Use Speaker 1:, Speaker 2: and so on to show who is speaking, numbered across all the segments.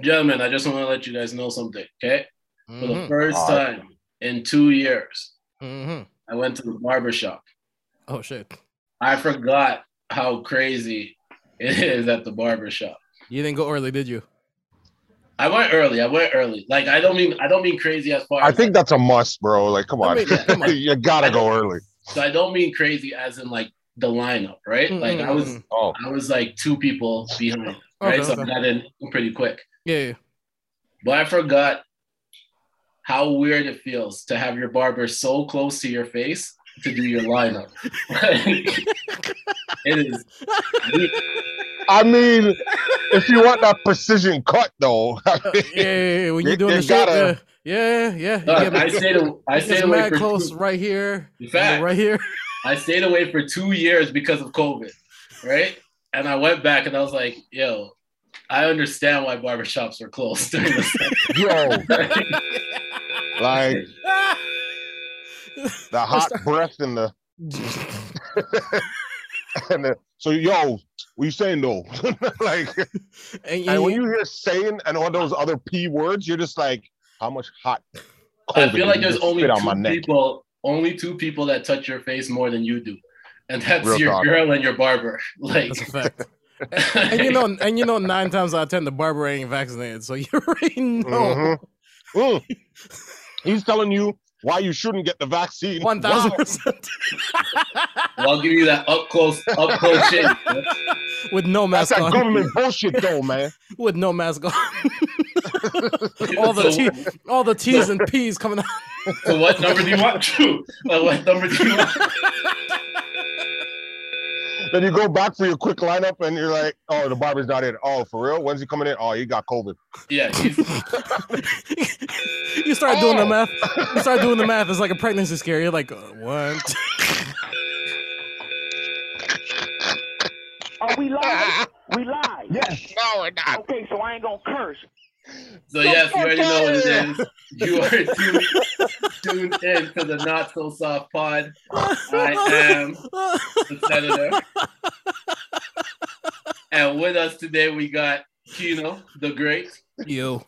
Speaker 1: Gentlemen, I just want to let you guys know something, okay? For
Speaker 2: Mm-hmm,
Speaker 1: the first time in two years,
Speaker 2: hmm
Speaker 1: I went to the barber shop.
Speaker 2: Oh shit!
Speaker 1: I forgot how crazy it is at the barber shop.
Speaker 2: You didn't go early, did you?
Speaker 1: I went early. I went early. Like I don't mean I don't mean crazy as far.
Speaker 3: I
Speaker 1: as,
Speaker 3: think that's a must, bro. Like, come
Speaker 2: I
Speaker 3: on,
Speaker 2: mean, yeah, come on.
Speaker 3: you gotta go early.
Speaker 1: so I don't mean crazy as in like the lineup, right? Like I was
Speaker 2: Mm-mm.
Speaker 3: Oh,
Speaker 1: I was like two people behind, right?
Speaker 2: Okay,
Speaker 1: so I
Speaker 2: okay.
Speaker 1: got in pretty quick.
Speaker 2: Yeah, yeah.
Speaker 1: But I forgot how weird it feels to have your barber so close to your face to do your lineup. it is
Speaker 3: I mean, if you want that precision cut, though,
Speaker 2: Uh, yeah, yeah, yeah. When
Speaker 3: You-
Speaker 2: you're doing
Speaker 3: you
Speaker 2: the shit,
Speaker 3: gotta-
Speaker 2: uh, yeah, yeah, yeah.
Speaker 1: Dog,
Speaker 2: yeah
Speaker 1: I stayed a- I stayed
Speaker 2: it's
Speaker 1: away
Speaker 2: mad
Speaker 1: for
Speaker 2: close,
Speaker 1: two,
Speaker 2: right here,
Speaker 1: In
Speaker 2: and
Speaker 1: fact-
Speaker 2: right here.
Speaker 1: I stayed away for two years because of COVID, right? And I went back and I was like, yo, I understand why barbershops were closed during this.
Speaker 3: yo, like the hot breath and the and the, so, yo, what you saying though? like,
Speaker 2: and,
Speaker 3: and
Speaker 2: you-
Speaker 3: when you hear saying and all those other p words, you're just like, how much hot?
Speaker 1: I
Speaker 3: COVID
Speaker 1: feel like
Speaker 3: you
Speaker 1: there's
Speaker 3: just
Speaker 1: only
Speaker 3: spit on
Speaker 1: two
Speaker 3: my neck.
Speaker 1: people, only two people that touch your face more than you do, and that's
Speaker 3: Real
Speaker 1: your
Speaker 3: talk.
Speaker 1: girl and your barber. Like,
Speaker 2: that's a fact. And, and you know, and you know, nine times out of ten, the barber ain't vaccinated, so you already know.
Speaker 3: Mhm. Mm. He's telling you why you shouldn't get the vaccine.
Speaker 2: One thousand
Speaker 3: Wow.
Speaker 2: percent
Speaker 1: well, I'll give you that up close, up close shit.
Speaker 2: with no
Speaker 3: That's
Speaker 2: mask
Speaker 3: that
Speaker 2: on.
Speaker 3: government bullshit, though, man.
Speaker 2: With no mask on. all the
Speaker 1: so,
Speaker 2: T, all the T's and P's coming out.
Speaker 1: so what number do you want? True. Like, what number do you want?
Speaker 3: Then you go back for your quick lineup, and you're like, "Oh, the barber's not in. Oh, for real? When's he coming in? Oh, he got COVID.
Speaker 1: Yeah, he's-
Speaker 2: you start doing the
Speaker 3: Oh.
Speaker 2: math. You start doing the math. It's like a pregnancy scare. You're like, uh, one. two,
Speaker 4: Are Oh, we live? We live.
Speaker 3: Yes, no, we're not.
Speaker 4: Okay, so I ain't gonna curse.
Speaker 1: so yes, you already know what it is. You are tuned, tuned in to the Not So Soft Pod. I am the senator, and with us today we got Kino the Great.
Speaker 2: you.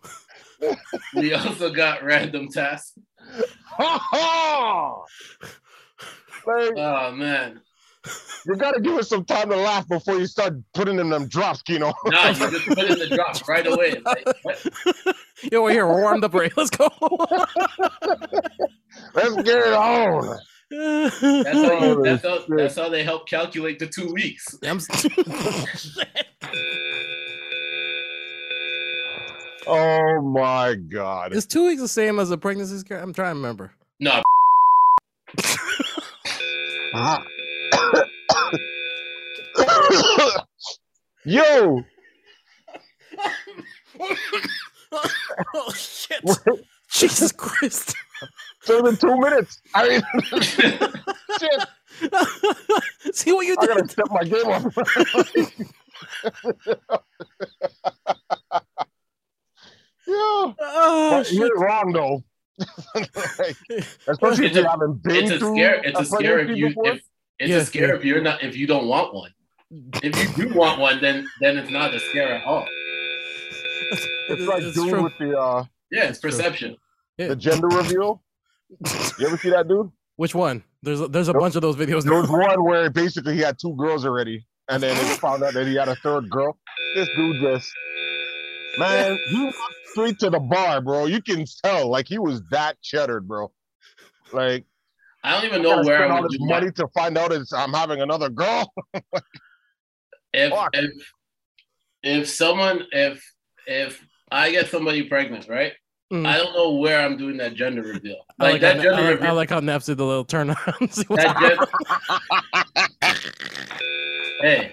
Speaker 1: We also got Random Task.
Speaker 3: Ha ha! Like,
Speaker 1: Oh man.
Speaker 3: you gotta give us some time to laugh before you start putting in them drops, Kino.
Speaker 1: Nah, you just put in the drop right away. Like, what?
Speaker 2: Yo, we're here. We're warmed up already. Let's go.
Speaker 3: Let's get it on.
Speaker 1: That's, how you,
Speaker 2: Oh,
Speaker 3: Holy
Speaker 1: that's, how,
Speaker 3: shit.
Speaker 1: that's how they help calculate the two weeks.
Speaker 2: I'm s-
Speaker 3: Oh my god.
Speaker 2: Is two weeks the same as a pregnancy scare? I'm trying to remember.
Speaker 1: No,
Speaker 3: Ah. Yo,
Speaker 2: oh shit! Jesus Christ!
Speaker 3: so the two minutes. I mean, shit,
Speaker 2: See what you
Speaker 3: I
Speaker 2: did?
Speaker 3: gotta step my game up. yeah,
Speaker 2: Oh,
Speaker 3: but
Speaker 2: shit.
Speaker 3: you're wrong though. Like, especially if
Speaker 1: It's a-
Speaker 3: you haven't been
Speaker 1: it's a
Speaker 3: through
Speaker 1: scare. It's a scare if
Speaker 3: pregnancy
Speaker 1: you
Speaker 3: before.
Speaker 1: if it's
Speaker 2: Yeah,
Speaker 1: a scare
Speaker 2: yeah.
Speaker 1: if you're not if you don't want one. If you do want one, then then it's not a scare at all.
Speaker 3: it's like
Speaker 2: It's
Speaker 3: dude
Speaker 2: true.
Speaker 3: with the uh,
Speaker 1: Yeah, it's
Speaker 2: That's true.
Speaker 1: perception.
Speaker 2: Yeah.
Speaker 3: the gender reveal. You ever see that dude?
Speaker 2: Which one? There's a, there's a
Speaker 3: Nope.
Speaker 2: bunch of those videos.
Speaker 3: There was one where basically he had two girls already, and then they found out that he had a third girl. This dude just, man, he went straight to the bar, bro. You can tell, like he was that cheddared, bro. Like,
Speaker 1: I don't even
Speaker 3: I
Speaker 1: know
Speaker 3: gotta
Speaker 1: where
Speaker 3: spend
Speaker 1: I
Speaker 3: all
Speaker 1: would
Speaker 3: this
Speaker 1: do
Speaker 3: money
Speaker 1: that.
Speaker 3: to find out it's, I'm having another girl.
Speaker 1: If,
Speaker 3: Fuck.
Speaker 1: if if someone if if I get somebody pregnant, right?
Speaker 2: Mm.
Speaker 1: I don't know where I'm doing that gender reveal.
Speaker 2: I like,
Speaker 1: Like, that
Speaker 2: how, I,
Speaker 1: gender
Speaker 2: like, I
Speaker 1: reveal.
Speaker 2: like how Naps did the little turn around. See what's
Speaker 1: That gen- hey,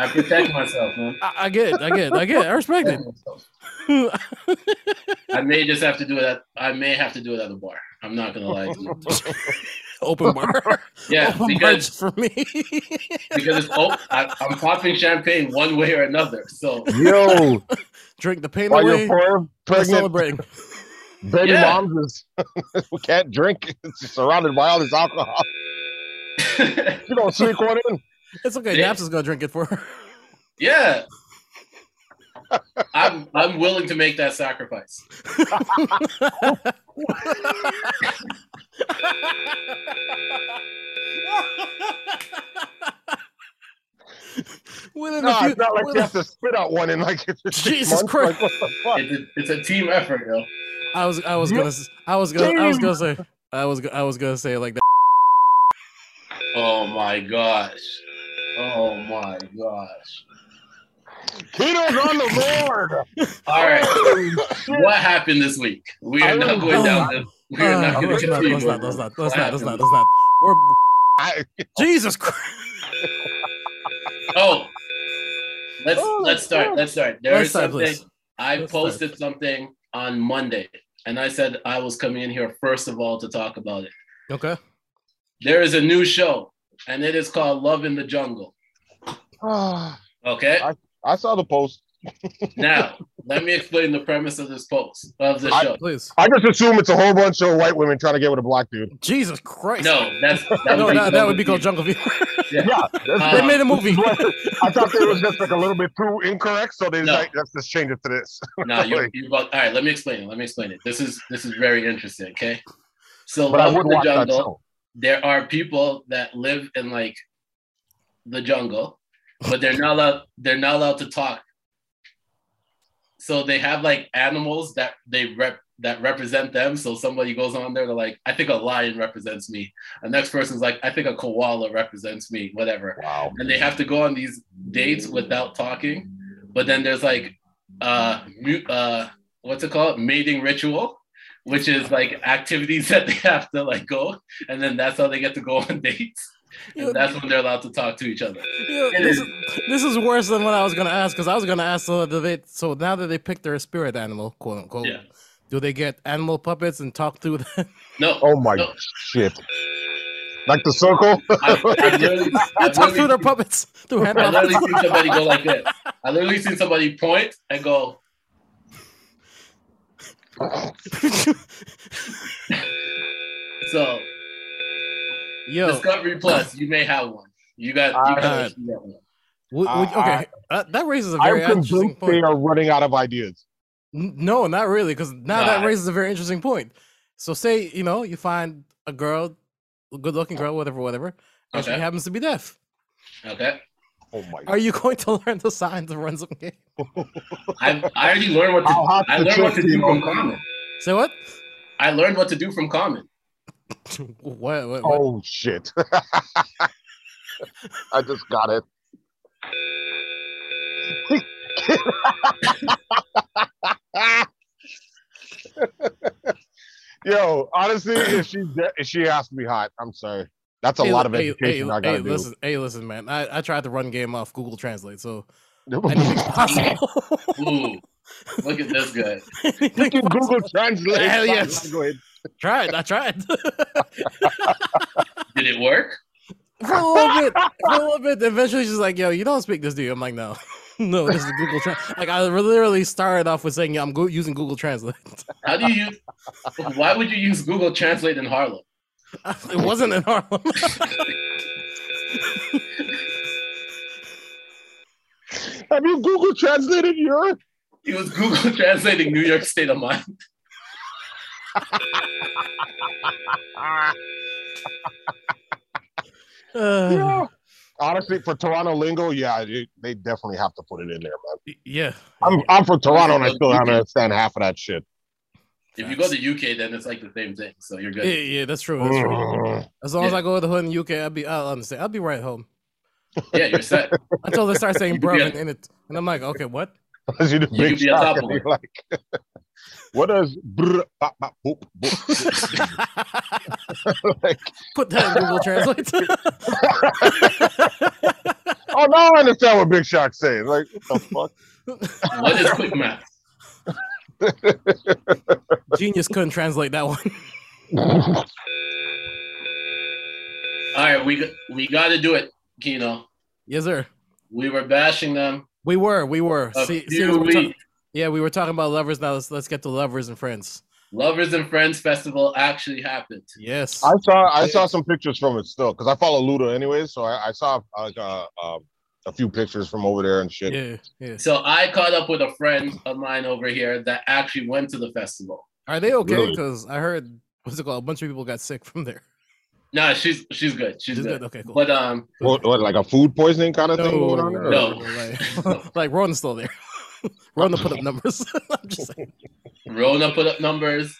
Speaker 1: I protect myself, man.
Speaker 2: I, I get it. I get it. I get it. I respect it.
Speaker 1: I may just have to do it at I may have to do it at the bar. I'm not gonna lie to you.
Speaker 2: Open bar.
Speaker 1: Yeah,
Speaker 2: Open bar
Speaker 1: because
Speaker 2: just for me.
Speaker 1: because it's oh, I, I'm popping champagne one way or another. So
Speaker 3: Yo,
Speaker 2: Drink the pain
Speaker 3: while
Speaker 2: away.
Speaker 3: you're poor,
Speaker 2: We're
Speaker 3: pregnant,
Speaker 2: celebrating.
Speaker 3: baby
Speaker 1: Yeah.
Speaker 3: moms is can't drink, surrounded by all this alcohol. You don't sneak one in.
Speaker 2: It's okay.
Speaker 1: Yeah.
Speaker 2: Naps is gonna drink it for her.
Speaker 1: yeah, I'm I'm willing to make that sacrifice.
Speaker 2: Within
Speaker 3: No,
Speaker 2: a few,
Speaker 3: it's not like you
Speaker 2: within-
Speaker 3: have to spit out one in like six
Speaker 2: Jesus
Speaker 3: months.
Speaker 2: Christ.
Speaker 3: Like, what the fuck?
Speaker 1: It's a, it's a team effort, yo.
Speaker 2: I was I was gonna s- I was gonna I was gonna say I was go- I was gonna say like that.
Speaker 1: Oh my gosh. Oh my gosh.
Speaker 3: Keto's on the board.
Speaker 1: All right. What happened this week? We are not going down this. We are
Speaker 2: Uh,
Speaker 1: not going
Speaker 2: let's
Speaker 1: to
Speaker 2: not
Speaker 1: continue.
Speaker 2: let's not let's not let's
Speaker 1: What
Speaker 2: not let's not
Speaker 1: happened?
Speaker 2: let's not. We're
Speaker 3: I,
Speaker 2: Jesus Christ.
Speaker 1: Oh, let's
Speaker 3: Oh,
Speaker 1: let's start. Let's start. There
Speaker 2: Let's
Speaker 1: is
Speaker 2: start,
Speaker 1: something.
Speaker 2: please.
Speaker 1: I
Speaker 2: Let's start.
Speaker 1: posted something on Monday, and I said I was coming in here first of all to talk about it.
Speaker 2: Okay.
Speaker 1: There is a new show, and it is called Love in the Jungle.
Speaker 3: Ah,
Speaker 1: Okay.
Speaker 3: I saw the post.
Speaker 1: now, let me explain the premise of this post of the
Speaker 3: I-
Speaker 1: show.
Speaker 2: Please.
Speaker 3: I just assume it's a whole bunch of white women trying to get with a black dude.
Speaker 2: Jesus Christ.
Speaker 1: No, that's that
Speaker 2: No,
Speaker 1: would,
Speaker 2: that,
Speaker 1: be,
Speaker 2: that would be called Jungle Fever.
Speaker 3: Yeah,
Speaker 1: Uh,
Speaker 2: they made a movie.
Speaker 3: I thought they was just like a little bit too incorrect, so they just
Speaker 1: No.
Speaker 3: like let's just change it to this.
Speaker 1: No, you, you all right. Let me explain it. Let me explain it. This is this is very interesting. Okay, so
Speaker 3: But I
Speaker 1: Love
Speaker 3: would
Speaker 1: in the
Speaker 3: watch that
Speaker 1: Jungle.
Speaker 3: show.
Speaker 1: there are people that live in like the jungle, but they're not allowed they're not allowed to talk. So they have like animals that they rep that represent them. So somebody goes on there to like, I think a lion represents me. The next person's like, I think a koala represents me, whatever.
Speaker 3: Wow.
Speaker 1: And they have to go on these dates without talking. But then there's like uh mu- uh what's it called? Mating ritual, which is like activities that they have to like go and then that's how they get to go on dates.
Speaker 2: Yeah.
Speaker 1: And that's when they're allowed to talk to each other.
Speaker 2: Yeah, this, is, this is worse than what I was gonna ask because I was gonna ask so that they so now that they pick their spirit animal, quote unquote,
Speaker 1: Yeah.
Speaker 2: do they get animal puppets and talk through them?
Speaker 1: No,
Speaker 3: Oh my
Speaker 1: No.
Speaker 3: shit. Like the circle?
Speaker 1: I've, I've literally,
Speaker 2: they
Speaker 1: I've
Speaker 2: talk through their
Speaker 1: literally,
Speaker 2: puppets through hand
Speaker 1: I've
Speaker 2: puppets.
Speaker 1: literally seen somebody go like this. I literally seen somebody point and go, so
Speaker 2: Yo,
Speaker 1: Discovery Plus, you may have one. You got, you got
Speaker 2: Uh,
Speaker 1: you got one.
Speaker 2: would, would, okay, uh, that raises a
Speaker 3: I'm
Speaker 2: very interesting
Speaker 3: convinced they
Speaker 2: point.
Speaker 3: are running out of ideas.
Speaker 2: N- No, not really, because now that
Speaker 1: Nah.
Speaker 2: raises a very interesting point. So say you know you find a girl, a good-looking girl, whatever, whatever, and she
Speaker 1: Okay.
Speaker 2: happens to be deaf.
Speaker 1: Okay.
Speaker 3: Oh my
Speaker 2: Are you going to learn the signs and run some game?
Speaker 1: I, I already learned what
Speaker 3: I'll
Speaker 1: to,
Speaker 3: have
Speaker 1: I
Speaker 3: to
Speaker 1: learned what to
Speaker 3: trust
Speaker 1: do
Speaker 3: you.
Speaker 1: from Common.
Speaker 2: Say what?
Speaker 1: I learned what to do from Common.
Speaker 2: what, what, what?
Speaker 3: Oh shit. I just got it. Yo, honestly, if she de- if she has to be hot, I'm sorry. That's a
Speaker 2: Hey,
Speaker 3: lot
Speaker 2: li-
Speaker 3: of
Speaker 2: hey,
Speaker 3: education
Speaker 2: hey,
Speaker 3: I gotta
Speaker 2: hey,
Speaker 3: do.
Speaker 2: Listen, hey, listen, man. I, I tried to run game off Google Translate, so anything's possible.
Speaker 1: Ooh, look at this guy.
Speaker 3: you
Speaker 2: Anything
Speaker 3: can
Speaker 2: possible.
Speaker 3: Google Translate.
Speaker 2: Hell
Speaker 3: sign
Speaker 2: yes.
Speaker 3: language.
Speaker 2: Tried, I tried. for
Speaker 1: Did it work?
Speaker 2: a little bit, for a little bit. Eventually, she's like, "Yo, you don't speak this, do you?" I'm like, "No, no, this is Google Translate." Like, I literally started off with saying, "Yeah, I'm go- using Google Translate."
Speaker 1: How do you use? Why would you use Google Translate in Harlem?
Speaker 2: it wasn't in Harlem.
Speaker 3: Have you Google translated your
Speaker 1: He was Google translating New York State of Mind.
Speaker 3: ah,
Speaker 2: Uh,
Speaker 3: Yeah. Honestly, for Toronto lingo, yeah, you- they definitely have to put it in there, man.
Speaker 2: yeah.
Speaker 3: I'm I'm from Toronto and I still don't understand half of that shit.
Speaker 1: If you go to UK, then it's like the same thing. So you're
Speaker 2: yeah,
Speaker 1: good.
Speaker 2: yeah, that's true. That's true.
Speaker 3: Ugh.
Speaker 2: As long as
Speaker 1: Yeah.
Speaker 2: I go to the hood in UK, I'll be, I'll understand. I'll be right home
Speaker 1: Yeah, you're set.
Speaker 2: until they start saying
Speaker 1: You could
Speaker 2: "bro"
Speaker 1: be a-
Speaker 2: and, and it, and I'm like, "Okay, what?"
Speaker 3: As you do
Speaker 1: You
Speaker 3: big
Speaker 1: could be a top
Speaker 3: shots and
Speaker 1: boy.
Speaker 3: you're like, what does brr, bop, bop, boop, boop? Like,
Speaker 2: Put that in Google Translate.
Speaker 3: oh, now I understand what Big Shock says. Like, what the fuck?
Speaker 1: What is quick math?
Speaker 2: Genius couldn't translate that one.
Speaker 1: All right, we we got to do it, Kino.
Speaker 2: Yes, sir.
Speaker 1: We were bashing them
Speaker 2: We were, we were.
Speaker 1: a
Speaker 2: See, see,
Speaker 1: few
Speaker 2: we're
Speaker 1: weeks.
Speaker 2: ta- yeah, we were talking about lovers. Now let's let's get to lovers and friends.
Speaker 1: Lovers and Friends Festival actually happened.
Speaker 2: Yes.
Speaker 3: I saw I saw some pictures from it still because I follow Luda anyway, so I, I saw like a, a uh, um, a few pictures from over there and shit.
Speaker 2: Yeah, yeah.
Speaker 1: So I caught up with a friend of mine over here that actually went to the festival.
Speaker 2: Are they okay?
Speaker 3: Really?
Speaker 2: Because I heard what's it called? A bunch of people got sick from there.
Speaker 1: No, she's she's good. She's,
Speaker 2: She's
Speaker 1: good.
Speaker 2: good. Okay, cool.
Speaker 1: But um,
Speaker 3: What, what, like a food poisoning kind of thing going on? there?
Speaker 1: no.
Speaker 2: Like, like Ron's still there. Ron to put up numbers. I'm just saying.
Speaker 1: Rona put up numbers.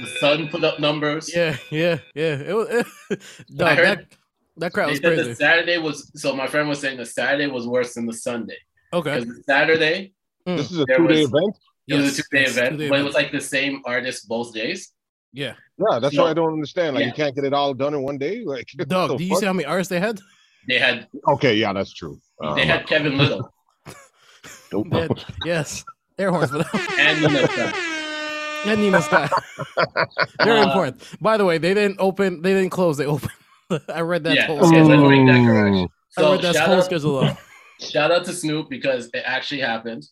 Speaker 1: The Sun put up numbers.
Speaker 2: Yeah, yeah, yeah. It was no,
Speaker 1: I heard-
Speaker 2: that that crowd
Speaker 1: They
Speaker 2: was
Speaker 1: said the
Speaker 2: crazy.
Speaker 1: Saturday was so. My friend was saying the Saturday was worse than the Sunday
Speaker 2: Okay.
Speaker 1: because Saturday
Speaker 3: This is a
Speaker 1: There
Speaker 3: two day
Speaker 1: was-
Speaker 3: event.
Speaker 1: it was a
Speaker 2: Yes,
Speaker 1: two day
Speaker 2: yes,
Speaker 1: event,
Speaker 2: two-day
Speaker 1: but it
Speaker 2: event.
Speaker 1: was like the same artist both days.
Speaker 2: Yeah.
Speaker 3: Yeah, that's
Speaker 1: No.
Speaker 3: what I don't understand. Like
Speaker 1: Yeah.
Speaker 3: you can't get it all done in one day. Like what the
Speaker 2: Dog, do you
Speaker 3: fuck?
Speaker 2: see how many artists they had?
Speaker 1: They had
Speaker 3: Okay, yeah, that's true. Uh,
Speaker 1: they had Kevin Little
Speaker 3: nope.
Speaker 2: They had- yes. Air horns for that.
Speaker 1: and Nina Sky.
Speaker 2: And Nina Sky. Very
Speaker 1: Uh,
Speaker 2: important. By the way, they didn't open. They didn't close. They opened. I read that
Speaker 1: Yeah,
Speaker 2: whole.
Speaker 1: okay,
Speaker 2: schedule.
Speaker 1: let's make that correction.
Speaker 2: I
Speaker 1: So
Speaker 2: read that
Speaker 1: shout
Speaker 2: whole
Speaker 1: out,
Speaker 2: schedule. Up.
Speaker 1: shout out to Snoop because it actually happened.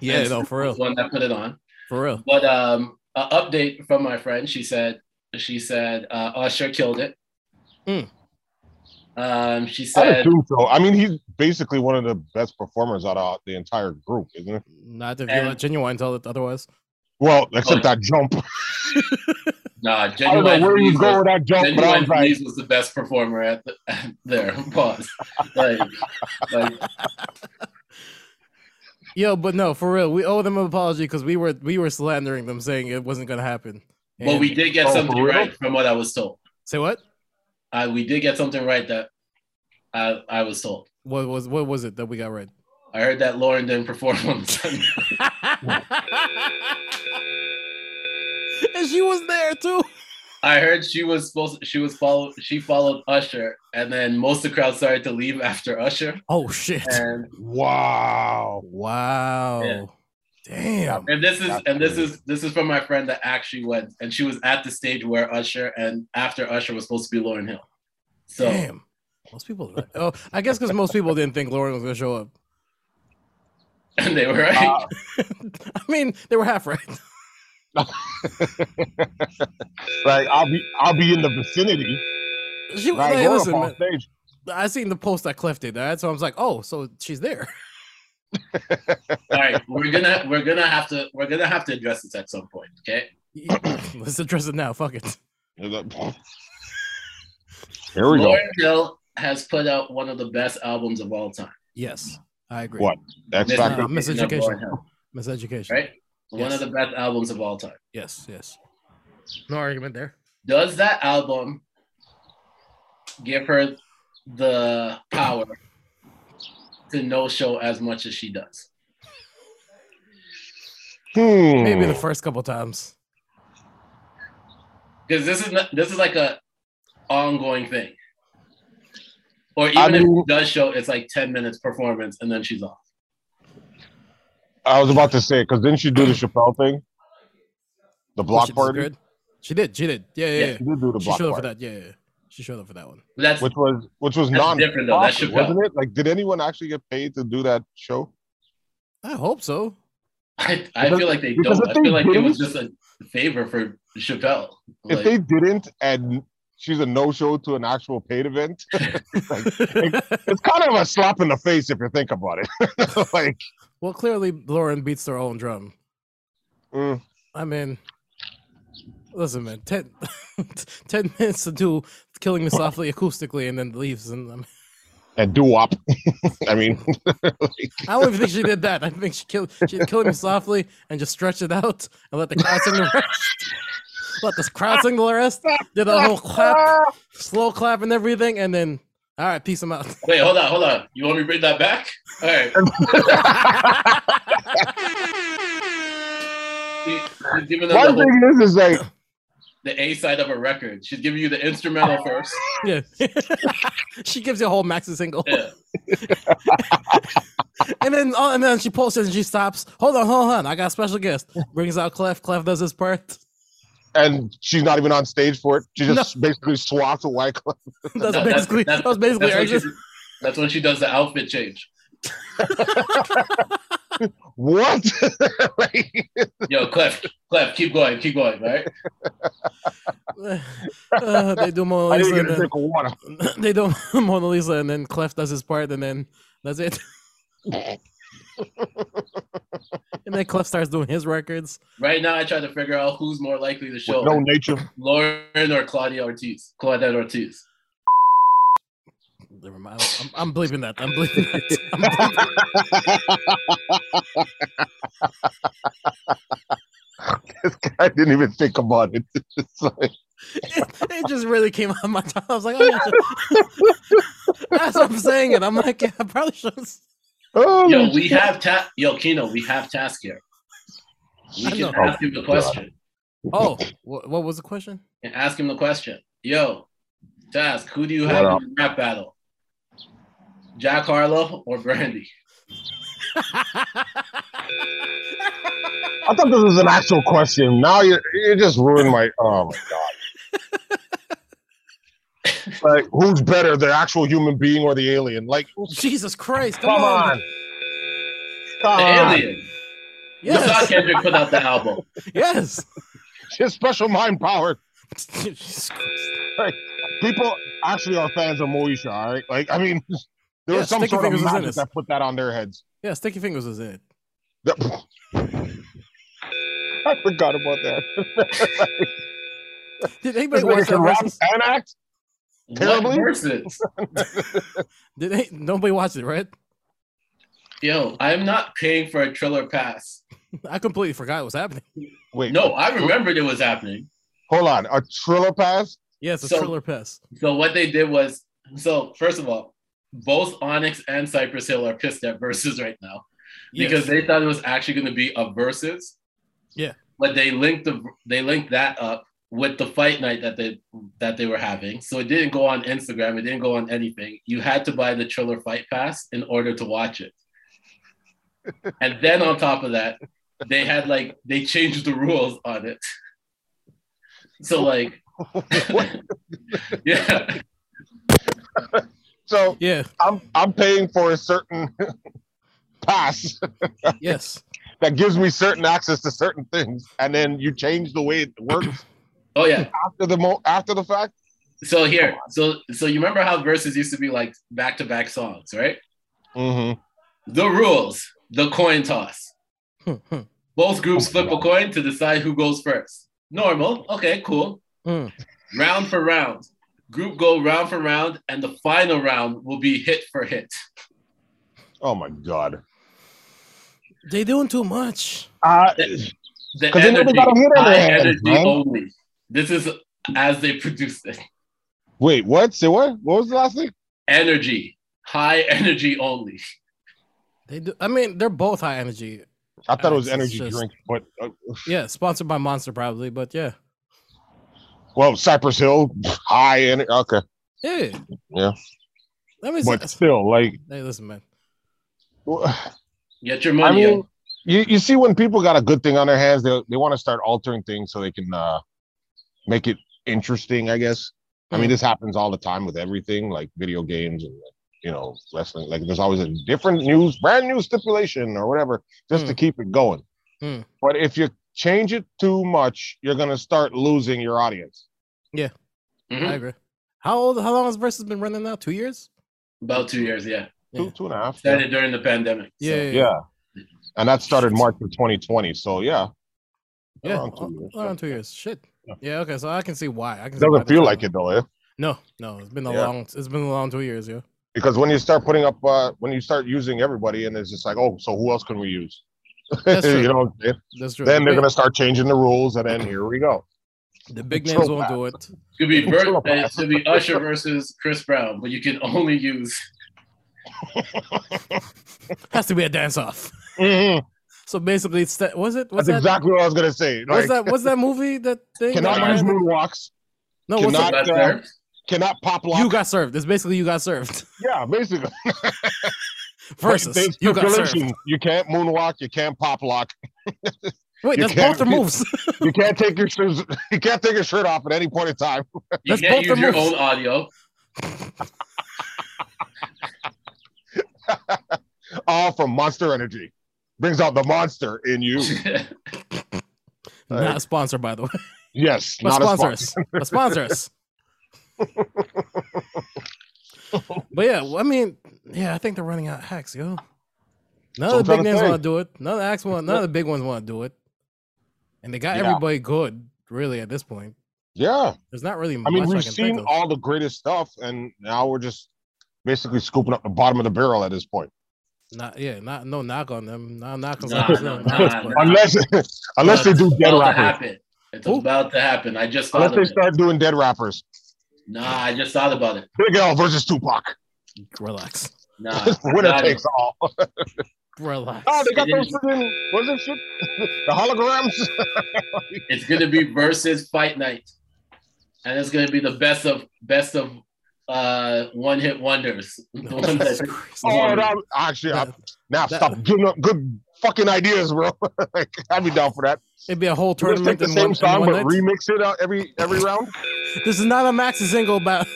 Speaker 2: Yeah,
Speaker 1: And
Speaker 2: no,
Speaker 1: Snoop
Speaker 2: for
Speaker 1: was
Speaker 2: real,
Speaker 1: the One that put it on.
Speaker 2: for real.
Speaker 1: But um, an update from my friend. She said she said uh, Usher killed it.
Speaker 2: Mm.
Speaker 1: Um, she
Speaker 3: I
Speaker 1: said
Speaker 3: assume so. I mean, he's basically one of the best performers out of the entire group, isn't it?
Speaker 2: Not if you're
Speaker 1: And-
Speaker 2: not genuine, tell it otherwise.
Speaker 3: Well, except that jump.
Speaker 1: Nah,
Speaker 3: I don't know
Speaker 1: genuine.
Speaker 3: where he's
Speaker 1: Louise
Speaker 3: going
Speaker 1: was,
Speaker 3: with that jump, but
Speaker 1: genuine
Speaker 3: I was like,
Speaker 1: Louise was the best performer at, the, at there. Pause. Like, like,
Speaker 2: Yo, but no, for real, we owe them an apology because we were we were slandering them, saying it wasn't gonna happen.
Speaker 1: but we
Speaker 2: And-
Speaker 1: did get
Speaker 3: Oh, for
Speaker 1: something
Speaker 3: real?
Speaker 1: right from what I was told.
Speaker 2: say what?
Speaker 1: I we did get something right that I I was told.
Speaker 2: What was what was it that we got right?
Speaker 1: I heard that Lauren didn't perform on Sunday.
Speaker 2: and she was there too.
Speaker 1: I heard she was supposed she was followed she followed Usher and then most of the crowd started to leave after Usher
Speaker 2: Oh shit!
Speaker 1: and
Speaker 3: wow.
Speaker 2: Wow.
Speaker 1: Yeah.
Speaker 2: Damn.
Speaker 1: and this is
Speaker 3: That's
Speaker 1: and this
Speaker 3: crazy.
Speaker 1: is this is from my friend that actually went and she was at the stage where Usher and after Usher was supposed to be Lauren Hill. So
Speaker 2: Damn. Most people. Oh, I guess because most people didn't think Lauren was gonna show up.
Speaker 1: and they were right.
Speaker 3: Uh,
Speaker 2: I mean, they were half right.
Speaker 3: Like I'll be, I'll be in the vicinity.
Speaker 2: She was
Speaker 3: Right,
Speaker 2: like,
Speaker 3: going
Speaker 2: listen,
Speaker 3: up
Speaker 2: man,
Speaker 3: on stage.
Speaker 2: I seen the post that Clef did that, so I was like, oh, so she's there.
Speaker 1: All right, we're gonna we're gonna have to we're gonna have to address this at some point, okay?
Speaker 2: Let's address it now. Fuck it.
Speaker 3: Here we go.
Speaker 1: Lauren Hill has put out one of the best albums of all time.
Speaker 2: Yes, I agree.
Speaker 3: What? X
Speaker 1: Miss-
Speaker 3: Factor.
Speaker 2: Uh,
Speaker 1: Miseducation of
Speaker 2: Miseducation.
Speaker 1: Lauryn Hill,
Speaker 2: Miseducation.
Speaker 1: right? One of
Speaker 2: Yes.
Speaker 1: the best albums of all time.
Speaker 2: Yes, yes. No argument there.
Speaker 1: Does that album give her the power to no show as much as she does?
Speaker 3: Hmm.
Speaker 2: Maybe the first couple times.
Speaker 1: Because this is not, this is like a ongoing thing. Or even
Speaker 3: I
Speaker 1: if she
Speaker 3: mean-
Speaker 1: does show, it's like ten minutes performance and then she's off.
Speaker 3: I was about to say because didn't she do the Chappelle thing? The
Speaker 2: Well,
Speaker 3: block
Speaker 2: she
Speaker 3: party.
Speaker 2: disagreed. She did. She did. Yeah, yeah.
Speaker 1: Yeah.
Speaker 2: yeah.
Speaker 3: She did do the
Speaker 2: She
Speaker 3: block
Speaker 2: showed up for
Speaker 3: party,
Speaker 2: that. Yeah, yeah. yeah. She showed up for that one.
Speaker 1: That's
Speaker 3: which was which was
Speaker 1: That's
Speaker 3: non
Speaker 1: different, though. That's Chappelle.
Speaker 3: wasn't it? Like, did anyone actually get paid to do that show?
Speaker 2: I hope so.
Speaker 1: I, I
Speaker 3: Because-
Speaker 1: feel like they
Speaker 3: because
Speaker 1: don't.
Speaker 3: if
Speaker 1: I feel
Speaker 3: they
Speaker 1: like it was
Speaker 3: didn't-
Speaker 1: just a favor for Chappelle.
Speaker 3: if
Speaker 1: Like,
Speaker 3: they didn't, and she's a no show to an actual paid event, it's kind of a slap in the face if you think about it. like,
Speaker 2: well, clearly Lauren beats their own drum.
Speaker 3: mm,
Speaker 2: I mean, listen, man, 10, 10 minutes to do killing me softly acoustically and then leaves. And um, I, mean,
Speaker 3: and doo wop. I mean,
Speaker 2: I don't even think she did that. I think she killed she did killing me softly and just stretched it out and let the crowd sing the rest. Let the crowd sing the rest. Did a whole clap, slow clap, and everything, and then all right, peace them out.
Speaker 1: wait, hold on, hold on. You want me to bring that back? All right. She- she's giving them the,
Speaker 3: one
Speaker 1: whole-
Speaker 3: thing is, is like,
Speaker 1: the A side of a record. She's giving you the instrumental first.
Speaker 2: Yeah, she gives you a whole maxi single,
Speaker 1: Yeah.
Speaker 2: and then oh, and then she pulls it and she stops. Hold on, hold on, I got a special guest. Brings out Clef. Clef does his part.
Speaker 3: and she's not even on stage for it. She just basically swats a white club.
Speaker 2: That's
Speaker 1: No, that's-
Speaker 2: basically
Speaker 1: that's-
Speaker 2: that was basically
Speaker 1: That's when,
Speaker 2: her.
Speaker 1: she, that's when she does the outfit change.
Speaker 3: What? like,
Speaker 1: Yo, Clef, Clef, keep going, keep going, right?
Speaker 2: Uh, they do Mona
Speaker 3: I
Speaker 2: Lisa. And then,
Speaker 3: didn't get a drink of water.
Speaker 2: they do Mona Lisa, and then Clef does his part, and then That's it. and then Cliff starts doing his records.
Speaker 1: Right now, I try to figure out who's more likely to show,
Speaker 3: With no nature.
Speaker 1: Lauren or Claudia Ortiz. Claudette Ortiz.
Speaker 2: Never mind. I'm, I'm bleeping that. I'm bleeping it. I'm bleeping it.
Speaker 3: this guy didn't even think about it. It's like,
Speaker 2: It, it just really came out of my tongue. I was like, oh, yeah, sure. as I'm saying it, I'm like, yeah, I probably should.
Speaker 3: oh,
Speaker 1: Yo, we have ta- Yo, Kino, we have task here. We
Speaker 2: I know.
Speaker 1: can ask him the question.
Speaker 2: Oh, what, what was the question?
Speaker 1: And ask him the question. Yo, task. Who do you
Speaker 3: What
Speaker 1: have
Speaker 3: up?
Speaker 1: in the rap battle? Jack Harlow or Brandy?
Speaker 3: I thought this was an actual question. Now you you just ruined my oh my god. like who's better, the actual human being or the alien? Like who's-
Speaker 2: Jesus Christ! Come,
Speaker 3: come on. Come
Speaker 1: The
Speaker 3: on.
Speaker 1: alien. You saw
Speaker 2: Yes,
Speaker 1: Kendrick put out the album.
Speaker 2: yes.
Speaker 3: His special mind power.
Speaker 2: Jesus Christ.
Speaker 3: People actually are fans of Moesha, all right? Like I mean there
Speaker 2: Yeah,
Speaker 3: was some
Speaker 2: Sticky
Speaker 3: sort of
Speaker 2: Fingers was in
Speaker 3: magic
Speaker 2: this.
Speaker 3: that put that on their heads.
Speaker 2: Yeah, Sticky Fingers was in it.
Speaker 3: That- I forgot about that.
Speaker 2: Did anybody
Speaker 3: This
Speaker 2: watch that
Speaker 3: nigga can rap
Speaker 2: versus?
Speaker 3: and act? Terribly?
Speaker 1: What verses?
Speaker 2: Did they, nobody watched it, right?
Speaker 1: Yo, I'm not paying for a Triller pass.
Speaker 2: I completely forgot it was happening.
Speaker 3: Wait,
Speaker 1: No, I remembered it was happening.
Speaker 3: hold on. A Triller pass?
Speaker 2: Yeah, it's a
Speaker 1: So-
Speaker 2: thriller piss.
Speaker 1: So what they did was, so first of all, both Onyx and Cypress Hill are pissed at verses right now because they thought it was actually going to be a verses.
Speaker 2: Yeah.
Speaker 1: But they linked the they linked that up with the fight night that they that they were having. So it didn't go on Instagram. It didn't go on anything. You had to buy the Triller Fight Pass in order to watch it. and then on top of that, they had like they changed the rules on it. So like, yeah.
Speaker 3: So
Speaker 2: yeah,
Speaker 3: I'm I'm paying for a certain pass
Speaker 2: yes.
Speaker 3: that gives me certain access to certain things, and then you change the way it works
Speaker 1: Oh yeah.
Speaker 3: after the mo- after the fact.
Speaker 1: So here, so so you remember how verses used to be like back to back songs, right?
Speaker 3: Mm-hmm.
Speaker 1: The rules, the coin toss.
Speaker 2: Hmm,
Speaker 1: Both groups
Speaker 3: Oh,
Speaker 1: flip a coin to decide who goes first. Normal. Okay, cool.
Speaker 2: Mm.
Speaker 1: Round for round. Group go round for round, and the final round will be hit for hit.
Speaker 3: Oh my god!
Speaker 2: They doing too much.
Speaker 3: Uh,
Speaker 1: The
Speaker 3: 'Cause they never
Speaker 1: energy,
Speaker 3: got a hit on their
Speaker 1: high
Speaker 3: hands,
Speaker 1: energy
Speaker 3: man.
Speaker 1: only. This is as they produced it.
Speaker 3: wait, what? Say what? What was the last thing?
Speaker 1: Energy, high energy only.
Speaker 2: They do. I mean, they're both high energy.
Speaker 3: I thought it was
Speaker 2: It's
Speaker 3: energy
Speaker 2: just-
Speaker 3: drink, but uh,
Speaker 2: Yeah, sponsored by Monster probably, but yeah,
Speaker 3: well, Cypress Hill high energy. Okay,
Speaker 2: yeah,
Speaker 3: Yeah.
Speaker 2: I mean,
Speaker 3: but
Speaker 2: it's-
Speaker 3: still, like
Speaker 2: hey, listen, man.
Speaker 1: Get your
Speaker 3: I
Speaker 1: money.
Speaker 3: mean, you, you see when people got a good thing on their hands, they they want to start altering things so they can uh, make it interesting. I guess. I
Speaker 1: Hmm.
Speaker 3: mean, this happens all the time with everything, like video games and you know wrestling. Like, there's always a different news, brand new stipulation or whatever, just
Speaker 1: Hmm.
Speaker 3: to keep it going.
Speaker 2: Mm.
Speaker 3: But if you change it too much, you're gonna start losing your audience.
Speaker 1: in.
Speaker 2: I
Speaker 1: Mhm.
Speaker 2: agree. How old? How long has Versus been running now? Two years?
Speaker 1: About two years, yeah.
Speaker 3: Two, two and a half.
Speaker 1: Started during the pandemic. so-
Speaker 2: Yeah, yeah,
Speaker 3: Yeah. And that started March of 2020. So yeah,
Speaker 2: yeah.
Speaker 3: around two
Speaker 2: Around two,
Speaker 3: years,
Speaker 2: around two years. Shit. Yeah. Okay, so I can see why. I can.
Speaker 3: it
Speaker 2: see why
Speaker 3: doesn't
Speaker 2: they're
Speaker 3: feel
Speaker 2: trying
Speaker 3: like
Speaker 2: to-
Speaker 3: it though. Eh?
Speaker 2: No, no. It's been a
Speaker 3: Yeah.
Speaker 2: long. It's been a long two years. Yeah.
Speaker 3: because when you start putting up uh, when you start using everybody and it's just like oh so who else can we use
Speaker 2: That's true.
Speaker 3: you know what I'm saying?
Speaker 2: That's true.
Speaker 3: then
Speaker 2: The
Speaker 3: they're
Speaker 2: big-
Speaker 3: gonna start changing the rules and then here we go
Speaker 2: The big
Speaker 3: throw
Speaker 2: names won't do it.
Speaker 1: Could be Bert,
Speaker 3: Triller
Speaker 1: uh,
Speaker 3: pass.
Speaker 1: could be Usher versus Chris Brown, but you can only use
Speaker 2: Has to be a dance off.
Speaker 3: Mhm.
Speaker 2: So basically, it's that. Was it?
Speaker 3: that's
Speaker 2: Was that?
Speaker 3: exactly what i was gonna say
Speaker 2: What's
Speaker 3: like
Speaker 2: that? What's that movie? That thing? that
Speaker 3: cannot use
Speaker 2: Miami-
Speaker 3: moonwalks
Speaker 2: no, what's
Speaker 3: cannot-
Speaker 2: that?
Speaker 1: That's
Speaker 3: uh,
Speaker 1: there.
Speaker 3: cannot pop lock
Speaker 2: You got served. It's basically you got served.
Speaker 3: yeah basically
Speaker 2: Versus
Speaker 3: There's
Speaker 2: you got served.
Speaker 3: stipulations. you can't moonwalk you can't pop lock
Speaker 2: Wait,
Speaker 3: You
Speaker 2: that's both their
Speaker 3: can't-
Speaker 2: moves.
Speaker 3: you can't take your shoes you can't take your shirt off at any point in time
Speaker 1: You
Speaker 2: That's
Speaker 1: can't
Speaker 2: both
Speaker 1: use
Speaker 2: the
Speaker 1: your
Speaker 2: moves.
Speaker 1: own audio.
Speaker 3: all from monster energy brings out the monster in you
Speaker 2: Not sponsored, by the way.
Speaker 3: yes
Speaker 2: But
Speaker 3: not a
Speaker 2: sponsor
Speaker 3: sponsor
Speaker 2: us. But sponsor us. But yeah, well, I mean, yeah, I think they're running out of hacks, yo. None
Speaker 3: So I'm
Speaker 2: of the
Speaker 3: trying to
Speaker 2: big names
Speaker 3: say.
Speaker 2: want to do it. None of the acts want. None of the big ones want to do it. And they got
Speaker 3: Yeah.
Speaker 2: everybody good, really. At this point,
Speaker 3: Yeah.
Speaker 2: there's not really.
Speaker 3: I
Speaker 2: much
Speaker 3: mean,
Speaker 2: I
Speaker 3: we've
Speaker 2: can think
Speaker 3: seen
Speaker 2: of.
Speaker 3: all the greatest stuff, and now we're just basically scooping up the bottom of the barrel at this point.
Speaker 2: Not yeah, not no knock on them. No knock on
Speaker 1: Nah,
Speaker 2: them.
Speaker 1: no,
Speaker 2: Nah, it's
Speaker 1: nah,
Speaker 2: fine.
Speaker 1: nah.
Speaker 3: Unless, unless they
Speaker 1: It's
Speaker 3: do dead
Speaker 1: about to
Speaker 3: rappers.
Speaker 1: happen. It's
Speaker 2: Who?
Speaker 1: about to happen. I just thought
Speaker 3: Unless
Speaker 1: of it.
Speaker 3: they start doing dead rappers.
Speaker 1: Nah, I just thought about it.
Speaker 3: Big L versus Tupac.
Speaker 2: Relax,
Speaker 1: Nah,
Speaker 3: Winner
Speaker 1: not it.
Speaker 3: takes all.
Speaker 2: relax.
Speaker 3: Oh, they got
Speaker 1: It
Speaker 3: those
Speaker 1: is-
Speaker 3: freaking, what's that shit? The holograms?
Speaker 1: It's gonna be versus fight night, and it's gonna be the best of best of uh one hit wonders. The ones that-
Speaker 2: Jesus Christ.
Speaker 3: Oh, that, actually, I,
Speaker 2: That-
Speaker 3: now
Speaker 2: that-
Speaker 3: stop giving up good fucking ideas, bro. like, I'd be down for that.
Speaker 2: It'd be a whole
Speaker 3: Just
Speaker 2: tournament
Speaker 3: take the
Speaker 2: in one,
Speaker 3: same
Speaker 2: in
Speaker 3: song
Speaker 2: one
Speaker 3: but
Speaker 2: night.
Speaker 3: remix it out every every round.
Speaker 2: this is not a Max single about.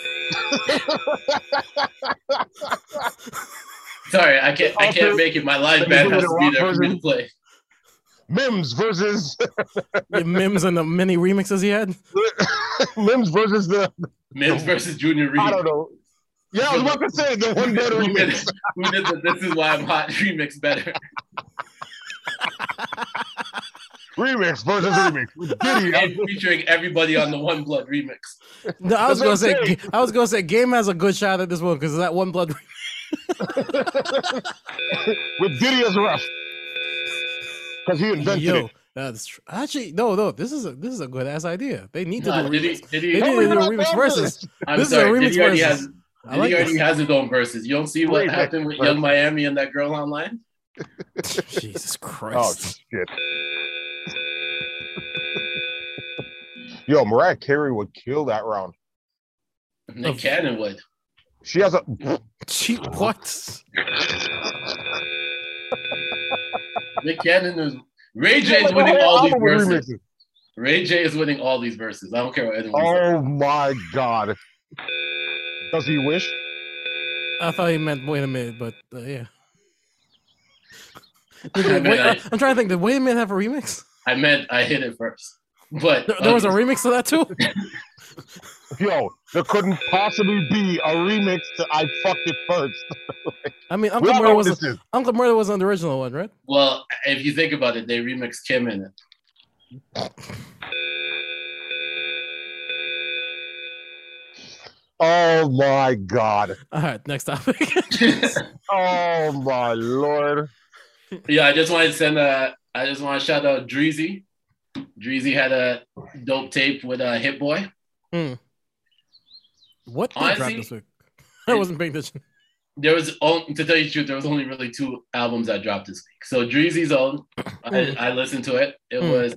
Speaker 1: Sorry, I can't. I
Speaker 3: Also,
Speaker 1: can't make it. My live
Speaker 3: can
Speaker 1: band
Speaker 3: you do
Speaker 1: has
Speaker 3: it
Speaker 1: to
Speaker 3: in
Speaker 1: be
Speaker 3: rock
Speaker 1: there for me
Speaker 3: version?
Speaker 1: to play.
Speaker 3: Mims versus
Speaker 2: the Mims and the mini remixes he had.
Speaker 3: Mims versus the
Speaker 1: Mims versus Junior Reed.
Speaker 3: I don't know. Yeah, I was about to say the
Speaker 1: Who
Speaker 3: one
Speaker 1: did,
Speaker 3: better
Speaker 1: who did-
Speaker 3: remix.
Speaker 1: who did the This Is Why I'm Hot remix better?
Speaker 3: Remix versus remix. Diddy,
Speaker 1: And
Speaker 3: I-
Speaker 1: featuring everybody on the One Blood remix.
Speaker 2: No, I was gonna
Speaker 3: That's what
Speaker 2: say.
Speaker 3: I'm
Speaker 2: I was gonna say. Game has a good shot at this one because that one blood.
Speaker 3: with Diddy as ref. Because he invented
Speaker 2: Yo,
Speaker 3: it.
Speaker 2: that's tr- actually no, no. This is a this is a good ass idea. They need to
Speaker 1: Nah,
Speaker 2: do
Speaker 1: did he,
Speaker 2: remix.
Speaker 1: did
Speaker 2: They
Speaker 1: he,
Speaker 2: need
Speaker 3: How
Speaker 2: to
Speaker 3: we
Speaker 2: do
Speaker 3: not
Speaker 2: remix
Speaker 3: done
Speaker 2: versus.
Speaker 3: this?
Speaker 1: I'm
Speaker 2: this is a
Speaker 1: sorry,
Speaker 2: remix
Speaker 1: did he already
Speaker 2: versus.
Speaker 1: has
Speaker 2: I
Speaker 1: Diddy
Speaker 2: like
Speaker 1: already
Speaker 2: this.
Speaker 1: has his own verses. You don't see what
Speaker 3: Remix
Speaker 1: happened with
Speaker 3: versus.
Speaker 1: Young Miami and that girl online?
Speaker 2: Jesus
Speaker 3: Oh
Speaker 2: Christ.
Speaker 3: shit. Yo, Mariah Carey would kill that round.
Speaker 1: Nick Cannon would.
Speaker 3: She has a
Speaker 2: Gee, what?
Speaker 1: Nick Cannon is Ray
Speaker 3: Yeah,
Speaker 1: J is
Speaker 3: like,
Speaker 1: winning
Speaker 3: the whole
Speaker 1: all these
Speaker 3: album was
Speaker 1: verses.
Speaker 3: remixes.
Speaker 1: Ray J is winning all these verses. I don't care what anyone says.
Speaker 3: Oh my god. Does he wish?
Speaker 2: I thought he meant wait a minute, but uh, yeah.
Speaker 1: I
Speaker 2: Wait,
Speaker 1: meant, I,
Speaker 2: I, am trying to think. Did wait a minute have a remix?
Speaker 1: I meant I hit it first. But um,
Speaker 2: There, there was a remix to that too.
Speaker 3: Yo, there couldn't possibly be a remix to I Fucked It First.
Speaker 2: I mean,
Speaker 3: We
Speaker 2: Uncle
Speaker 3: all know
Speaker 2: Murder
Speaker 3: what
Speaker 2: was
Speaker 3: this is.
Speaker 2: Uncle Murder was on the original one, right?
Speaker 1: well, if you think about it, they remixed Kim in it.
Speaker 3: Oh my god.
Speaker 2: All right, next topic.
Speaker 3: Oh my lord.
Speaker 1: yeah, I just wanted to send a. I just want to shout out Dreezy. Dreezy had a dope tape with a uh, Hit Boy.
Speaker 2: what did drop
Speaker 1: Honestly,
Speaker 2: this week? I wasn't paying attention.
Speaker 1: There was on to tell you the truth, there was only really two albums I dropped this week. So Dreezy's own, I,
Speaker 2: Mm.
Speaker 1: I listened to it. It
Speaker 2: Mm.
Speaker 1: was.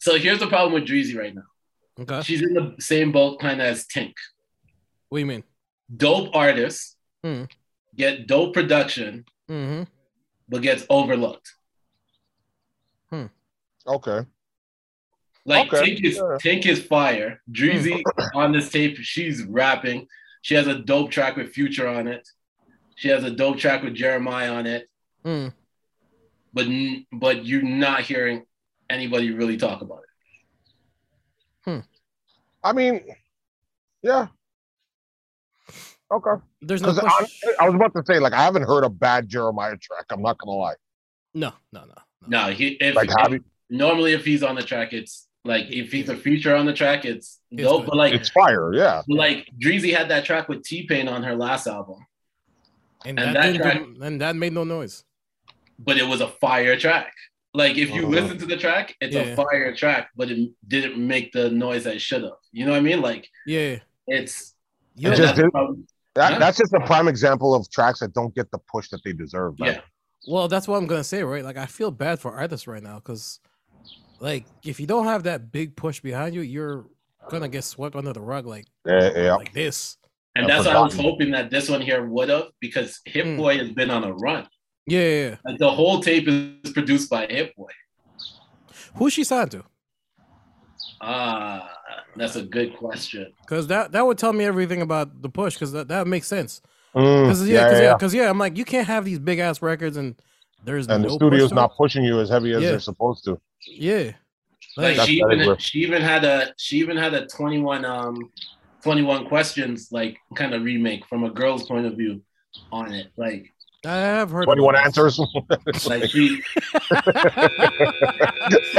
Speaker 1: So here's the problem with Dreezy right now.
Speaker 2: Okay, what
Speaker 1: She's in the same boat kind of as Tink.
Speaker 2: do you mean?
Speaker 1: Dope artists
Speaker 2: Mm.
Speaker 1: get dope production,
Speaker 2: Mm-hmm.
Speaker 1: but gets overlooked.
Speaker 3: Okay.
Speaker 1: Like
Speaker 3: Okay,
Speaker 1: Tink is
Speaker 3: sure.
Speaker 1: Tink is fire. Dreezy on this tape, she's rapping. She has a dope track with Future on it. She has a dope track with Jeremiah on it.
Speaker 2: Mm.
Speaker 1: But n- but you're not hearing anybody really talk about it.
Speaker 3: I mean, yeah. Okay.
Speaker 2: There's no
Speaker 3: Because
Speaker 2: question.
Speaker 3: I was about to say, like, I haven't heard a bad Jeremiah track. I'm not gonna lie.
Speaker 2: No, no, no, no.
Speaker 1: No, he if,
Speaker 3: Like,
Speaker 1: if-
Speaker 3: have you-
Speaker 1: normally if he's on the track, it's like if he's a feature on the track, it's
Speaker 2: It's
Speaker 1: dope.
Speaker 2: good.
Speaker 1: But like
Speaker 3: It's fire, yeah.
Speaker 1: but like Dreezy had that track with T Pain on her last album,
Speaker 2: And,
Speaker 1: and that
Speaker 2: that didn't do, and that made no noise.
Speaker 1: but it was a fire track. Like if you
Speaker 3: Mhm.
Speaker 1: listen to the track, it's
Speaker 2: Yeah.
Speaker 1: a fire track, but it didn't make the noise that it should have. You know what I mean? Like
Speaker 2: Yeah.
Speaker 1: it's
Speaker 2: Yo,
Speaker 1: and
Speaker 3: just
Speaker 1: that's
Speaker 3: didn't-
Speaker 1: probably-
Speaker 3: That,
Speaker 1: Yeah.
Speaker 3: That's just a prime example of tracks that don't get the push that they deserve. man.
Speaker 1: yeah.
Speaker 2: well, that's what I'm gonna say, right? Like, I feel bad for artists right now because, like, if you don't have that big push behind you, you're gonna get swept under the rug, like,
Speaker 3: Yeah, yeah.
Speaker 2: like this.
Speaker 1: And
Speaker 3: That's
Speaker 1: that's why I was
Speaker 3: forgotten.
Speaker 1: hoping that this one here would have because Hip
Speaker 2: Mm.
Speaker 1: Boy has been on a run.
Speaker 2: Yeah, yeah, yeah.
Speaker 1: Like the whole tape is produced by Hip Boy.
Speaker 2: Who's she signed to?
Speaker 1: Ah, that's a good question.
Speaker 2: Because that that would tell me everything about the push. Because that, that makes sense.
Speaker 3: Mm,
Speaker 2: Because yeah, because yeah, 'cause, yeah, I'm like, you can't have these big ass records and there's
Speaker 3: And
Speaker 2: no
Speaker 3: the
Speaker 2: push
Speaker 3: studio's
Speaker 2: to it.
Speaker 3: not pushing you as heavy as
Speaker 2: Yeah.
Speaker 3: they're supposed to.
Speaker 2: Yeah.
Speaker 1: Like
Speaker 2: Like,
Speaker 3: That's
Speaker 1: she
Speaker 3: better,
Speaker 1: even
Speaker 3: bro.
Speaker 1: she even had a she even had a 21 um 21 questions like kind of remake from a girl's point of view on it. Like
Speaker 2: I have heard.
Speaker 3: Twenty one
Speaker 2: about
Speaker 3: answers.
Speaker 1: like she
Speaker 2: this.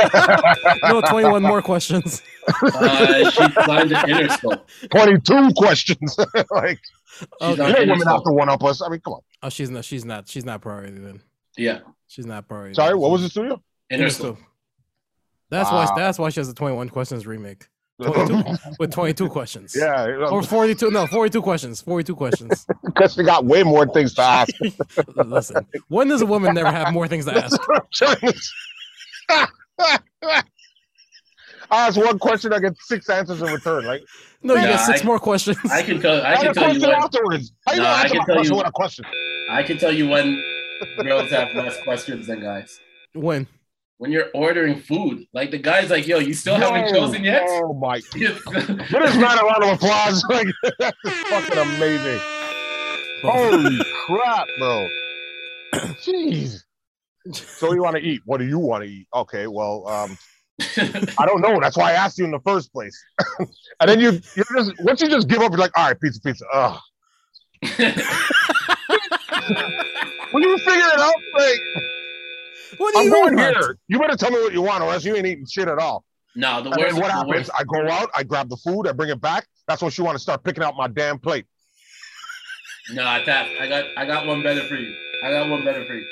Speaker 2: no, twenty-one more questions.
Speaker 1: uh, she climbed an Interscope.
Speaker 3: Twenty two questions. like
Speaker 2: Oh,
Speaker 1: She's on
Speaker 3: you
Speaker 1: Interscope.
Speaker 3: women have to one up us. I mean, come on.
Speaker 2: oh, she's not. She's not. She's not priority then.
Speaker 1: Yeah,
Speaker 2: She's not priority.
Speaker 3: Sorry, what was the studio?
Speaker 1: Interscope.
Speaker 2: That's why.
Speaker 3: Wow.
Speaker 2: That's why she has a twenty-one questions remake. 22 with twenty-two questions.
Speaker 3: yeah,
Speaker 2: Or forty-two? No, forty-two questions. Forty-two questions.
Speaker 3: because they got way more things to ask.
Speaker 2: Listen, when does a woman never have more things to ask?
Speaker 3: That's what I'm trying to say. I asked one question, I get six answers in return. Like,
Speaker 2: No, you
Speaker 1: Nah,
Speaker 2: get six
Speaker 1: I-
Speaker 2: more questions.
Speaker 1: I can tell. I
Speaker 3: I
Speaker 1: can
Speaker 3: got a
Speaker 1: tell you
Speaker 3: question
Speaker 1: when.
Speaker 3: afterwards. How you
Speaker 1: Nah,
Speaker 3: gonna
Speaker 1: I
Speaker 3: answer
Speaker 1: can
Speaker 3: my
Speaker 1: tell
Speaker 3: question
Speaker 1: you-
Speaker 3: with a question?
Speaker 1: I can tell you when girls have less questions than guys.
Speaker 2: when?
Speaker 1: When you're ordering food, like the guy's like, "Yo, you still haven't
Speaker 3: Yo,
Speaker 1: chosen yet."
Speaker 3: Oh my! But it's not a round of applause. Like, that's fucking amazing. Holy crap, bro! Jeez. So what do you want to eat? What do you want to eat? Okay, well, um, I don't know. That's why I asked you in the first place. and then you, you just once you just give up, you're like, all right, pizza, pizza. Ugh. Will you figure it out? Like,
Speaker 2: What do
Speaker 3: I'm
Speaker 2: you
Speaker 3: going
Speaker 2: mean?
Speaker 3: here. You better tell me what you want, or else you ain't eating shit at all.
Speaker 1: no, the worst.
Speaker 3: And then what
Speaker 1: the
Speaker 3: happens?
Speaker 1: worst-
Speaker 3: I go out, I grab the food, I bring it back. That's when she want to start picking out my damn plate.
Speaker 1: No, I tap. I got. I got one better for you. I got one better for you.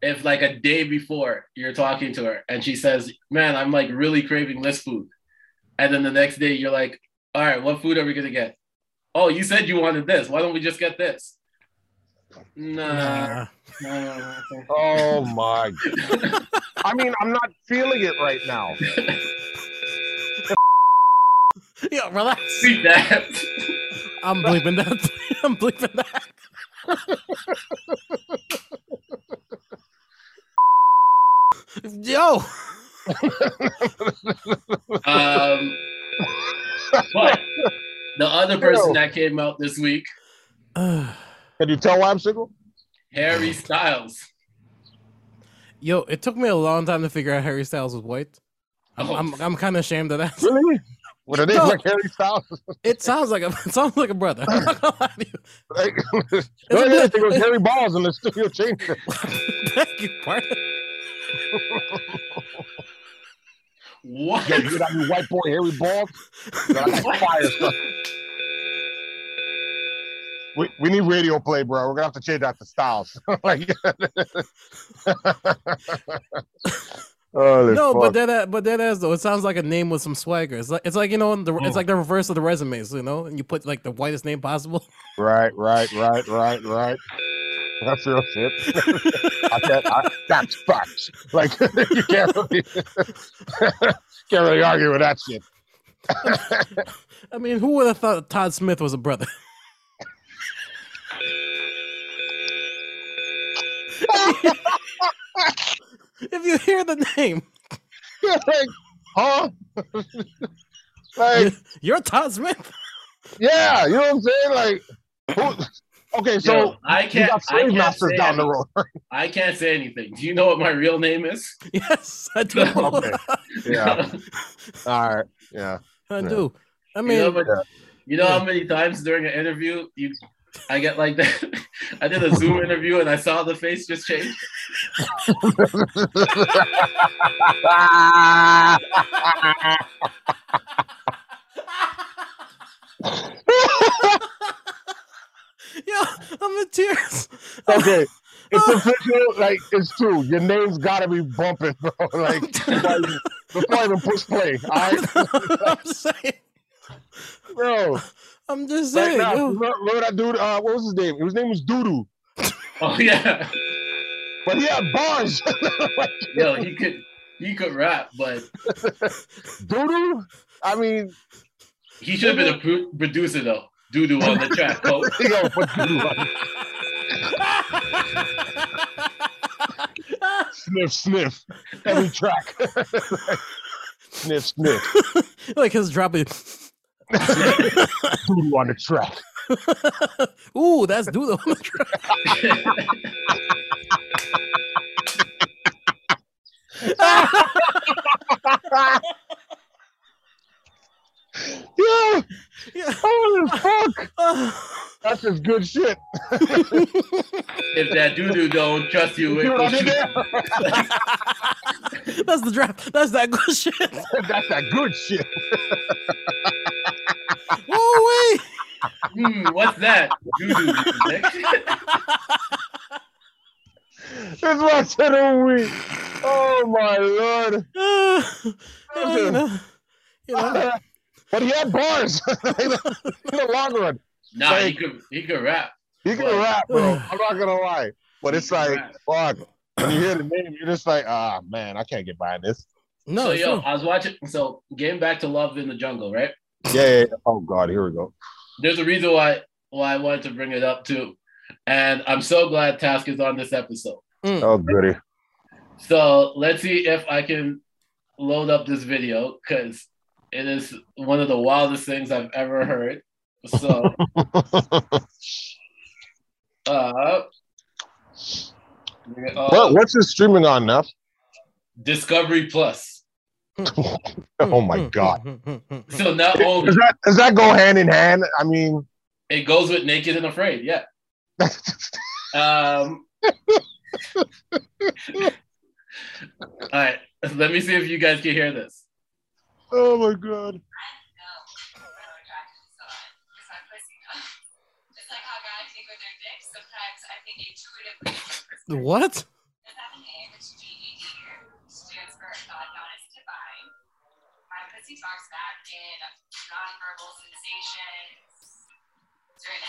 Speaker 1: If like a day before you're talking to her and she says, "Man, I'm like really craving this food," and then the next day you're like, "All right, what food are we gonna get?" Oh, you said you wanted this. Why don't we just get this? Nah.
Speaker 2: Nah.
Speaker 1: nah, okay.
Speaker 3: Oh my! I mean, I'm not feeling it right now.
Speaker 2: Yo, relax.
Speaker 1: Beat that.
Speaker 2: I'm bleeping that. I'm bleeping that. Yo,
Speaker 1: Um, but the other person that came out this week,
Speaker 3: Can you tell why I'm single?
Speaker 1: Harry Styles.
Speaker 2: yo, it took me a long time to figure out Harry Styles was white. I'm,
Speaker 1: Oh.
Speaker 2: I'm, I'm kind of ashamed of that.
Speaker 3: Really? With a name
Speaker 2: No.
Speaker 3: like Harry Styles,
Speaker 2: It sounds like a, it sounds like a brother. I'm not gonna lie to you.
Speaker 3: like, the
Speaker 2: It's a
Speaker 3: only
Speaker 2: bit-
Speaker 3: thing was Harry Balls in the studio change.
Speaker 2: Thank you, pardon.
Speaker 1: What?
Speaker 3: Yo, you got me white boy Harry Balls. Yo, I got fire stuff. We, we need radio play, bro. We're gonna have to change that to Styles. like, Holy
Speaker 2: No,
Speaker 3: fuck.
Speaker 2: but that, that but that is though. It sounds like a name with some swagger. It's like it's like you know, the, it's
Speaker 3: Mm.
Speaker 2: like the reverse of the resumes. You know, and you put like the whitest name possible.
Speaker 3: Right, right, right, right, right. That's real shit. I can't, I, that's facts. Like you can't really, can't really argue with that shit.
Speaker 2: I mean, who would have thought Todd Smith was a brother? if you hear the name,
Speaker 3: like, huh? like,
Speaker 2: you're Todd Smith.
Speaker 3: yeah, you know what I'm saying? Like, who, okay, so
Speaker 1: Yo, I
Speaker 3: you
Speaker 1: can't.
Speaker 3: got
Speaker 1: I
Speaker 3: slave
Speaker 1: can't,
Speaker 3: masters
Speaker 1: say
Speaker 3: down the road.
Speaker 1: I can't say anything. Do you know what my real name is?
Speaker 2: Yes, I do.
Speaker 3: Okay. yeah, all right, yeah.
Speaker 2: I do. I
Speaker 1: you know,
Speaker 2: mean,
Speaker 1: but, you know how many times during an interview you, I get like that. I did a Zoom interview and I saw the face just change.
Speaker 2: yo, I'm in tears.
Speaker 3: okay, it's official. Like, it's true. Your name's gotta be bumping, bro. Like, before you- before I even push play, all right,
Speaker 2: I'm saying,
Speaker 3: bro.
Speaker 2: I'm just
Speaker 3: Right
Speaker 2: saying,
Speaker 3: now,
Speaker 2: yo.
Speaker 3: remember, remember that dude? Uh, what was his name? His name was Doodoo,
Speaker 1: Oh yeah,
Speaker 3: but he had bars.
Speaker 1: yo, he could he could rap, but
Speaker 3: Doodoo. I mean,
Speaker 1: he should have been a pro- producer though. Doo doo on the track. Oh,
Speaker 3: you gotta put Doodoo on. Sniff, sniff. Every track. sniff, sniff.
Speaker 2: like his drop is,
Speaker 3: Doodoo on the track.
Speaker 2: ooh, that's Doodle.
Speaker 3: Yeah. is good shit.
Speaker 1: If that doo doo don't trust you,
Speaker 3: You
Speaker 1: it
Speaker 3: see what I
Speaker 1: will
Speaker 3: did
Speaker 1: shoot.
Speaker 3: there?
Speaker 2: That's the draft. That's that good shit.
Speaker 3: That's that good shit.
Speaker 2: Woo
Speaker 1: Hmm, what's that? Doo doo music.
Speaker 3: That's what I said all week. Oh my lord.
Speaker 2: Uh, you know, you know.
Speaker 3: But he had bars in the in the long run.
Speaker 1: Nah, he could he could rap.
Speaker 3: He can
Speaker 1: Right.
Speaker 3: rap, bro. I'm not gonna lie. But
Speaker 1: He
Speaker 3: it's
Speaker 1: can
Speaker 3: like,
Speaker 1: rap.
Speaker 3: fuck. When you hear the name, you're just like, ah, man, I can't get by this.
Speaker 2: No,
Speaker 1: so
Speaker 2: it's
Speaker 1: yo,
Speaker 2: true.
Speaker 1: I was watching. So getting back to Love in the Jungle, right?
Speaker 3: Yeah, yeah, yeah. Oh God, here we go.
Speaker 1: There's a reason why why I wanted to bring it up too, and I'm so glad Task is on this episode.
Speaker 3: Oh goody.
Speaker 1: So let's see if I can load up this video because it is one of the wildest things I've ever heard. So, uh,
Speaker 3: What,
Speaker 1: uh
Speaker 3: what's this streaming on, Neff?
Speaker 1: Discovery Plus.
Speaker 3: Oh
Speaker 2: Hmm,
Speaker 3: my God.
Speaker 1: So not only
Speaker 3: Does that does that go hand in hand? I mean,
Speaker 1: it goes with Naked and Afraid, yeah. Um, all right, let me see if you guys can hear this.
Speaker 3: oh my God.
Speaker 2: What?
Speaker 5: Certain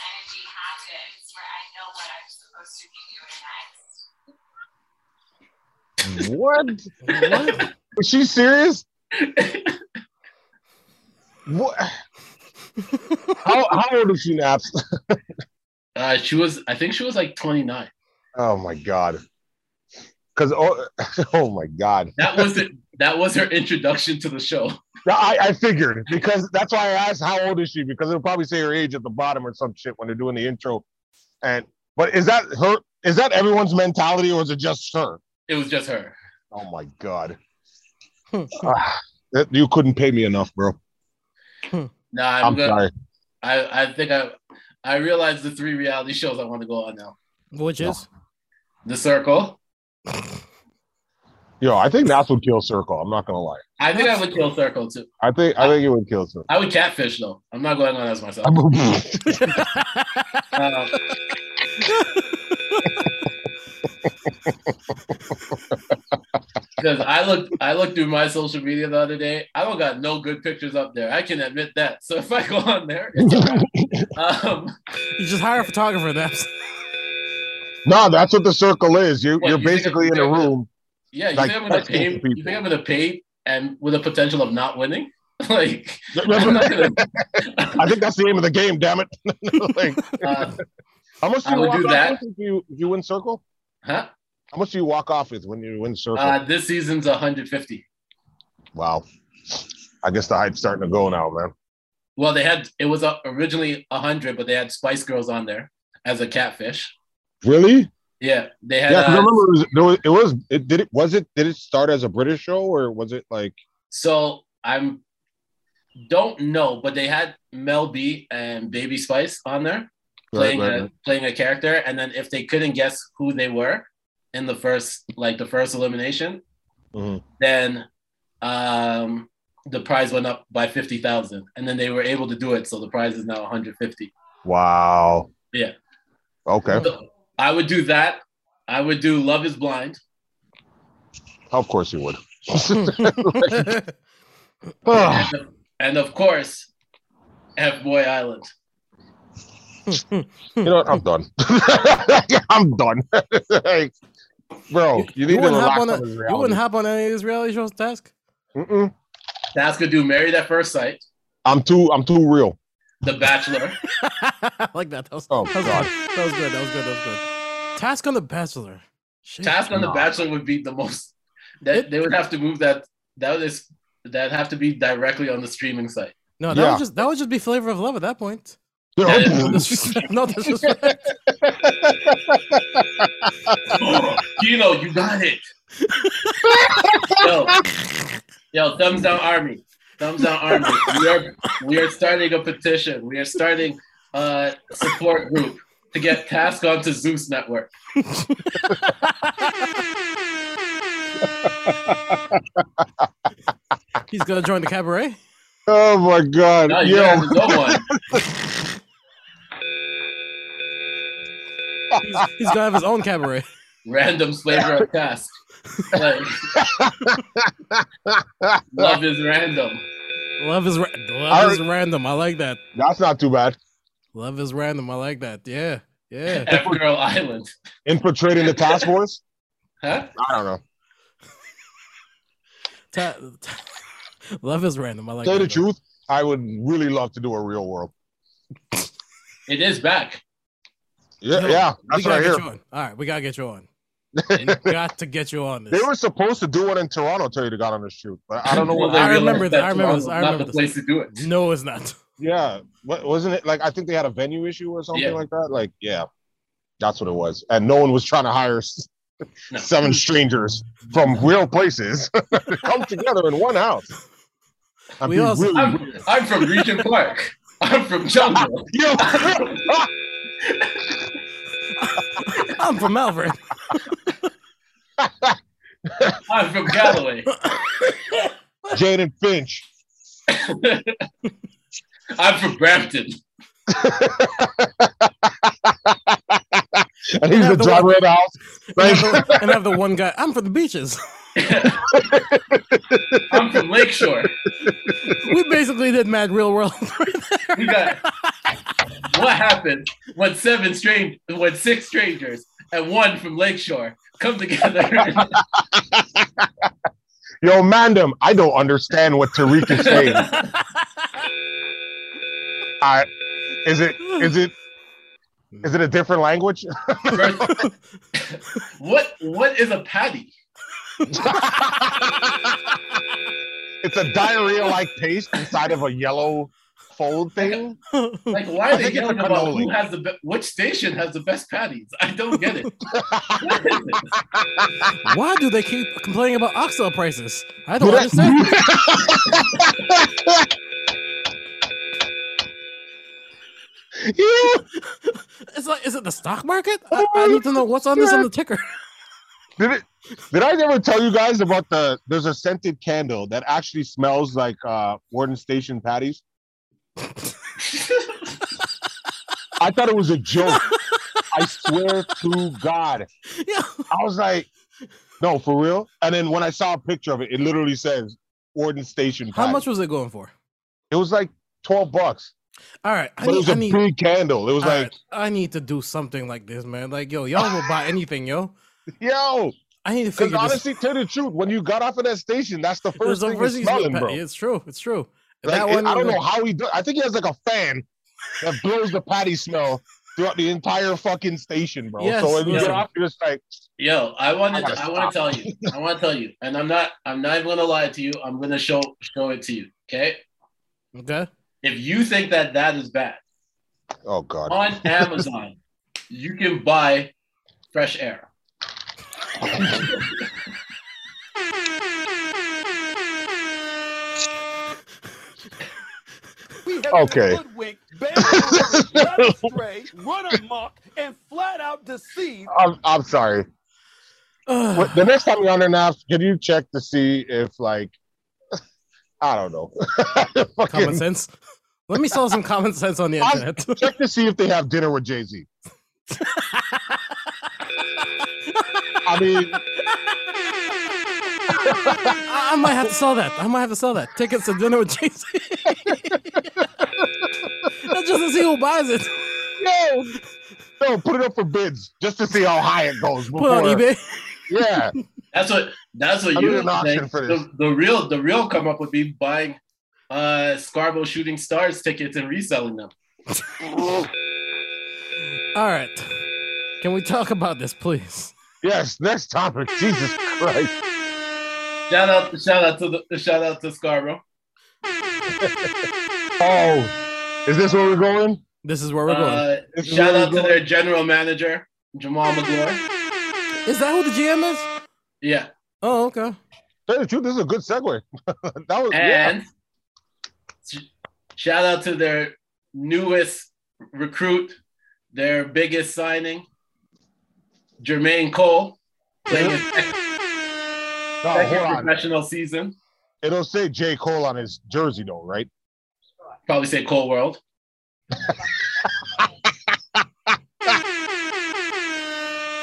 Speaker 5: energy happens where I know what I'm supposed to be
Speaker 3: What?
Speaker 5: doing next.
Speaker 2: What?
Speaker 3: Is she serious? What? How, how old is she, Naps?
Speaker 1: Uh, she was, I think she was like 29.
Speaker 3: Oh my God. Because, oh, oh my God.
Speaker 1: That was it. That was her introduction to the show.
Speaker 3: I, I figured because that's why I asked how old is she because it'll probably say her age at the bottom or some shit when they're doing the intro. And but is that her? Is that everyone's mentality or is it just her?
Speaker 1: It was just her.
Speaker 3: Oh my god, Ah, that- you couldn't pay me enough, bro.
Speaker 1: No,
Speaker 3: I'm,
Speaker 1: I'm, gonna,
Speaker 3: sorry.
Speaker 1: I, I think I, I realized the three reality shows I want to go on now.
Speaker 2: Which is?
Speaker 1: The Circle.
Speaker 3: Yo, I think that's what kills Circle. I'm not gonna lie.
Speaker 1: I think I would kill Circle too.
Speaker 3: I think I think it would kill Circle.
Speaker 1: I would catfish though. I'm not going on as myself. Uh, Because I looked, I looked through my social media the other day. I don't got no good pictures up there. I can admit that. So if I go on there, it's um,
Speaker 2: You just hire a photographer. That's
Speaker 3: no, that's what the Circle is. You
Speaker 1: What,
Speaker 3: you're
Speaker 1: you think
Speaker 3: basically in
Speaker 1: it's
Speaker 3: a
Speaker 1: different?
Speaker 3: room.
Speaker 1: yeah, you
Speaker 3: Like,
Speaker 1: think I'm gonna
Speaker 3: that's
Speaker 1: pay?
Speaker 3: people.
Speaker 1: You think I'm gonna pay and with the potential of not winning? like, I'm not
Speaker 3: I
Speaker 1: gonna,
Speaker 3: think that's the aim of the game. Damn it! like,
Speaker 1: uh,
Speaker 3: how much do
Speaker 1: I
Speaker 3: you
Speaker 1: would
Speaker 3: walk
Speaker 1: do
Speaker 3: off
Speaker 1: that.
Speaker 3: with if you if you win Circle?
Speaker 1: huh?
Speaker 3: How much do you walk off with when you win Circle?
Speaker 1: Uh, this season's 150.
Speaker 3: Wow. I guess the hype's starting to go now, man.
Speaker 1: Well, they had it was uh, originally 100, but they had Spice Girls on there as a catfish.
Speaker 3: Really?
Speaker 1: Yeah, they had.
Speaker 3: Yeah, 'cause I
Speaker 1: uh,
Speaker 3: remember it was, there was, it was it did it was it did it start as a British show or was it like
Speaker 1: So I'm don't know, but they had Mel B and Baby Spice on there playing
Speaker 3: right,
Speaker 1: a
Speaker 3: right.
Speaker 1: playing a character, and then if they couldn't guess who they were in the first like the first elimination,
Speaker 3: Mhm.
Speaker 1: then um the prize went up by fifty thousand, and then they were able to do it. So the prize is now one hundred fifty.
Speaker 3: Wow.
Speaker 1: Yeah.
Speaker 3: Okay.
Speaker 1: So I would do that. I would do Love Is Blind.
Speaker 3: Of course you would. Ah.
Speaker 1: And of- and of course, F Boy Island.
Speaker 3: you know what? I'm done. I'm done. Like, bro, you need
Speaker 2: you
Speaker 3: to
Speaker 2: wouldn't hop
Speaker 3: relax
Speaker 2: on
Speaker 3: on
Speaker 2: a-
Speaker 3: this
Speaker 2: You
Speaker 3: reality.
Speaker 2: wouldn't hop on any of these reality shows, Task?
Speaker 3: Mm-mm.
Speaker 1: That's gonna do Married at First Sight,
Speaker 3: I'm too I'm too real.
Speaker 1: The Bachelor.
Speaker 2: I like that. That was,
Speaker 3: Oh,
Speaker 2: that, was
Speaker 3: God.
Speaker 2: Good. that was good. That was good. That was good. Task on the Bachelor. Shit.
Speaker 1: Task on the
Speaker 3: No.
Speaker 1: Bachelor would be the most. That they would have to move that. That is that have to be directly on the streaming site.
Speaker 2: No, that
Speaker 3: Yeah.
Speaker 2: would just that would just be flavor of love at that point. No
Speaker 1: That
Speaker 2: disrespect. No disrespect.
Speaker 1: Oh, Kino, you got it. yo, yo, thumbs down army, thumbs down army. We are we are starting a petition. We are starting uh, support group to get tasked onto Zeus Network.
Speaker 2: He's gonna join the cabaret.
Speaker 3: Oh my god.
Speaker 1: No, you
Speaker 3: Yo,
Speaker 1: don't have to go on.
Speaker 2: He's, he's gonna have his own cabaret.
Speaker 1: Random flavor of task. Like, love is random.
Speaker 2: Love is ra- love
Speaker 3: Our-
Speaker 2: is random. I like that.
Speaker 3: that's not too bad.
Speaker 2: Love is random. I like that. Yeah, yeah.
Speaker 1: F Girl Island.
Speaker 3: Infiltrating the task force?
Speaker 1: Huh?
Speaker 3: I don't know.
Speaker 2: Ta- ta- love is random. I like
Speaker 3: Say
Speaker 2: that.
Speaker 3: the truth, I would really love to do a real world.
Speaker 1: It is back.
Speaker 3: Yeah,
Speaker 2: Yo,
Speaker 3: yeah,
Speaker 2: We
Speaker 3: that's right
Speaker 2: gotta
Speaker 3: here.
Speaker 2: get you on. All right, we gotta get you on. We got to get you on
Speaker 3: They
Speaker 2: this.
Speaker 3: were supposed to do one in Toronto. Tell you they got on the shoot, but I don't know
Speaker 1: Well,
Speaker 3: what.
Speaker 1: they
Speaker 2: I
Speaker 1: realized
Speaker 2: remember that. I remember
Speaker 1: Toronto's
Speaker 2: this. I
Speaker 1: not
Speaker 2: remember
Speaker 1: the
Speaker 2: this.
Speaker 1: place to do it.
Speaker 2: No, it's not.
Speaker 3: Yeah, what, wasn't it like I think they had a venue issue or something
Speaker 1: Yeah.
Speaker 3: like that? Like, yeah, that's what it was. And no one was trying to hire s-
Speaker 1: No.
Speaker 3: seven strangers from real places to come together in one house. I'd
Speaker 2: We
Speaker 3: be
Speaker 2: also-
Speaker 3: really-
Speaker 1: I'm, I'm from Regent Park. I'm from Jungle.
Speaker 3: Yo,
Speaker 2: I'm from Alfred.
Speaker 1: I'm from Galloway.
Speaker 3: Jaden Finch.
Speaker 1: I'm from Brampton.
Speaker 3: And he's
Speaker 2: Yeah,
Speaker 3: the
Speaker 2: the
Speaker 3: driver of the house.
Speaker 2: and,
Speaker 3: Like,
Speaker 2: have the, and have the one guy. I'm from the beaches.
Speaker 1: I'm from Lakeshore.
Speaker 2: We basically did Mad Real World.
Speaker 1: We got what happened when seven strange when six strangers and one from Lakeshore come together.
Speaker 3: yo, Mandem, I don't understand what Tariq is saying. I, is it is it is it a different language?
Speaker 1: First- what what is a patty?
Speaker 3: it's a diarrhea-like taste inside of a yellow fold thing.
Speaker 1: Like why are
Speaker 3: I
Speaker 1: they
Speaker 3: think it's a
Speaker 1: yelling about
Speaker 3: cannoli.
Speaker 1: who has the be- which station has the best patties? I don't get it. What is it?
Speaker 2: Why do they keep complaining about oxtail prices? I
Speaker 3: Do
Speaker 2: don't
Speaker 3: that-
Speaker 2: understand.
Speaker 3: Yeah.
Speaker 2: It's like, is it the stock market? I, I need to know what's on this on the ticker.
Speaker 3: Did it? Did I never tell you guys about the? There's a scented candle that actually smells like uh, Warden Station patties. I thought it was a joke. I swear to God,
Speaker 2: Yeah.
Speaker 3: I was like, no, for real. And then when I saw a picture of it, it literally says Warden Station.
Speaker 2: How
Speaker 3: patty.
Speaker 2: much was it going for?
Speaker 3: It was like twelve bucks,
Speaker 2: All right, I
Speaker 3: but it
Speaker 2: need,
Speaker 3: was
Speaker 2: I
Speaker 3: a
Speaker 2: need,
Speaker 3: big candle. It was
Speaker 2: all right,
Speaker 3: like,
Speaker 2: I need to do something like this, man. Like, yo, y'all will buy anything, yo.
Speaker 3: yo,
Speaker 2: I need to
Speaker 3: because
Speaker 2: figure this.
Speaker 3: honestly, tell the truth, when you got off of that station, that's the
Speaker 2: There's
Speaker 3: first
Speaker 2: a
Speaker 3: thing you're
Speaker 2: version you can
Speaker 3: smelling,
Speaker 2: pat-
Speaker 3: bro.
Speaker 2: It's true. It's true. And
Speaker 3: Like, it- I
Speaker 2: you
Speaker 3: don't
Speaker 2: know,
Speaker 3: know how he does. I think he has like a fan that blows the patty smell throughout the entire fucking station, bro.
Speaker 2: Yes,
Speaker 3: so when you
Speaker 1: listen.
Speaker 3: get off, you're just like,
Speaker 1: Yo, I wanted
Speaker 3: I gotta
Speaker 1: to, I want to tell you. I want to tell you. And I'm not I'm not even going to lie to you. I'm going to show show it to you, okay?
Speaker 2: Okay.
Speaker 1: If you think that that is bad,
Speaker 3: oh god,
Speaker 1: on Amazon, you can buy fresh air.
Speaker 6: We have
Speaker 3: Okay.
Speaker 6: been hoodwinked, bamboozled, led astray, run amok, and flat out deceived.
Speaker 3: I'm I'm sorry. Wh- the next time you're on the naps, can you check to see if like, I don't know,
Speaker 2: common
Speaker 3: fucking
Speaker 2: sense. Let me sell some common sense on the
Speaker 3: I-
Speaker 2: internet.
Speaker 3: check to see if they have dinner with Jay Z. I mean,
Speaker 2: I, I might have to sell that. I might have to sell that. Tickets to dinner with Jay Z. That's just to see who buys it.
Speaker 3: yo, no, put it up for bids just to see how high it goes. Before,
Speaker 2: Put on eBay.
Speaker 3: Yeah,
Speaker 1: That's what that's what
Speaker 3: I
Speaker 1: you
Speaker 3: need an
Speaker 1: would
Speaker 3: option
Speaker 1: think.
Speaker 3: for
Speaker 1: The, the real the real come up would be buying uh Scarborough Shooting Stars tickets and reselling them.
Speaker 2: All right. Can we talk about this, please?
Speaker 3: yes. Next topic, Jesus Christ.
Speaker 1: Shout out shout out to the shout out to Scarborough.
Speaker 3: Oh, is this where we're going?
Speaker 2: This is where we're going.
Speaker 1: Uh,
Speaker 3: This is
Speaker 1: shout
Speaker 3: where
Speaker 1: out
Speaker 3: we're
Speaker 1: to their general manager, Jamal McGlure.
Speaker 2: Is that who the GM is?
Speaker 1: Yeah.
Speaker 2: Oh, okay.
Speaker 3: Tell you the truth, this is a good segue. that was yeah.
Speaker 1: And sh- shout out to their newest recruit their biggest signing, Jermaine Cole, playing his
Speaker 3: No,
Speaker 1: second
Speaker 3: Oh, hold on.
Speaker 1: professional season.
Speaker 3: It'll say J. Cole on his jersey, though, right?
Speaker 1: Probably say Cole World.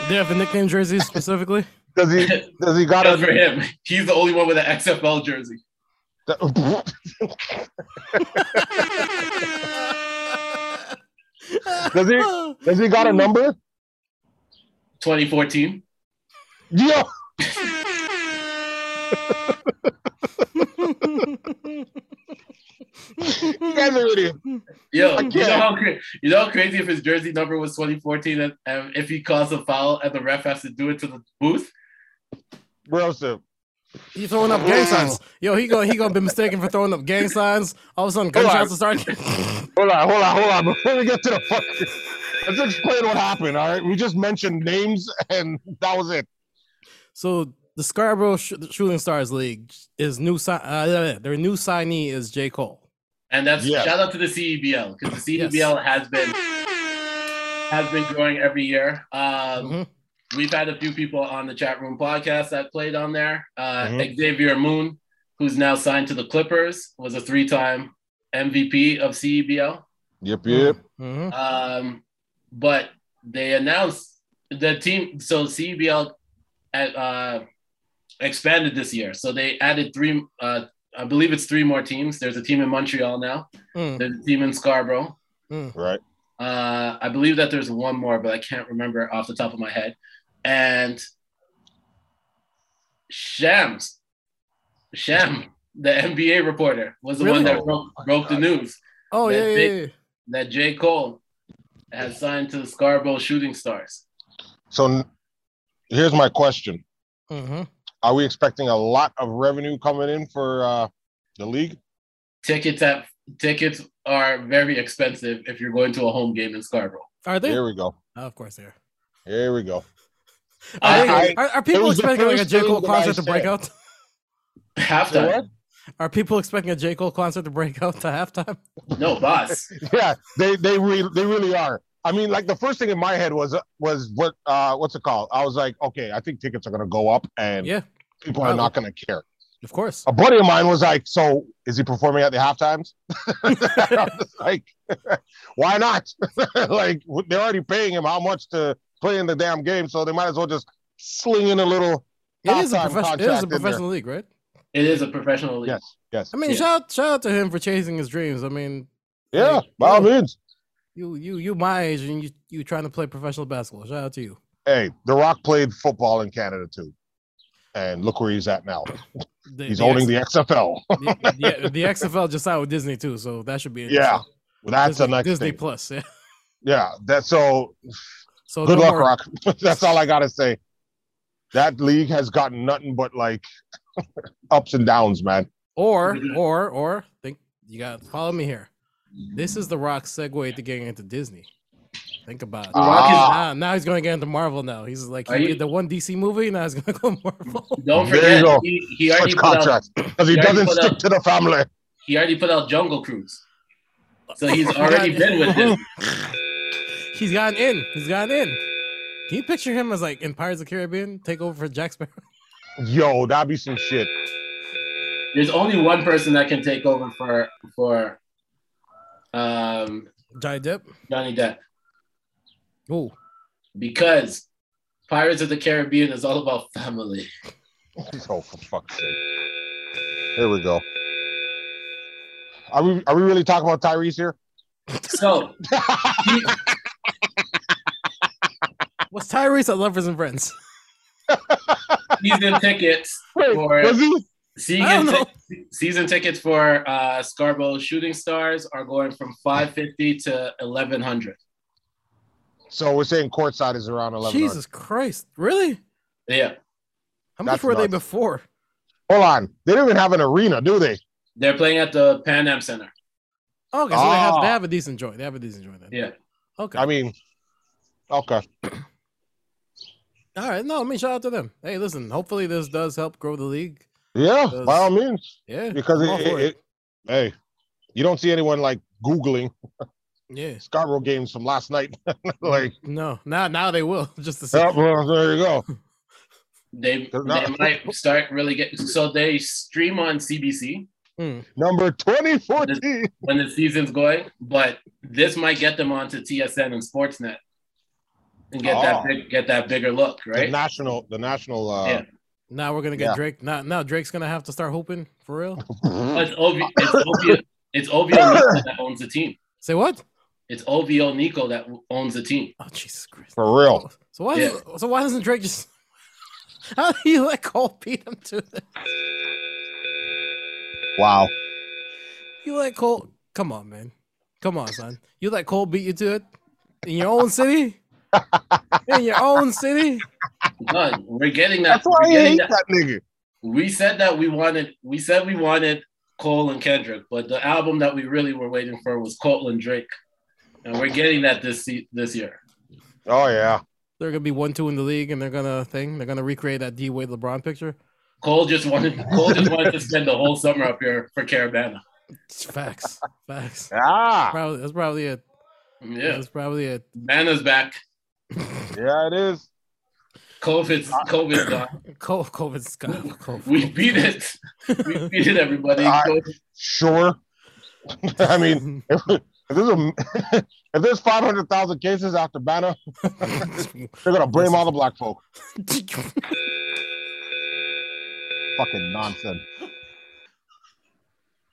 Speaker 2: They have the nickname jerseys specifically.
Speaker 3: Does he? Does he got
Speaker 1: Just for
Speaker 3: a?
Speaker 1: him, he's the only one with an XFL jersey.
Speaker 3: Does he? Does he got a number?
Speaker 1: 2014.
Speaker 3: Yo, you guys are idiots.
Speaker 1: Yo,
Speaker 3: I
Speaker 1: you know
Speaker 3: can't.
Speaker 1: how cra- you know how crazy if his jersey number was 2014, and, and if he calls a foul and the ref has to do it to the booth.
Speaker 3: Rosa.
Speaker 2: He throwing up gang signs. Yo, he gonna he gonna be mistaken for throwing up gang signs. All of a sudden, gunshots will start.
Speaker 3: Hold on, hold on, hold on. Before we get to the fuck, let's explain what happened. All right, we just mentioned names, and that was it.
Speaker 2: So the Scarborough Sh- Shooting Stars League is new. Si- uh, their new signee is J Cole.
Speaker 1: And that's
Speaker 3: Yeah.
Speaker 1: shout out to the E CEBL because the
Speaker 2: Yes.
Speaker 1: CEBL has been has been growing every year. Um,
Speaker 2: Mhm.
Speaker 1: We've had a few people on the chat room podcast that played on there. Uh,
Speaker 3: Mhm.
Speaker 1: Xavier Moon, who's now signed to the Clippers, was a three time MVP of E CEBL.
Speaker 3: Yep,
Speaker 2: Mhm.
Speaker 1: Um, but they announced the team. So CBL at, uh, expanded this year. So they added three. Uh, I believe it's three more teams. There's a team in Montreal now.
Speaker 2: Mm.
Speaker 1: There's a team in Scarborough.
Speaker 3: Right.
Speaker 1: Uh, I believe that there's one more, but I can't remember off the top of my head. And Shams, Sham, the NBA reporter, was the one
Speaker 2: Really?
Speaker 1: that broke, broke the news
Speaker 2: Oh yeah,
Speaker 1: That
Speaker 2: yeah,
Speaker 1: big-
Speaker 2: yeah.
Speaker 1: that J. Cole has signed to the Scarborough Shooting Stars.
Speaker 3: So n- here's my question:
Speaker 2: Mm-hmm.
Speaker 3: Are we expecting a lot of revenue coming in for uh, the league?
Speaker 1: Tickets at tickets are very expensive if you're going to a home game in Scarborough.
Speaker 2: Are they?
Speaker 3: Here we go.
Speaker 2: Oh, of course they are.
Speaker 3: Here we go.
Speaker 2: Are,
Speaker 1: I-
Speaker 2: they- are, are people
Speaker 3: was the
Speaker 2: expecting like a
Speaker 3: first
Speaker 2: J Cole
Speaker 3: thing that I
Speaker 2: concert to break
Speaker 3: said.
Speaker 2: out?
Speaker 1: Halftime,
Speaker 2: Are people expecting a J Cole concert to break out to halftime?
Speaker 1: no boss.
Speaker 3: Yeah, they they re- they really are. I mean, like the first thing in my head was was what uh, what's it called? I was like, okay, I think tickets are gonna go up, and
Speaker 2: Yeah,
Speaker 3: people are not gonna care.
Speaker 2: of course.
Speaker 3: a buddy of mine was like, "So is he performing at the half times?" I was like, "Why not? like they're already paying him how much to play in the damn game, so they might as well just sling in a little."
Speaker 2: It is a
Speaker 3: halftime
Speaker 2: professional. It
Speaker 3: contract
Speaker 2: is a
Speaker 3: in there.
Speaker 2: professional league, right?
Speaker 1: It is a professional league.
Speaker 3: Yes, yes,
Speaker 2: I mean,
Speaker 1: Yeah.
Speaker 2: shout shout out to him for chasing his dreams. I mean,
Speaker 3: yeah. By all means,
Speaker 2: you you you my age and you you trying to play professional basketball. Shout out to you.
Speaker 3: hey, The Rock played football in Canada too, and look where he's at now.
Speaker 2: The,
Speaker 3: He's holding the XFL.
Speaker 2: the, yeah, the XFL just signed with Disney too, so that should be
Speaker 3: Yeah,
Speaker 2: interesting.
Speaker 3: That's
Speaker 2: Disney,
Speaker 3: the next
Speaker 2: Disney
Speaker 3: thing.
Speaker 2: Plus. Yeah.
Speaker 3: Yeah, that's so.
Speaker 2: So
Speaker 3: good
Speaker 2: no
Speaker 3: luck,
Speaker 2: more-
Speaker 3: Rock. That's all I gotta say. That league has gotten nothing but like ups and downs, man.
Speaker 2: Or
Speaker 3: Mm-hmm.
Speaker 2: or or think you got to follow me here. This is the Rock segue to getting into Disney. Think about it.
Speaker 3: The Rock is-
Speaker 2: Now- now he's going to get into Marvel. Now he's like
Speaker 1: Are
Speaker 2: he
Speaker 1: you-
Speaker 2: did the one DC movie. Now he's going to go Marvel.
Speaker 1: Don't
Speaker 3: There you
Speaker 1: forget,
Speaker 3: go.
Speaker 1: he, he already
Speaker 3: Such
Speaker 1: put out,
Speaker 3: contracts because he
Speaker 1: he already
Speaker 3: doesn't
Speaker 1: put
Speaker 3: stick
Speaker 1: out-
Speaker 3: to the family.
Speaker 1: he already put out Jungle Cruise, so he's already been with this.
Speaker 2: He's gotten in. He's gotten in. Can you picture him as like in Pirates of the Caribbean, take over for Jack Sparrow?
Speaker 3: Yo, that'd be some shit.
Speaker 1: There's only one person that can take over for for um,
Speaker 2: Johnny Depp.
Speaker 1: Johnny Depp
Speaker 2: Ooh.
Speaker 1: because Pirates of the Caribbean is all about family.
Speaker 3: Oh, for fuck's sake. Here we go. Are we are we really talking about Tyrese here?
Speaker 1: So he-
Speaker 2: What's Tyrese at Lovers and Friends?
Speaker 1: season tickets
Speaker 3: Wait,
Speaker 1: for
Speaker 3: does he?
Speaker 2: I
Speaker 1: season,
Speaker 2: don't know.
Speaker 1: ti- season tickets for uh, Scarborough Shooting Stars are going from 550 to 1100.
Speaker 3: So we're saying courtside is around eleven.
Speaker 2: Jesus Christ. Really?
Speaker 1: Yeah,
Speaker 2: How much
Speaker 3: That's
Speaker 2: were they
Speaker 3: nuts. Ah.
Speaker 2: Yeah.
Speaker 3: Scarborough games from last night. like,
Speaker 2: No. Now now they will. Just to see.
Speaker 3: oh, well, there you go.
Speaker 1: They,
Speaker 3: They're
Speaker 1: they
Speaker 3: not-
Speaker 1: might start really getting so they stream on CBC
Speaker 2: Mm.
Speaker 3: Number 2014.
Speaker 1: when the season's going, but this might get them onto TSN and Sportsnet and get
Speaker 3: Oh.
Speaker 1: that big, get that bigger look,
Speaker 3: The
Speaker 1: right?
Speaker 3: national, the national. Uh,
Speaker 1: Yeah.
Speaker 2: Now we're gonna get
Speaker 3: Yeah.
Speaker 2: Drake. Now now Drake's gonna have to start hoping for real.
Speaker 1: It's OVO. It's OVO. It's OVO Nico that owns the team.
Speaker 2: Say what?
Speaker 1: It's OVO Nico that w- owns the team.
Speaker 2: Oh Jesus Christ.
Speaker 3: For real.
Speaker 2: So why?
Speaker 1: Yeah.
Speaker 2: So why doesn't Drake just? How do you let Cole beat him to this?
Speaker 3: Wow.
Speaker 2: You let Cole? Come on, man. Come on, son. You let Cole beat you to it in your own city. In your own city.
Speaker 1: None. We're getting that.
Speaker 3: That's why I
Speaker 1: we're getting that.
Speaker 3: hate that nigga.
Speaker 1: We said that we wanted. We said we wanted Cole and Kendrick, but the album that we really were waiting for was Cole and Drake, and we're getting that this se- this year.
Speaker 3: Oh, yeah.
Speaker 2: They're gonna be one two in the league, and they're gonna thing. They're gonna recreate that D Wade LeBron picture.
Speaker 1: Cole just wanted. Cole just wanted to spend the whole summer up here for Caravana.
Speaker 2: It's facts. Facts.
Speaker 3: Ah,
Speaker 2: Probably that's probably it.
Speaker 1: Yeah,
Speaker 2: That's probably it.
Speaker 1: Mana's back.
Speaker 3: yeah, it is.
Speaker 1: COVID's COVID's gone.
Speaker 2: Cole COVID's gone. COVID.
Speaker 1: We beat it. We beat it, everybody.
Speaker 3: I-
Speaker 1: COVID-
Speaker 3: Sure. I mean, if, if there's a, if there's five hundred thousand cases after Banner, they're gonna blame all the black folk. Fucking nonsense.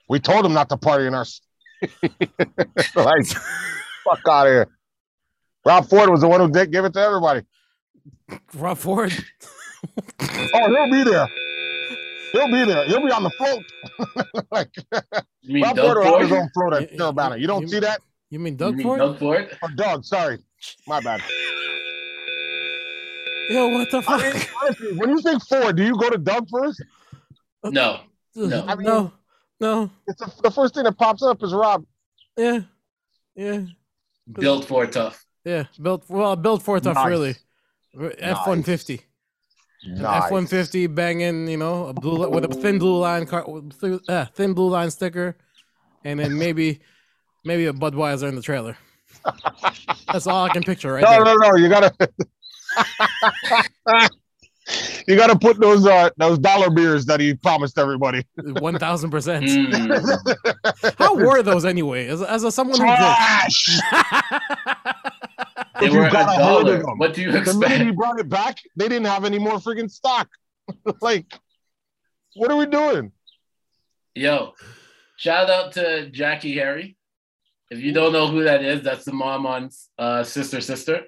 Speaker 3: We told them not to party in our s- like fuck out of here. Rob Ford was the one who did give it to everybody.
Speaker 2: Rob Ford.
Speaker 3: Oh, he'll be there. He'll be there. He'll be on the float. like
Speaker 1: You mean
Speaker 3: Rob
Speaker 1: Doug
Speaker 3: Ford will have his
Speaker 1: Ford?
Speaker 3: own
Speaker 2: You-
Speaker 3: float at
Speaker 2: you-
Speaker 3: Carolina. You don't
Speaker 2: you-
Speaker 3: see that?
Speaker 2: You mean
Speaker 1: You
Speaker 2: Doug
Speaker 1: mean
Speaker 2: Ford?
Speaker 1: Doug Ford?
Speaker 3: Or dog, sorry. My bad.
Speaker 2: Yo, what the fuck?
Speaker 3: I mean, honestly, when you think Ford, do you go to Doug first?
Speaker 1: No. no.
Speaker 2: Ugh, no, no,
Speaker 3: It's the, the first thing that pops up is Rob.
Speaker 2: yeah, yeah,
Speaker 1: Built for tough.
Speaker 2: yeah. Built well, built for tough
Speaker 3: Nice.
Speaker 2: really. F one fifty,
Speaker 3: Nice.
Speaker 2: F one fifty, banging, you know, a blue li- with a thin blue line car, with thi- uh, thin blue line sticker, and then maybe, maybe a Budweiser in the trailer. That's all I can picture right
Speaker 3: No,
Speaker 2: there.
Speaker 3: no, no. You gotta. you gotta put those uh those dollar beers that he promised everybody.
Speaker 2: One thousand percent.
Speaker 1: Mm.
Speaker 2: How were those anyway? As, as a, someone who drinks.
Speaker 3: Trash.
Speaker 1: They
Speaker 3: You
Speaker 1: were a
Speaker 3: got a hold of
Speaker 1: dollar.
Speaker 3: them.
Speaker 1: What do you
Speaker 3: the minute he
Speaker 1: expect?
Speaker 3: brought it back, they didn't have any more freaking stock. like, what are we doing?
Speaker 1: Yo, shout out to Jackie Harry. If you don't know who that is, that's the mom on uh, Sister Sister.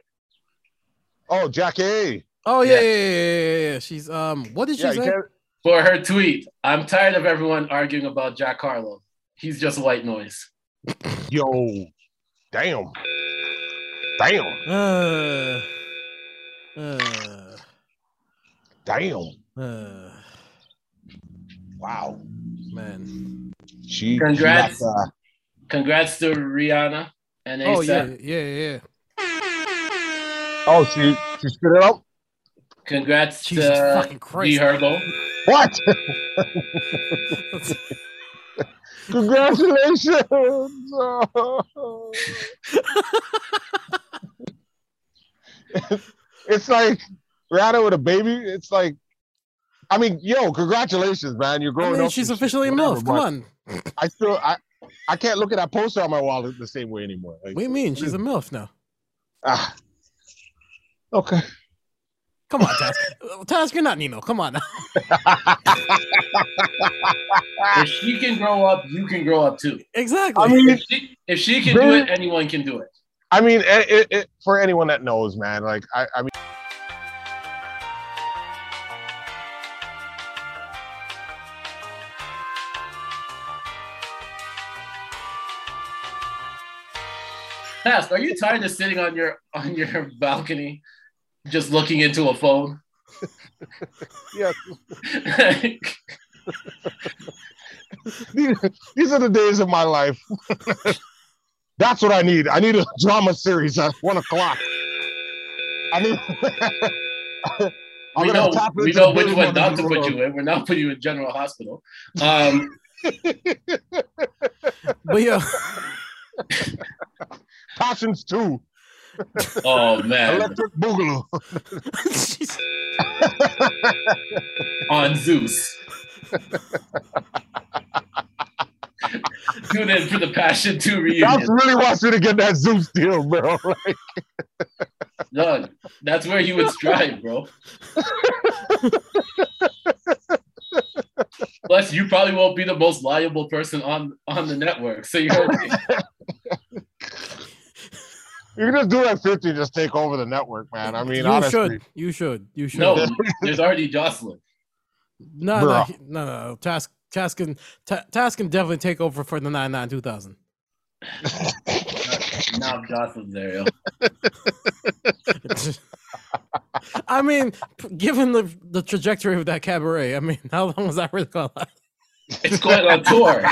Speaker 3: Oh, Jackie.
Speaker 2: oh yeah, yeah,
Speaker 1: Yeah.
Speaker 2: yeah, yeah, yeah. She's um. What did she
Speaker 3: Yeah, you
Speaker 2: say?
Speaker 3: can't-
Speaker 1: For her tweet, I'm tired of everyone arguing about Jack Harlow. He's just white noise.
Speaker 3: yo, damn, damn,
Speaker 2: Uh, uh,
Speaker 3: damn.
Speaker 2: uh,
Speaker 3: Wow.
Speaker 2: man.
Speaker 3: She
Speaker 1: Congrats.
Speaker 3: she knocked, uh,
Speaker 1: Congrats to Rihanna and ASAP.
Speaker 2: Oh yeah, yeah, yeah.
Speaker 3: oh, she she stood it up.
Speaker 1: Congrats
Speaker 2: Jesus
Speaker 1: to
Speaker 2: fucking
Speaker 1: Lee
Speaker 2: Christ.
Speaker 1: Herbo.
Speaker 3: What? Congratulations. it's like Rihanna with a baby. It's like, I mean, yo, congratulations, man. You're
Speaker 2: I
Speaker 3: growing
Speaker 2: mean,
Speaker 3: up.
Speaker 2: she's
Speaker 3: and shit,
Speaker 2: officially a
Speaker 3: whatever,
Speaker 2: milf.
Speaker 3: but
Speaker 2: Come on.
Speaker 3: I still, I, I can't look at that poster on my wall the same way anymore. Like,
Speaker 2: What do you mean? She's a milf now.
Speaker 3: ah. Okay.
Speaker 2: Come on, Task. Uh, Task, you're not Nino. Come on. now.
Speaker 1: If she can grow up, you can grow up too.
Speaker 2: exactly.
Speaker 3: I mean,
Speaker 1: If she, if she can do it, anyone can do it.
Speaker 3: I mean, it, it, it, for anyone that knows, man, like I, I mean,
Speaker 1: Task, are you tired of sitting on your on your balcony, just looking into a phone?
Speaker 3: Yes.
Speaker 1: Like,
Speaker 3: these, these are the days of my life. That's what I need. I need a drama series at one o'clock. I need. I'm
Speaker 1: we
Speaker 3: gonna
Speaker 1: know
Speaker 3: tap
Speaker 1: we
Speaker 3: into
Speaker 1: know
Speaker 3: the
Speaker 1: which
Speaker 3: big
Speaker 1: one not
Speaker 3: in
Speaker 1: to
Speaker 3: the
Speaker 1: put
Speaker 3: world.
Speaker 1: you in. We're not putting you in General Hospital. Um,
Speaker 2: but yo,
Speaker 3: Cautions too.
Speaker 1: Oh man,
Speaker 3: Electric Boogaloo.
Speaker 2: Jesus.
Speaker 1: on Zeus. Tune in for the Passion Two
Speaker 3: I
Speaker 1: reunion.
Speaker 3: really wants you to get that Zeus deal, bro. Like,
Speaker 1: Dog, that's where he would strive, bro. Plus, you probably won't be the most liable person on on the network, so you're okay.
Speaker 3: you can just do that 50, just take over the network, man. I mean,
Speaker 2: you
Speaker 3: honestly.
Speaker 2: should. You should. You should.
Speaker 1: no. There's already Jocelyn.
Speaker 2: No, no, he- no, no, no. Task, task can, ta- task can definitely take over for the nine nine two thousand.
Speaker 1: Now Jocelyn's there. Yo.
Speaker 2: I mean, p- given the the trajectory of that cabaret, I mean, how long was that really gonna last?
Speaker 1: It's going on tour.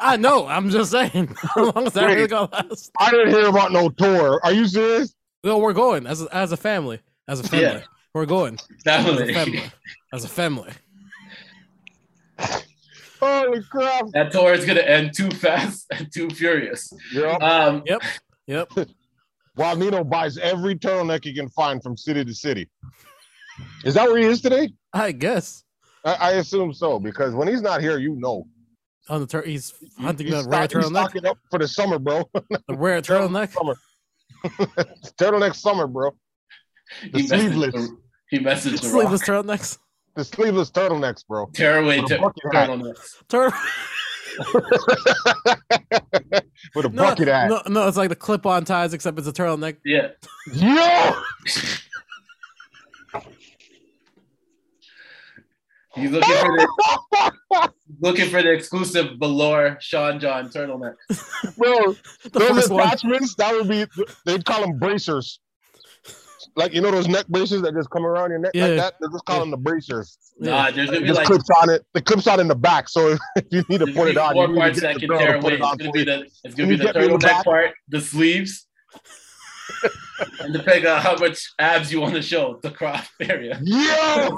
Speaker 2: I know. I'm just saying. How long was that really gonna last?
Speaker 3: I didn't hear about no tour. Are you serious?
Speaker 2: No, we're going as a, as a family. As a family,
Speaker 1: Yeah.
Speaker 2: we're going
Speaker 1: That
Speaker 2: as
Speaker 1: was
Speaker 2: a family. As a family.
Speaker 3: Holy crap.
Speaker 1: That tour is gonna end too fast and too furious.
Speaker 3: Yep.
Speaker 1: Um,
Speaker 2: Yep. Yep.
Speaker 3: While Nino buys every turtleneck he can find from city to city. Is that where he is today?
Speaker 2: I guess
Speaker 3: I, I assume so, because when he's not here, you know.
Speaker 2: on the tur- he's hunting
Speaker 3: He's,
Speaker 2: the rare
Speaker 3: stock- he's
Speaker 2: turtleneck.
Speaker 3: stocking up for the summer, bro.
Speaker 2: The rare turtleneck.
Speaker 3: It's turtleneck summer, bro.
Speaker 1: he, messaged,
Speaker 3: sleeveless.
Speaker 1: the- he messaged the rock.
Speaker 2: Sleeveless turtlenecks.
Speaker 3: The sleeveless turtlenecks, bro.
Speaker 1: Tearaway
Speaker 3: With a
Speaker 1: to
Speaker 3: bucket hat.
Speaker 1: turtlenecks.
Speaker 2: Turtle.
Speaker 3: With a
Speaker 2: No,
Speaker 3: bucket hat.
Speaker 2: no, no, it's like the clip-on ties, except it's a turtleneck.
Speaker 1: Yeah.
Speaker 3: Yo!
Speaker 1: He's looking for the looking for the exclusive Valor Sean John turtleneck.
Speaker 3: Bro,
Speaker 2: The
Speaker 3: those
Speaker 2: first one.
Speaker 3: attachments, that would be, they'd call them bracers. Like, you know those neck braces that just come around your neck
Speaker 2: Yeah.
Speaker 3: like that? They just call them the bracers.
Speaker 1: Nah, there's gonna
Speaker 3: It
Speaker 1: be
Speaker 3: just
Speaker 1: like
Speaker 3: clips on it. The clips on in the back. So if, if you need to
Speaker 1: there's gonna
Speaker 3: put
Speaker 1: be
Speaker 3: it on,
Speaker 1: four
Speaker 3: you need
Speaker 1: parts
Speaker 3: to
Speaker 1: that
Speaker 3: get the
Speaker 1: can
Speaker 3: girl
Speaker 1: tear
Speaker 3: to put
Speaker 1: away.
Speaker 3: it on
Speaker 1: It's gonna
Speaker 3: for
Speaker 1: be
Speaker 3: you.
Speaker 1: the it's
Speaker 3: Can
Speaker 1: gonna be
Speaker 3: you
Speaker 1: the
Speaker 3: get me in the
Speaker 1: turtleneck
Speaker 3: back?
Speaker 1: part, the sleeves, and depending on how much abs you want to show, the crop area.
Speaker 3: Yo!
Speaker 2: Yeah, all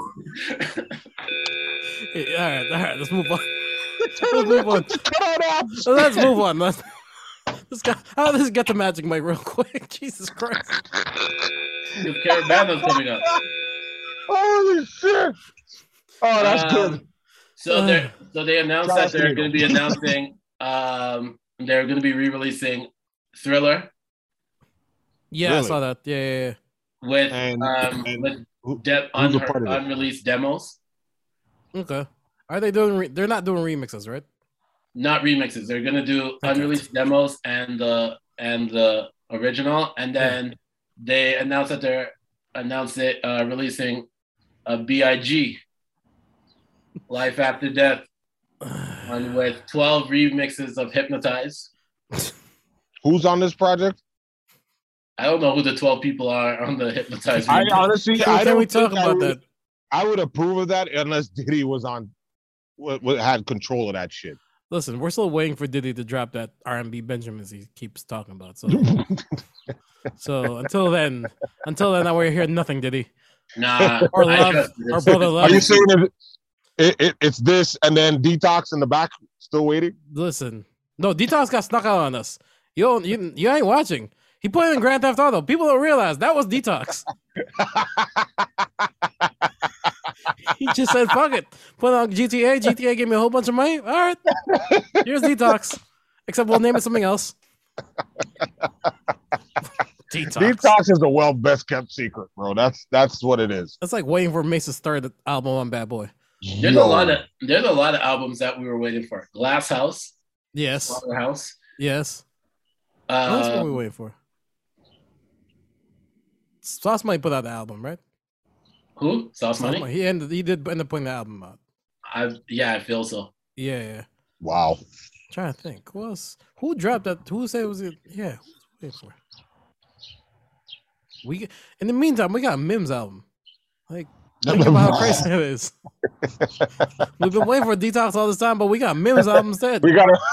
Speaker 2: right, all right, let's move on. Let's move on.
Speaker 3: Turtleneck with the cut off.
Speaker 2: Let's move on. Let's, let's go. How does get the magic mic real quick? Jesus Christ!
Speaker 1: Because Carabano's coming up.
Speaker 3: Holy shit! Oh, that's
Speaker 1: Um,
Speaker 3: good.
Speaker 1: So they so they announced that
Speaker 3: Josh
Speaker 1: they're
Speaker 3: Eagle.
Speaker 1: going to be announcing um they're going to be re-releasing Thriller
Speaker 2: Yeah, I
Speaker 3: Really?
Speaker 2: saw that. Yeah, yeah, yeah.
Speaker 1: with
Speaker 3: And-
Speaker 1: um
Speaker 3: and who-
Speaker 1: with de-
Speaker 3: who's a
Speaker 1: unre-
Speaker 3: part of it?
Speaker 1: unreleased demos,
Speaker 2: Okay. Are they doing? Re- they're not doing remixes, right?
Speaker 1: not remixes. They're going to do
Speaker 2: Okay.
Speaker 1: unreleased demos and the and the original, and then they announced that they're announced it uh, releasing a Big Life After Death on with twelve remixes of Hypnotize.
Speaker 3: Who's on this project?
Speaker 1: I don't know who the 12 people are on the hypnotized.
Speaker 3: I
Speaker 1: remix.
Speaker 3: honestly,
Speaker 2: Can,
Speaker 3: I
Speaker 2: can
Speaker 3: don't
Speaker 2: we talk
Speaker 3: think I
Speaker 2: about
Speaker 3: would-
Speaker 2: that?
Speaker 3: I would approve of that unless Diddy was on, wa- wa- had control of that shit.
Speaker 2: Listen, we're still waiting for Diddy to drop that R&B Benjamins he keeps talking about. So, so until then, until then, I want to hear nothing, Diddy.
Speaker 1: nah,
Speaker 2: Or
Speaker 1: I
Speaker 2: love,
Speaker 1: trust
Speaker 2: or
Speaker 1: this.
Speaker 2: brother love.
Speaker 3: Are you saying it, it, it, it's this and then detox in the back still waiting?
Speaker 2: Listen, no, Detox got snuck out on us. You don't, you, you ain't watching. He put in Grand Theft Auto. People don't realize that was Detox. he just said, "Fuck it, put it on GTA. GTA gave me a whole bunch of money. All right, here's Detox. Except we'll name it something else." Detox.
Speaker 3: Detox is the well best kept secret, bro. That's that's what it is.
Speaker 2: That's like waiting for Mace's third album on Bad Boy.
Speaker 1: There's
Speaker 3: Yo.
Speaker 1: a lot of there's a lot of albums that we were waiting for. Glass House,
Speaker 2: Yes,
Speaker 1: Slaughter House.
Speaker 2: yes. That's what
Speaker 1: Uh,
Speaker 2: we're waiting for. Sauce might put out the album, right?
Speaker 1: who? Sauce
Speaker 2: Sounds
Speaker 1: Money?
Speaker 2: like- He ended. He did end up putting the album out.
Speaker 1: I yeah, I feel so.
Speaker 2: Yeah, yeah.
Speaker 3: wow.
Speaker 2: trying to think. Who else? Who dropped that? Who said it was it? Yeah. Who was it for? We g- in the meantime we got Mims album. Like think about how crazy it is. We've been waiting for detox all this time, but we got Mims album instead.
Speaker 3: We gotta.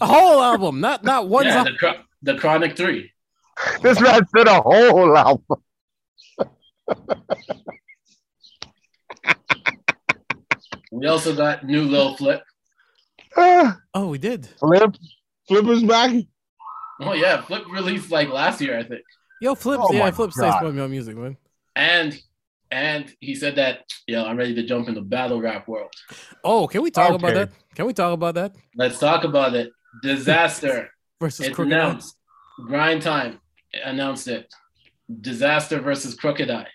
Speaker 2: A whole album, not not one
Speaker 1: yeah,
Speaker 2: song.
Speaker 1: the, Chro- the Chronic Three.
Speaker 3: This man said a whole album.
Speaker 1: We also got New Lil Flip.
Speaker 3: Ah,
Speaker 2: Oh, we did.
Speaker 3: Flip, Flip is back.
Speaker 1: Oh yeah, Flip released like last year, I think.
Speaker 2: Yo, Flips,
Speaker 3: Oh
Speaker 2: yeah,
Speaker 3: my
Speaker 2: Flips
Speaker 3: God.
Speaker 2: says my music, man.
Speaker 1: And and he said that, yo, I'm ready to jump into battle rap world.
Speaker 2: Oh, can we talk about
Speaker 3: Okay.
Speaker 2: that? Can we talk about that?
Speaker 1: Let's talk about it. Disaster.
Speaker 2: Versus
Speaker 1: it's
Speaker 2: Crooked Eye?
Speaker 1: announced. Grind time announced it. Disaster versus Crooked Eye.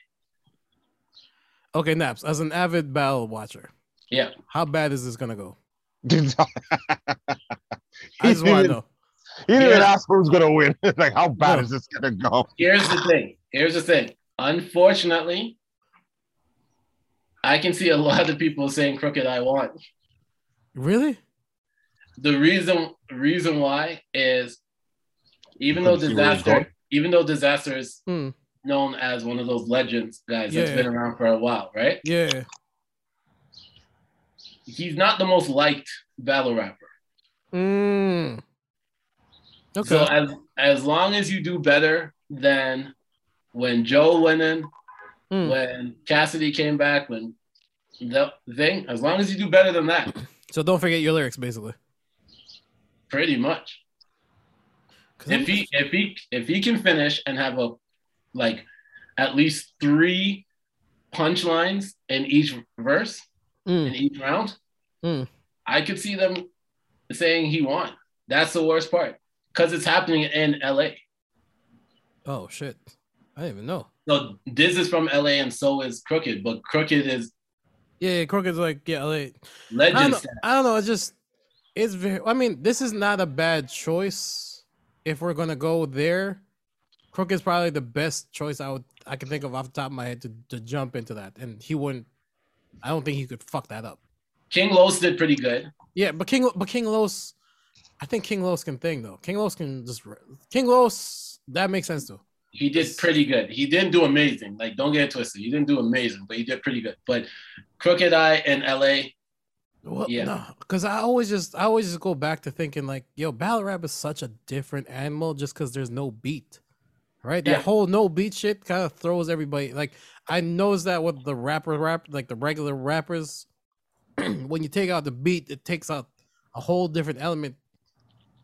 Speaker 2: Okay, Naps, as an avid battle watcher.
Speaker 1: Yeah.
Speaker 2: How bad is this gonna go?
Speaker 3: he didn't,
Speaker 2: I just wanna know.
Speaker 3: he didn't
Speaker 1: Yeah.
Speaker 3: ask who's gonna win. like, how bad
Speaker 2: No.
Speaker 3: is this gonna go?
Speaker 1: Here's the thing. Here's the thing. Unfortunately, I can see a lot of people saying Crooked Eye won.
Speaker 2: Really?
Speaker 1: the reason reason why is even though
Speaker 3: Couldn't see where it was going.
Speaker 1: disaster even though disaster is
Speaker 2: Hmm.
Speaker 1: known as one of those legends guys that's
Speaker 2: Yeah.
Speaker 1: been around for a while right
Speaker 2: Yeah.
Speaker 1: he's not the most liked battle rapper
Speaker 2: Mm. Okay.
Speaker 1: so as as long as you do better than when joe went in
Speaker 2: Hmm.
Speaker 1: when cassidy came back when the thing as long as you do better than that
Speaker 2: So don't forget your lyrics, basically.
Speaker 1: pretty much
Speaker 2: 'Cause I'm-
Speaker 1: if he if he if he can finish and have a like at least three punchlines in each verse
Speaker 2: Mm.
Speaker 1: in each round,
Speaker 2: Mm.
Speaker 1: I could see them saying he won. That's the worst part because it's happening in LA.
Speaker 2: Oh shit! I didn't even know.
Speaker 1: So this is from LA, and so is Crooked, but Crooked is
Speaker 2: Yeah, yeah Crooked's like yeah. Like, I don't
Speaker 1: legend.
Speaker 2: know.
Speaker 1: status.
Speaker 2: I don't know. It's just it's very. I mean, this is not a bad choice if we're gonna go there. Crooked's probably the best choice I would I can think of off the top of my head to, to jump into that, and he wouldn't. I don't think he could fuck that up.
Speaker 1: King Los did pretty good.
Speaker 2: Yeah, but King but King Los, I think King Los can thing though. King Los can just re- King Los that makes sense though.
Speaker 1: He did pretty good. He didn't do amazing. Like, don't get it twisted. He didn't do amazing, but he did pretty good. But Crooked Eye and LA,
Speaker 2: Well,
Speaker 1: Yeah.
Speaker 2: no, because I always just I always just go back to thinking like, yo, battle rap is such a different animal just because there's no beat, right? That
Speaker 1: Yeah.
Speaker 2: whole no beat shit kind of throws everybody. Like I noticed that with the rapper rap, like the regular rappers, when you take out the beat, it takes out a whole different element.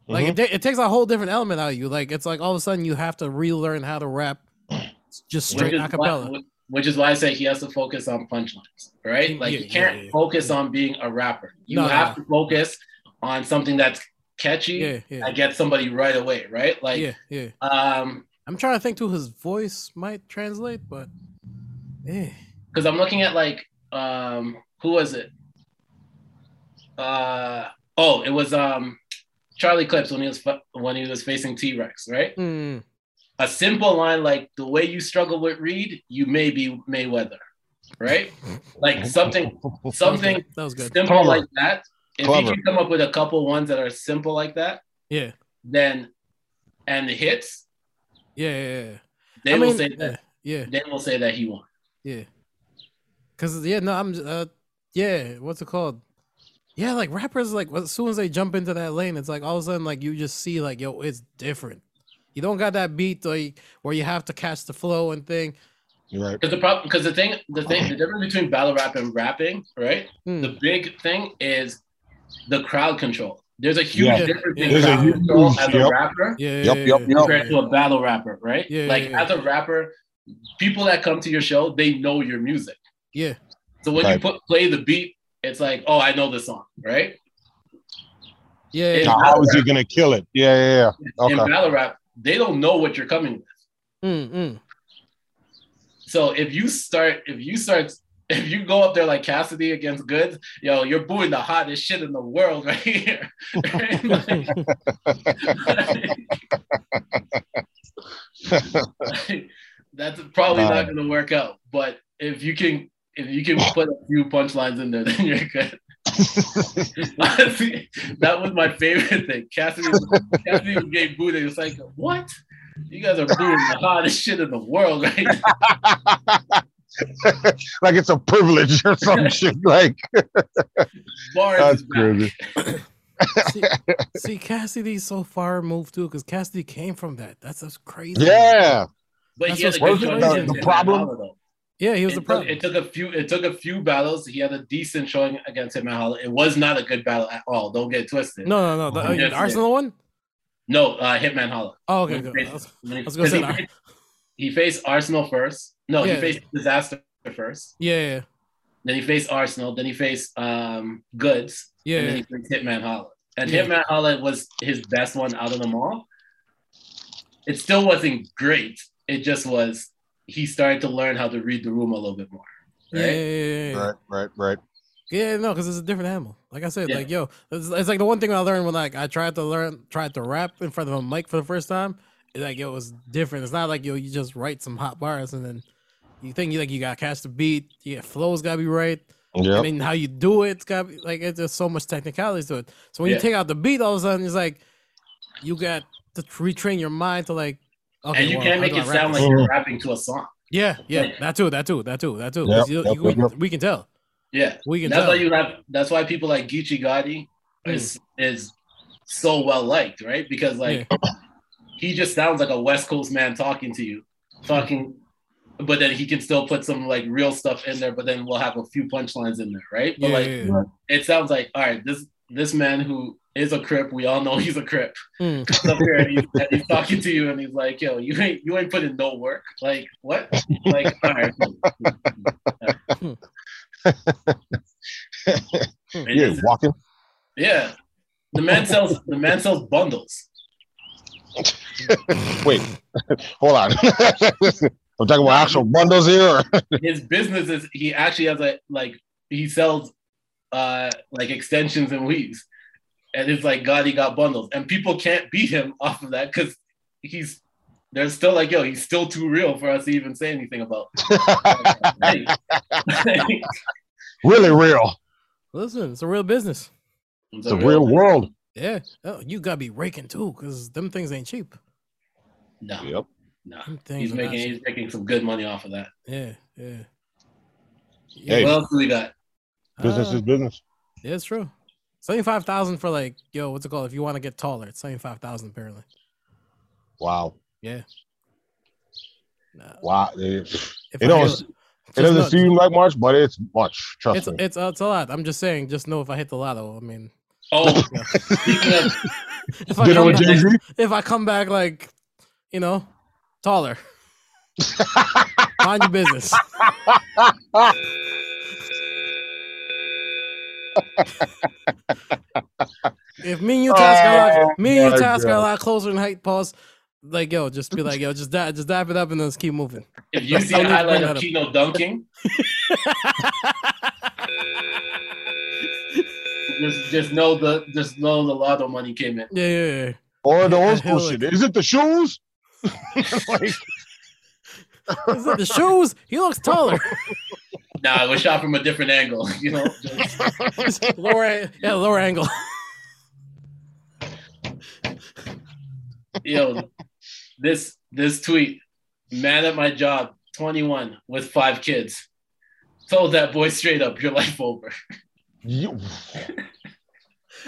Speaker 2: Like
Speaker 1: Mm-hmm.
Speaker 2: it, ta- it takes a whole different element out of you. Like it's like all of a sudden you have to relearn how to rap just straight
Speaker 1: which
Speaker 2: a
Speaker 1: is
Speaker 2: cappella.
Speaker 1: Why, which is why I say he has to focus on punchlines, right? Like
Speaker 2: Yeah,
Speaker 1: you can't
Speaker 2: yeah, yeah,
Speaker 1: focus on being a rapper. You
Speaker 2: No, no,
Speaker 1: have to focus on something that's catchy
Speaker 2: Yeah, yeah,
Speaker 1: that gets somebody right away, right? Like
Speaker 2: yeah, yeah.
Speaker 1: um
Speaker 2: I'm trying to think who his voice might translate, but eh.
Speaker 1: because I'm looking at like um who was it? Uh oh, it was um Charlie Clips when he was fu- when he was facing T-Rex, right?
Speaker 2: Mm.
Speaker 1: A simple line like the way you struggle with Reed, you may be Mayweather, right? Like something something
Speaker 2: That was good.
Speaker 1: simple
Speaker 3: Clever.
Speaker 1: like that, if
Speaker 3: Clever.
Speaker 1: you can come up with a couple ones that are simple like that,
Speaker 2: Yeah.
Speaker 1: then and the hits,
Speaker 2: Yeah, yeah, yeah.
Speaker 1: they
Speaker 2: I
Speaker 1: will
Speaker 2: mean,
Speaker 1: say that
Speaker 2: Yeah,
Speaker 1: they will say that he won.
Speaker 2: yeah. Because, yeah. no, I'm, j- uh, yeah, what's it called? Yeah, like rappers, like as soon as they jump into that lane, it's like all of a sudden, like you just see, like, yo, it's different. You don't got that beat like where you have to catch the flow and thing.
Speaker 3: You're right.
Speaker 1: Because the problem, because the thing, the thing, the difference between battle rap and rapping, right?
Speaker 2: Mm.
Speaker 1: The big thing is the crowd control. There's a huge
Speaker 2: Yeah.
Speaker 1: difference
Speaker 2: Yeah.
Speaker 1: in
Speaker 2: There's a
Speaker 1: crowd
Speaker 2: huge-
Speaker 1: control as a
Speaker 3: Yep.
Speaker 1: rapper
Speaker 2: Yeah,
Speaker 3: Yup,
Speaker 2: yeah,
Speaker 3: yup,
Speaker 2: yeah,
Speaker 3: yup.
Speaker 2: yeah,
Speaker 1: compared to a battle rapper, right?
Speaker 2: Yeah,
Speaker 1: like
Speaker 2: yeah,
Speaker 1: as a rapper, people that come to your show, they know your music.
Speaker 2: yeah.
Speaker 1: So when you
Speaker 3: Right.
Speaker 1: put play the beat, it's like, oh, I know this song, right?
Speaker 2: yeah,
Speaker 1: It's
Speaker 2: yeah.
Speaker 3: Now, how is he gonna kill it? Yeah, yeah, yeah.
Speaker 1: in
Speaker 3: Okay.
Speaker 1: battle rap, they don't know what you're coming with.
Speaker 2: Mm, mm.
Speaker 1: So if you start, if you start, if you go up there like Cassidy against Goods, yo, you're booing the hottest shit in the world right here. Right? Like- like, that's probably not going to work out. But if you can, if you can put a few punchlines in there, then you're good. Honestly, that was my favorite thing. Cassidy, Cassidy was getting booed. and It's like, what? You guys are booing the hottest shit in the world right now.
Speaker 3: like it's a privilege or some shit. Like
Speaker 1: Bars
Speaker 3: that's
Speaker 1: is back.
Speaker 3: crazy.
Speaker 2: See, see, Cassidy's so far removed too, because Cassidy came from that. That's, that's crazy.
Speaker 3: Yeah.
Speaker 1: But
Speaker 2: That's
Speaker 1: he had
Speaker 2: what's
Speaker 1: a good showing
Speaker 2: worse about
Speaker 1: in
Speaker 2: the
Speaker 1: that
Speaker 3: problem.
Speaker 1: battle, though.
Speaker 2: yeah, he
Speaker 1: It
Speaker 2: was the
Speaker 1: took,
Speaker 2: problem.
Speaker 1: it took a few. It took a few battles. He had a decent showing against him at Hollow. It was not a good battle at all. Don't get it twisted.
Speaker 2: No, no, no. The, uh,
Speaker 1: Yes,
Speaker 2: the
Speaker 1: Oh, yeah.
Speaker 2: Arsenal one?
Speaker 1: No, uh, Hitman Holla.
Speaker 2: Oh, okay,
Speaker 1: When
Speaker 2: good.
Speaker 1: he
Speaker 2: I was,
Speaker 1: faced- when he-
Speaker 2: I was gonna
Speaker 1: 'cause
Speaker 2: say
Speaker 1: he
Speaker 2: that.
Speaker 1: faced- He faced Arsenal first. No,
Speaker 2: Yeah.
Speaker 1: he faced Disaster first.
Speaker 2: Yeah, yeah,
Speaker 1: Then he faced Arsenal. Then he faced um, Goods.
Speaker 2: yeah.
Speaker 1: and
Speaker 2: yeah.
Speaker 1: then he brings Hitman Holland. And
Speaker 2: Yeah.
Speaker 1: Hitman Holland was his best one out of them all. It still wasn't great. It just was he started to learn how to read the room a little bit more.
Speaker 2: Yeah,
Speaker 1: Right?
Speaker 2: yeah, yeah, yeah, yeah.
Speaker 3: Right, right, right.
Speaker 2: Yeah, no, because it's a different animal. Like I said,
Speaker 1: Yeah.
Speaker 2: like yo, it's, it's like the one thing I learned when like I tried to learn, tried to rap in front of a mic for the first time. It's like yo, it was different. It's not like yo, you just write some hot bars and then you think you like you got to catch the beat. Yeah, flow's got to be right.
Speaker 3: Yeah.
Speaker 2: I mean, how you do it, it's got to be like it's just so much technicalities to it. So when
Speaker 1: Yeah.
Speaker 2: you take out the beat, all of a sudden it's like you got to retrain your mind to like. Okay,
Speaker 1: and you
Speaker 2: well,
Speaker 1: can't
Speaker 2: how
Speaker 1: make
Speaker 2: do I
Speaker 1: it
Speaker 2: rap
Speaker 1: sound
Speaker 2: this?
Speaker 1: like you're rapping to a song.
Speaker 2: Yeah, yeah,
Speaker 1: Yeah.
Speaker 2: that too, that too, that too, that too.
Speaker 3: Yep,
Speaker 2: 'Cause you-
Speaker 3: yep,
Speaker 2: you- we,
Speaker 3: yep, yep.
Speaker 2: we can tell.
Speaker 1: Yeah.
Speaker 2: We can
Speaker 1: That's
Speaker 2: tell. Hmm.
Speaker 1: why you have that's why people like Geechee Gotti is is so well liked, right? Because like he just sounds like a West Coast man talking to you, talking but then he can still put some like real stuff in there, but then we'll have a few punchlines in there, right? But
Speaker 2: yeah,
Speaker 1: like
Speaker 2: yeah,
Speaker 1: it sounds like all right this this man who is a crip we all know he's a crip
Speaker 2: yeah. Mm.
Speaker 1: He's up here and he's, and he's talking to you and he's like yo you ain't you ain't putting no work like what like all right cool. And
Speaker 3: Yeah,
Speaker 1: it's-
Speaker 3: walking.
Speaker 1: yeah the man sells the man sells bundles
Speaker 3: Wait, hold on. I'm talking about actual bundles here. or-
Speaker 1: his business is he actually has a like he sells uh like extensions and weaves and it's like god he got bundles and people can't beat him off of that because he's they're still like yo he's still too real for us to even say anything about Like,
Speaker 3: really real.
Speaker 2: Listen, it's a real business.
Speaker 1: it's
Speaker 3: The real world.
Speaker 2: Yeah, oh, you gotta be raking too, cause them things ain't cheap.
Speaker 1: no
Speaker 3: Yep.
Speaker 1: no
Speaker 2: Them things
Speaker 1: he's
Speaker 2: are not
Speaker 1: making
Speaker 2: cheap.
Speaker 1: he's making some good money off of that
Speaker 2: Yeah, yeah. Yeah,
Speaker 3: Hey.
Speaker 1: what else do we got
Speaker 3: Business
Speaker 2: uh,
Speaker 3: is business.
Speaker 2: yeah, it's true. Seventy-five thousand for like, yo, what's it called? If you want to get taller, it's seventy-five thousand apparently.
Speaker 3: Wow.
Speaker 2: Nah,
Speaker 3: Wow. It,
Speaker 2: if
Speaker 3: it
Speaker 2: I
Speaker 3: don't-
Speaker 2: hit-
Speaker 3: it
Speaker 2: just
Speaker 3: it doesn't
Speaker 2: know-
Speaker 3: seem like much, but it's much. Trust
Speaker 2: It's
Speaker 3: me.
Speaker 2: it's uh, it's a lot. I'm just saying, just know if I hit the lotto, I mean,
Speaker 1: oh
Speaker 2: Yeah.
Speaker 1: speaking of
Speaker 2: if I,
Speaker 3: Dinner
Speaker 2: come
Speaker 3: with
Speaker 2: back,
Speaker 3: Jay-Z?
Speaker 2: if I come back like, you know, taller, mind your business. if me and you task are a lot, me and
Speaker 3: Oh, my
Speaker 2: you task are a
Speaker 3: God.
Speaker 2: lot closer in height, pause. Like yo, just be like yo, just dap, just dap it up and then just keep moving.
Speaker 1: if you see a highlight of Kino dunking just just know the just know the lotto money came in
Speaker 2: Yeah, yeah, yeah.
Speaker 3: Or the
Speaker 2: Yeah,
Speaker 3: old school
Speaker 2: hell,
Speaker 3: shit. Is it the shoes? like,
Speaker 2: Is it the shoes? He looks taller.
Speaker 1: Nah, it was shot from a different angle. You know, Just-
Speaker 2: lower, yeah, lower angle.
Speaker 1: yo, this this tweet, man at my job, 21 with five kids, told that boy straight up, your life over.
Speaker 3: you,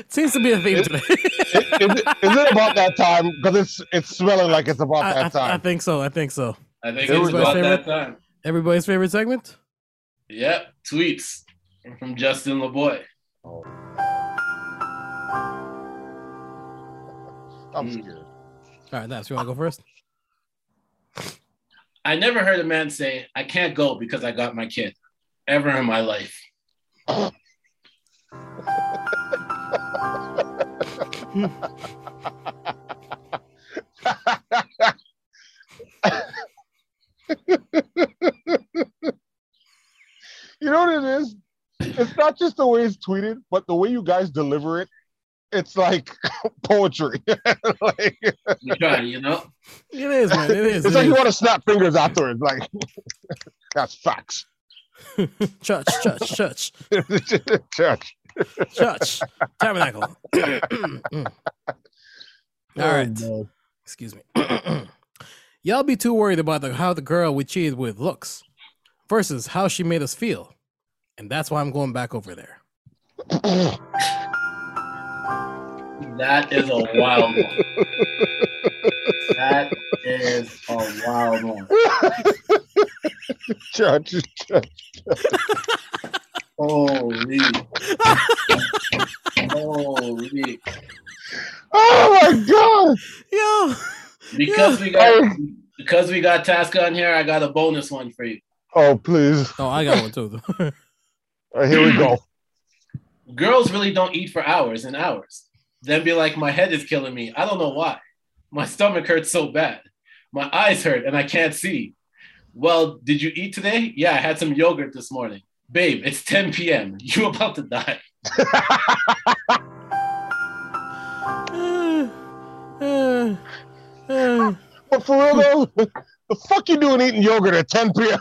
Speaker 2: Seems to be a theme today.
Speaker 3: is, it, is it about that time? Because it's it's smelling like it's about
Speaker 2: I, I,
Speaker 3: that
Speaker 2: I
Speaker 3: time.
Speaker 2: think so. I think so.
Speaker 1: I think
Speaker 3: It
Speaker 1: it
Speaker 3: was
Speaker 1: was
Speaker 2: my
Speaker 1: about that
Speaker 2: favorite-
Speaker 1: time.
Speaker 2: Everybody's favorite segment.
Speaker 1: Yep, tweets from Justin LeBoy.
Speaker 3: I'm
Speaker 1: Mm.
Speaker 3: scared.
Speaker 2: All right, Naps, you want to go first?
Speaker 1: I never heard a man say, "I can't go because I got my kid," ever in my life.
Speaker 3: You know what it is? It's not just the way it's tweeted, but the way you guys deliver it. It's like poetry. like,
Speaker 1: You trying, you know?
Speaker 2: It is, man. It is.
Speaker 3: it's
Speaker 2: it
Speaker 3: like you
Speaker 2: is.
Speaker 3: want to snap fingers afterwards. Like that's facts.
Speaker 2: Church, church, church,
Speaker 3: Church.
Speaker 2: church, tabernacle. Mm. All right.
Speaker 3: Oh,
Speaker 2: Excuse me. Y'all be too worried about the, how the girl we cheated with looks versus how she made us feel. And that's why I'm going back over there.
Speaker 1: That is a wild one. That is a wild one.
Speaker 3: Church. Church.
Speaker 1: Holy. Holy.
Speaker 3: Oh my god!
Speaker 2: Yo,
Speaker 1: Because we got because we got Tasca on here, I got a bonus one for you.
Speaker 3: Oh please!
Speaker 2: oh, I got one too.
Speaker 3: All right, here we go.
Speaker 1: Girls really don't eat for hours and hours. Then be like, my head is killing me. I don't know why. My stomach hurts so bad. My eyes hurt and I can't see. Well, did you eat today? Yeah, I had some yogurt this morning. Babe, it's 10 p.m. You about to die.
Speaker 2: Uh, uh, uh.
Speaker 3: But for real though, the fuck you doing eating yogurt at 10 p.m.?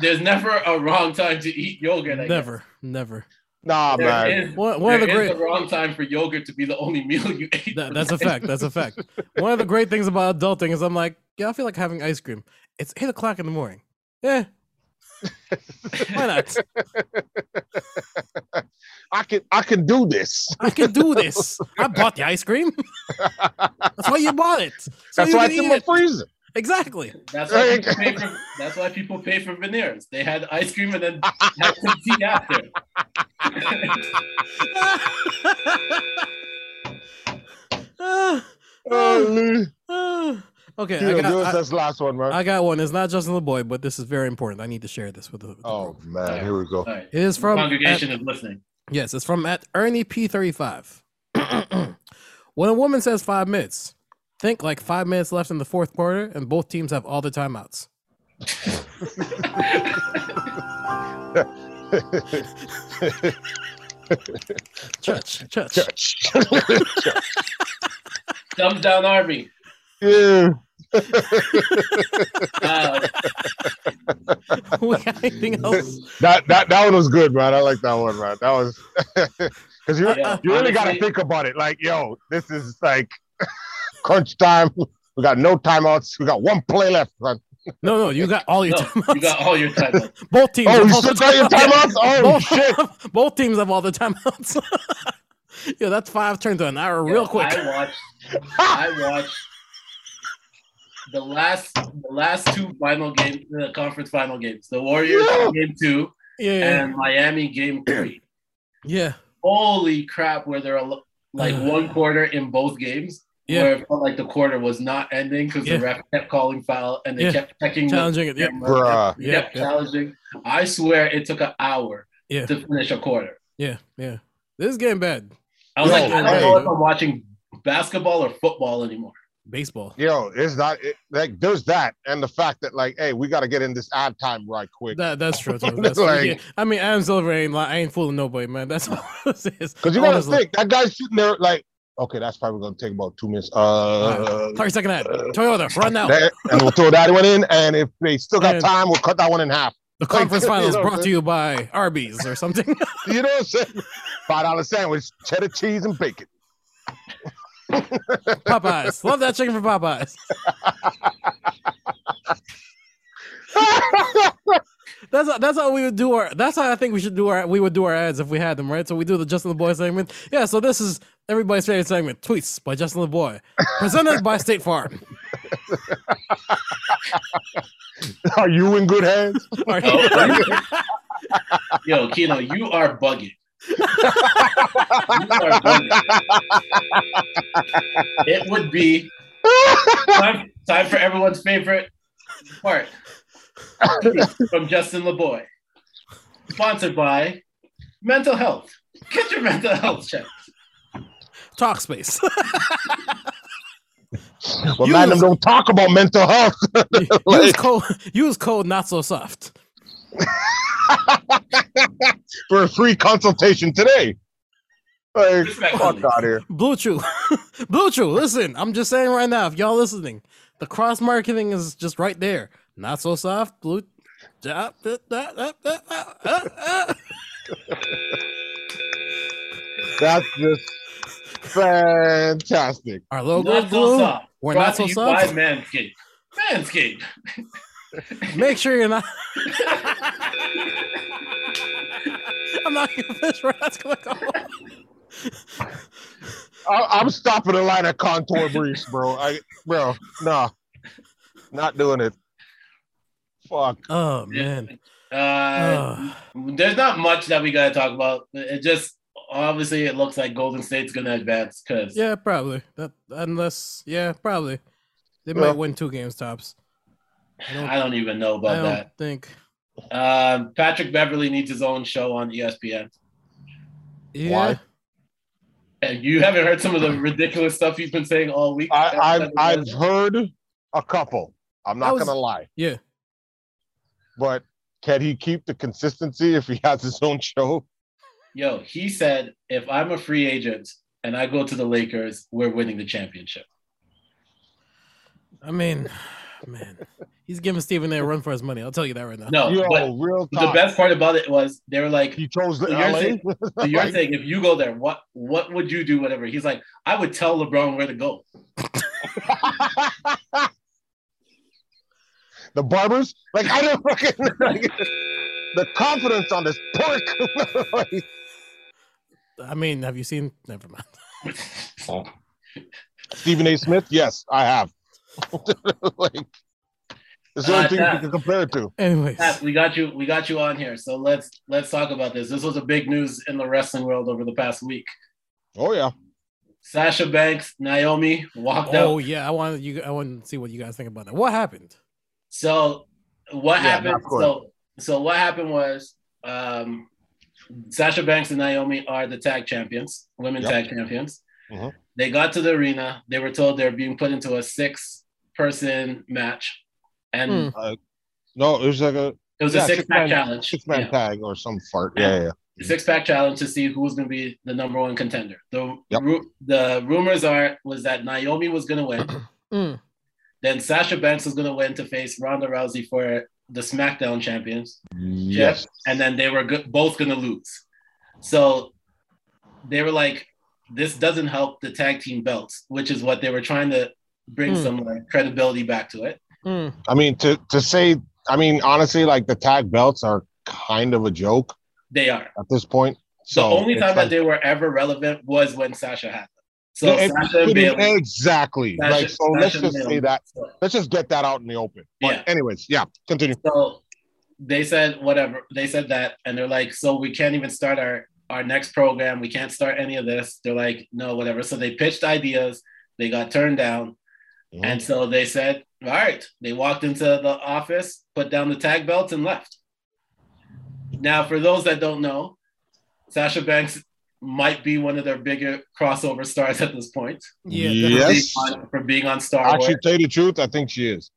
Speaker 1: There's never a wrong time to eat yogurt. I guess.
Speaker 2: Never, never.
Speaker 3: Nah,
Speaker 1: There
Speaker 3: man.
Speaker 1: is-
Speaker 2: One, one of the
Speaker 1: there is
Speaker 2: great.
Speaker 1: a wrong time for yogurt to be the only meal you ate.
Speaker 2: That, that's a fact. That's a fact. One of the great things about adulting is I'm like, yeah, I feel like having ice cream. It's eight o'clock in the morning. Yeah. Why not?
Speaker 3: I can I can do this.
Speaker 2: I can do this. I bought the ice cream. That's why you bought it. So
Speaker 3: That's
Speaker 2: you
Speaker 3: why
Speaker 2: can
Speaker 3: it's in
Speaker 2: eat
Speaker 3: my
Speaker 2: it.
Speaker 3: freezer.
Speaker 2: Exactly.
Speaker 1: That's why, people pay for, that's why people pay for veneers. They had ice cream and then had some tea after.
Speaker 2: Ah,
Speaker 3: Oh, Lee.
Speaker 2: ah. okay,
Speaker 3: Here,
Speaker 2: I
Speaker 3: give
Speaker 2: got,
Speaker 3: us this last one, man.
Speaker 2: I, I got one. It's not Justin LeBoy, but this is very important. I need to share this with the. with the
Speaker 3: oh
Speaker 2: group.
Speaker 3: man, here we go.
Speaker 1: All right.
Speaker 2: It is from at-
Speaker 1: Congregation is listening.
Speaker 2: Yes, it's from at Ernie P35. when a woman says five minutes, think like five minutes left in the fourth quarter, and both teams have all the timeouts. Church, church.
Speaker 1: Thumbs down Army.
Speaker 3: yeah.
Speaker 1: Uh,
Speaker 2: we got anything else?
Speaker 3: That that that one was good, man. I like that one, man. That was because you
Speaker 1: Yeah,
Speaker 3: you really got to
Speaker 1: honestly-
Speaker 3: think about it. Like, yo, this is like crunch time. We got no timeouts. We got one play left, man.
Speaker 2: No, no, you got all your
Speaker 1: no,
Speaker 2: timeouts.
Speaker 1: you got all your time. left.
Speaker 2: both teams.
Speaker 3: Oh,
Speaker 2: have
Speaker 3: you
Speaker 2: all
Speaker 3: still
Speaker 2: the
Speaker 3: got your timeouts? Oh
Speaker 2: both,
Speaker 3: shit!
Speaker 2: both teams have all the timeouts. yeah, that's five turned to an hour real quick.
Speaker 1: I watched. I watched the last the last two final games, the conference final games. The Warriors
Speaker 3: Yeah.
Speaker 1: game two
Speaker 2: yeah, yeah,
Speaker 1: and Miami game three.
Speaker 2: yeah.
Speaker 1: Holy crap! Where there are like one quarter in both games.
Speaker 2: Yeah.
Speaker 1: Where it felt like the quarter was not ending because
Speaker 2: Yeah.
Speaker 1: the ref kept calling foul and they
Speaker 2: Yeah.
Speaker 1: kept checking the
Speaker 2: Challenging it. Yeah,
Speaker 1: camera.
Speaker 3: Bruh,
Speaker 1: They kept
Speaker 2: yeah,
Speaker 1: challenging. I swear it took an hour
Speaker 2: Yeah.
Speaker 1: to finish a quarter.
Speaker 2: yeah, yeah. This is getting bad.
Speaker 1: I was
Speaker 3: Yo,
Speaker 1: like, I
Speaker 3: hey.
Speaker 1: don't know if I'm watching basketball or football anymore.
Speaker 2: Baseball.
Speaker 3: yo, it's not it, like there's that, and the fact that like, hey, we got to get in this ad time right quick.
Speaker 2: That that's true. Too. That's true.
Speaker 3: Like-
Speaker 2: Yeah. I mean, Adam Silver ain't li- ain't fooling nobody, man. That's all this is.
Speaker 3: Because you gotta
Speaker 2: Honestly.
Speaker 3: think that guy's sitting there like, okay, that's probably gonna take about two minutes. Uh,
Speaker 2: Thirty second ad. Toyota, run now.
Speaker 3: that- and we'll throw that one in, and if they still got
Speaker 2: Man.
Speaker 3: time, we'll cut that one in half.
Speaker 2: The conference
Speaker 3: you
Speaker 2: final is
Speaker 3: know,
Speaker 2: brought
Speaker 3: man.
Speaker 2: to you by Arby's or something.
Speaker 3: You know what I'm saying? Five dollar sandwich, cheddar cheese and bacon.
Speaker 2: Popeyes. Love that chicken from Popeyes. That's how, that's how we would do our. That's how I think we should do our. We would do our ads if we had them, right? So we do the Justin the Boy segment. Yeah. So this is everybody's favorite segment, tweets by Justin the Boy, presented by State Farm.
Speaker 3: Are you in good hands?
Speaker 2: All right.
Speaker 1: Oh. Yo, Kino, you are bugging. you are bugging. it would be time, time for everyone's favorite part from Justin LeBoy. Sponsored by Mental Health. Get your mental health checked.
Speaker 2: Talk space.
Speaker 3: Well,
Speaker 2: You-
Speaker 3: man, them don't talk about mental health.
Speaker 2: use
Speaker 3: Like-
Speaker 2: code. Use code not so soft.
Speaker 3: for a free consultation today. Like, fuck
Speaker 1: Respectfully.
Speaker 3: out here.
Speaker 2: Blue Chew. Blue Chew, listen, I'm just saying right now, if y'all listening, the cross marketing is just right there. Not so soft, blue. Ja- da- da- da- da- da- da- da.
Speaker 3: That's just fantastic.
Speaker 2: Our logo is
Speaker 1: Not so
Speaker 2: blue.
Speaker 1: soft.
Speaker 2: We're
Speaker 1: Brought
Speaker 2: not
Speaker 1: to
Speaker 2: so
Speaker 1: you by
Speaker 2: soft.
Speaker 1: Manscaped. Manscaped.
Speaker 2: Make sure you're not. I'm not gonna finish right. That's gonna go.
Speaker 3: I, I'm stopping the line at Contour Breeze, bro. I, bro, nah, not doing it. Fuck.
Speaker 2: Oh man,
Speaker 1: Uh,
Speaker 2: Ugh.
Speaker 1: there's not much that we gotta talk about. It just obviously it looks like Golden State's gonna advance because
Speaker 2: yeah, probably. That unless yeah, probably they might
Speaker 3: Yeah.
Speaker 2: win two games tops. I don't,
Speaker 1: I don't even know
Speaker 2: I
Speaker 1: about
Speaker 2: don't
Speaker 1: that.
Speaker 2: think.
Speaker 1: Um, Patrick Beverly needs his own show on E ESPN.
Speaker 2: Yeah,
Speaker 3: Why?
Speaker 1: And you haven't heard some of the ridiculous stuff he's been saying all week.
Speaker 3: I, I've I've heard a couple. I'm
Speaker 2: That
Speaker 3: not
Speaker 2: was-
Speaker 3: gonna lie.
Speaker 2: yeah.
Speaker 3: But can he keep the consistency if he has his own show?
Speaker 1: Yo, he said, if I'm a free agent and I go to the Lakers, we're winning the championship.
Speaker 2: I mean, man, he's giving Stephen a run for his money. I'll tell you that right now.
Speaker 1: No,
Speaker 3: Yo,
Speaker 1: but
Speaker 3: real
Speaker 1: the
Speaker 3: talk.
Speaker 1: best part about it was they were like,
Speaker 3: he chose
Speaker 1: So
Speaker 3: LA.
Speaker 1: you're saying- so you're
Speaker 3: Like-
Speaker 1: saying if you go there, what what would you do? Whatever. He's like, I would tell LeBron where to go.
Speaker 3: the barbers. Like I don't fucking like, the confidence on this pork. Like,
Speaker 2: I mean, have you seen? Never mind.
Speaker 3: Oh. Stephen A. Smith. Yes, I have. like, it's the only
Speaker 1: Uh,
Speaker 3: thing
Speaker 1: that-
Speaker 3: you can compare it to.
Speaker 2: Anyways,
Speaker 1: Pat, we got you. We got you on here. So let's let's talk about this. This was a big news in the wrestling world over the past week.
Speaker 3: Oh yeah.
Speaker 1: Sasha Banks, Naomi walked out.
Speaker 2: oh yeah, I want you. I want to see what you guys think about that. What happened?
Speaker 1: So what
Speaker 3: Yeah,
Speaker 1: happened?
Speaker 3: not good.
Speaker 1: So so what happened was um, Sasha Banks and Naomi are the tag champions, women
Speaker 3: Yep.
Speaker 1: tag champions.
Speaker 3: Mhm.
Speaker 1: They got to the arena. They were told they're being put into a six-person match, and
Speaker 2: Hmm.
Speaker 3: No, it was like a
Speaker 1: it was
Speaker 3: Yeah,
Speaker 1: a six-pack
Speaker 3: six-man-
Speaker 1: challenge.
Speaker 3: six-man
Speaker 1: Yeah.
Speaker 3: tag or some fart. Yeah, yeah. yeah.
Speaker 1: six pack Mm-hmm. challenge to see who was going to be the number one contender. The
Speaker 3: Yep.
Speaker 1: ru- the rumors are was that Naomi was going to win,
Speaker 2: Mm.
Speaker 1: then Sasha Banks was going to win to face Ronda Rousey for the SmackDown champions,
Speaker 3: Yes.
Speaker 1: and then they were go- both going to lose. So they were like, "This doesn't help the tag team belts," which is what they were trying to bring
Speaker 2: Mm.
Speaker 1: some like, credibility back to it.
Speaker 2: Mm.
Speaker 3: I mean, to to say, I mean, honestly, like the tag belts are kind of a joke
Speaker 1: They are.
Speaker 3: at this point. So
Speaker 1: the only
Speaker 3: it's
Speaker 1: time that
Speaker 3: like-
Speaker 1: they were ever relevant was when Sasha had them. So
Speaker 3: Yeah, it-
Speaker 1: Sasha and
Speaker 3: it-
Speaker 1: Bailey.
Speaker 3: exactly.
Speaker 1: Sasha-
Speaker 3: like, so let's
Speaker 1: Sasha
Speaker 3: just
Speaker 1: and
Speaker 3: say
Speaker 1: Bailey.
Speaker 3: that. Let's just get that out in the open. But
Speaker 1: Yeah.
Speaker 3: anyways, yeah, continue.
Speaker 1: So they said whatever they said that, and they're like, so we can't even start our our next program. We can't start any of this. They're like, no, whatever. So they pitched ideas. They got turned down,
Speaker 3: Mhm.
Speaker 1: and so they said, all right. They walked into the office, put down the tag belts, and left. Now, for those that don't know, Sasha Banks might be one of their bigger crossover stars at this point
Speaker 2: Yeah,
Speaker 1: for being
Speaker 3: yes.
Speaker 1: on- for being on Star Wars.
Speaker 3: Actually, tell you the truth, I think she is.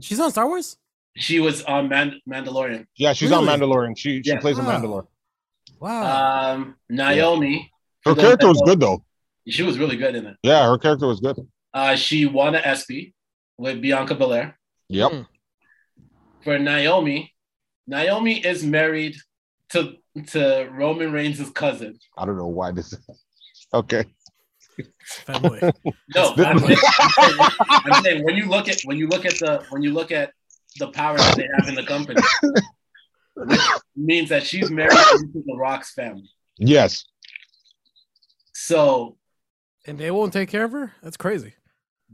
Speaker 2: She's on Star Wars.
Speaker 1: she was on Man- Mandalorian.
Speaker 3: Yeah, she's on
Speaker 2: Really?
Speaker 3: Mandalorian. She she
Speaker 1: Yeah. Ah.
Speaker 3: plays on
Speaker 2: Wow.
Speaker 3: Mandalorian.
Speaker 2: Wow.
Speaker 1: Um, Naomi.
Speaker 3: Her
Speaker 1: for those
Speaker 3: character
Speaker 1: that
Speaker 3: was
Speaker 1: don't-
Speaker 3: good though.
Speaker 1: She was really good in it.
Speaker 3: Yeah, her character was good.
Speaker 1: Uh, she won an SP with Bianca Belair.
Speaker 3: Yep.
Speaker 1: For Naomi, Naomi is married to to Roman Reigns' cousin.
Speaker 3: I don't know why this. Okay.
Speaker 2: Fanboy.
Speaker 1: No, I'm saying, I'm saying- I'm saying when you look at when you look at the when you look at the power that they have in the company, which means that she's married to the Rock's family.
Speaker 3: Yes.
Speaker 1: So
Speaker 2: and they won't take care of her. That's crazy.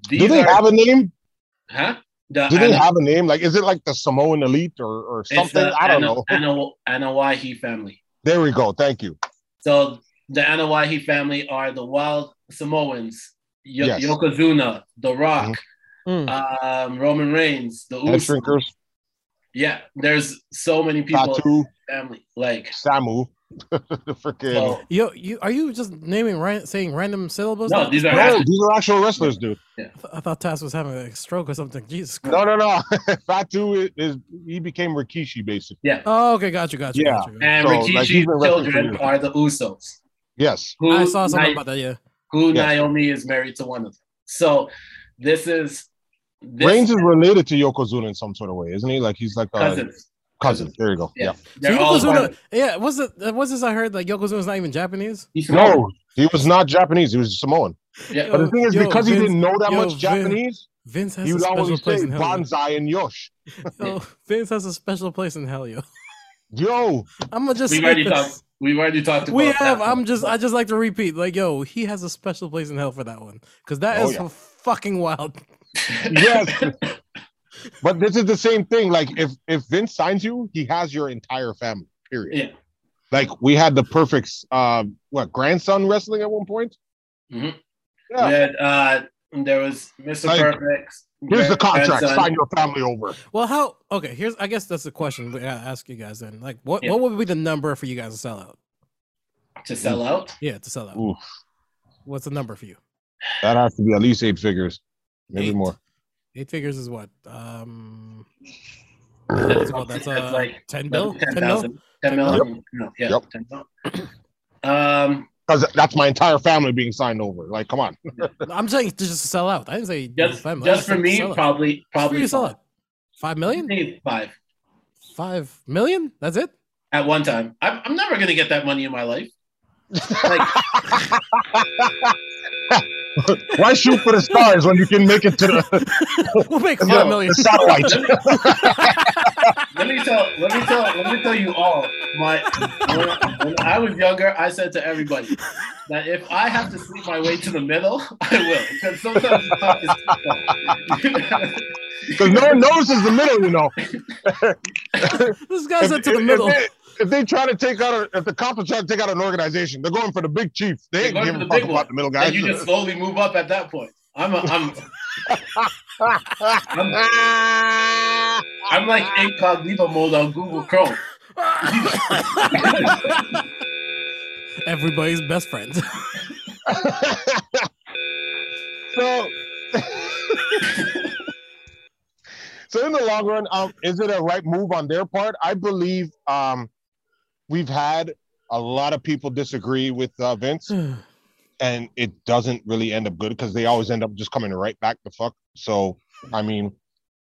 Speaker 1: these
Speaker 3: Do they
Speaker 1: are
Speaker 3: have a name?
Speaker 1: huh? The
Speaker 3: Do they
Speaker 1: Ana-
Speaker 3: have a name? Like, is it like the Samoan elite or, or
Speaker 1: it's uh,
Speaker 3: something?
Speaker 1: the
Speaker 3: I don't
Speaker 1: Ana-
Speaker 3: know.
Speaker 1: Ana- Anawahi family.
Speaker 3: There we go. Thank you.
Speaker 1: So the Anawahi family are the wild Samoans, Yo-
Speaker 3: Yes. Mm-hmm.
Speaker 1: Yokozuna, The Rock,
Speaker 2: Mm.
Speaker 1: um, Roman Reigns, the
Speaker 3: Head
Speaker 1: Usos.
Speaker 3: shrinkers,
Speaker 1: Yeah, there's so many people in
Speaker 3: tattoo,
Speaker 1: the family. Like,
Speaker 3: Samu, freaking.
Speaker 1: so,
Speaker 2: Yo, you are you just naming ran- saying random syllables?
Speaker 1: no,
Speaker 2: now?
Speaker 1: these are
Speaker 3: No, these are actual wrestlers, dude.
Speaker 2: I th- I thought Taz was having a stroke or something. Jesus Christ.
Speaker 3: No, no, no. Fatu is he became Rikishi basically.
Speaker 2: Oh, okay, gotcha, gotcha,
Speaker 3: Yeah.
Speaker 2: gotcha. gotcha.
Speaker 1: and
Speaker 3: So, like,
Speaker 1: Rikishi's
Speaker 3: he's been wrestling for
Speaker 1: children
Speaker 3: years.
Speaker 1: are the Usos.
Speaker 3: Yes.
Speaker 1: Who
Speaker 2: I saw something
Speaker 1: Ni-
Speaker 2: about that. Yeah.
Speaker 1: who
Speaker 3: Yes.
Speaker 1: Naomi is married to one of them. So this is this
Speaker 3: Reigns is related to Yokozuna in some sort of way, isn't he? Like he's like a cousin.
Speaker 1: cousins.
Speaker 3: There you go.
Speaker 1: Yeah.
Speaker 3: Yeah.
Speaker 2: So
Speaker 1: They're all part
Speaker 2: Yokozuna,
Speaker 1: of-
Speaker 2: yeah, was it uh, was this I heard like Yokozuna's not even Japanese?
Speaker 1: he's
Speaker 3: No, he was not Japanese. He was Samoan.
Speaker 1: Yeah.
Speaker 3: But the thing is,
Speaker 2: Yo,
Speaker 3: because
Speaker 2: Vince-
Speaker 3: he didn't know that
Speaker 2: yo,
Speaker 3: much
Speaker 2: Vin-
Speaker 3: Japanese,
Speaker 2: Vince has
Speaker 3: he
Speaker 2: a
Speaker 3: would
Speaker 2: special
Speaker 3: always say
Speaker 2: place in hell.
Speaker 3: Banzai and Yosh.
Speaker 2: Yo. Yo, Vince has a special place in hell, yo.
Speaker 3: Yo,
Speaker 2: I'm gonna just
Speaker 1: We've
Speaker 2: say
Speaker 1: already
Speaker 2: this.
Speaker 1: talked. We've already talked about
Speaker 2: We have.
Speaker 1: that.
Speaker 2: I'm just. I just like to repeat. Like, yo, he has a special place in hell for that one because that
Speaker 3: Oh,
Speaker 2: is
Speaker 3: yeah.
Speaker 2: fucking wild.
Speaker 3: yes. But this is the same thing. Like if if Vince signs you, he has your entire family. Period.
Speaker 1: Yeah.
Speaker 3: Like we had the perfect uh, what grandson wrestling at one point.
Speaker 1: Mhm.
Speaker 3: Yeah.
Speaker 1: We had, uh, there was Mr.
Speaker 3: Like,
Speaker 1: Perfect.
Speaker 3: Here's the contract.
Speaker 1: grandson.
Speaker 3: Sign your family over.
Speaker 2: Well, how? Okay, here's. I guess that's the question we gotta ask you guys then. Like, what
Speaker 1: Yeah.
Speaker 2: what would be the number for you guys to sell out?
Speaker 1: to sell out.
Speaker 2: Yeah, to sell out.
Speaker 3: Oof.
Speaker 2: What's the number for you?
Speaker 3: That has to be at least eight figures, maybe
Speaker 2: Eight.
Speaker 3: more.
Speaker 2: Eight figures is what? Um,
Speaker 1: That's,
Speaker 2: that's what. That's
Speaker 1: that's
Speaker 2: uh,
Speaker 1: like
Speaker 2: ten
Speaker 1: no,
Speaker 2: bill.
Speaker 1: ten
Speaker 2: Ten mil.
Speaker 1: thousand. Ten mil. No, yeah,
Speaker 3: Yep.
Speaker 1: ten mil. Um,
Speaker 3: Because that's my entire family being signed over. Like, come on.
Speaker 2: I'm saying to just to sell out. I didn't say
Speaker 1: just,
Speaker 2: five mil. I
Speaker 1: just for
Speaker 2: said to
Speaker 1: me,
Speaker 2: sell out.
Speaker 1: probably,
Speaker 2: Just for you
Speaker 1: probably
Speaker 2: to sell
Speaker 1: five.
Speaker 2: out. Five million?
Speaker 1: Maybe five
Speaker 2: Five million? That's it?
Speaker 1: at one time. I'm, I'm never gonna get that money in my life. Like,
Speaker 3: Why shoot for the stars when you can make it to the,
Speaker 2: We'll make
Speaker 3: you
Speaker 2: five
Speaker 3: know,
Speaker 2: million.
Speaker 3: the satellite?
Speaker 1: let me tell, let me tell, let me tell you all. My when, when I was younger, I said to everybody that if I have to sleep my way to the middle, I will. Because sometimes it's tough to sleep on.
Speaker 3: Because no one knows is the middle, you know.
Speaker 2: This guy said to the
Speaker 3: if
Speaker 2: middle.
Speaker 3: they, if they try to take out, a, if the cops are trying to take out an organization, they're going for the big chief. They
Speaker 1: They're
Speaker 3: ain't
Speaker 1: going
Speaker 3: giving
Speaker 1: for
Speaker 3: a
Speaker 1: the
Speaker 3: fuck
Speaker 1: big
Speaker 3: about
Speaker 1: one.
Speaker 3: the middle guys.
Speaker 1: and you just slowly move up at that point. I'm a, I'm I'm,
Speaker 3: Ah!
Speaker 1: I'm like incognito mode on Google Chrome.
Speaker 2: Everybody's best friend.
Speaker 3: so, so in the long run, um, is it a right move on their part? I believe um, we've had a lot of people disagree with uh, Vince, and it doesn't really end up good because they always end up just coming right back the fuck. So, I mean,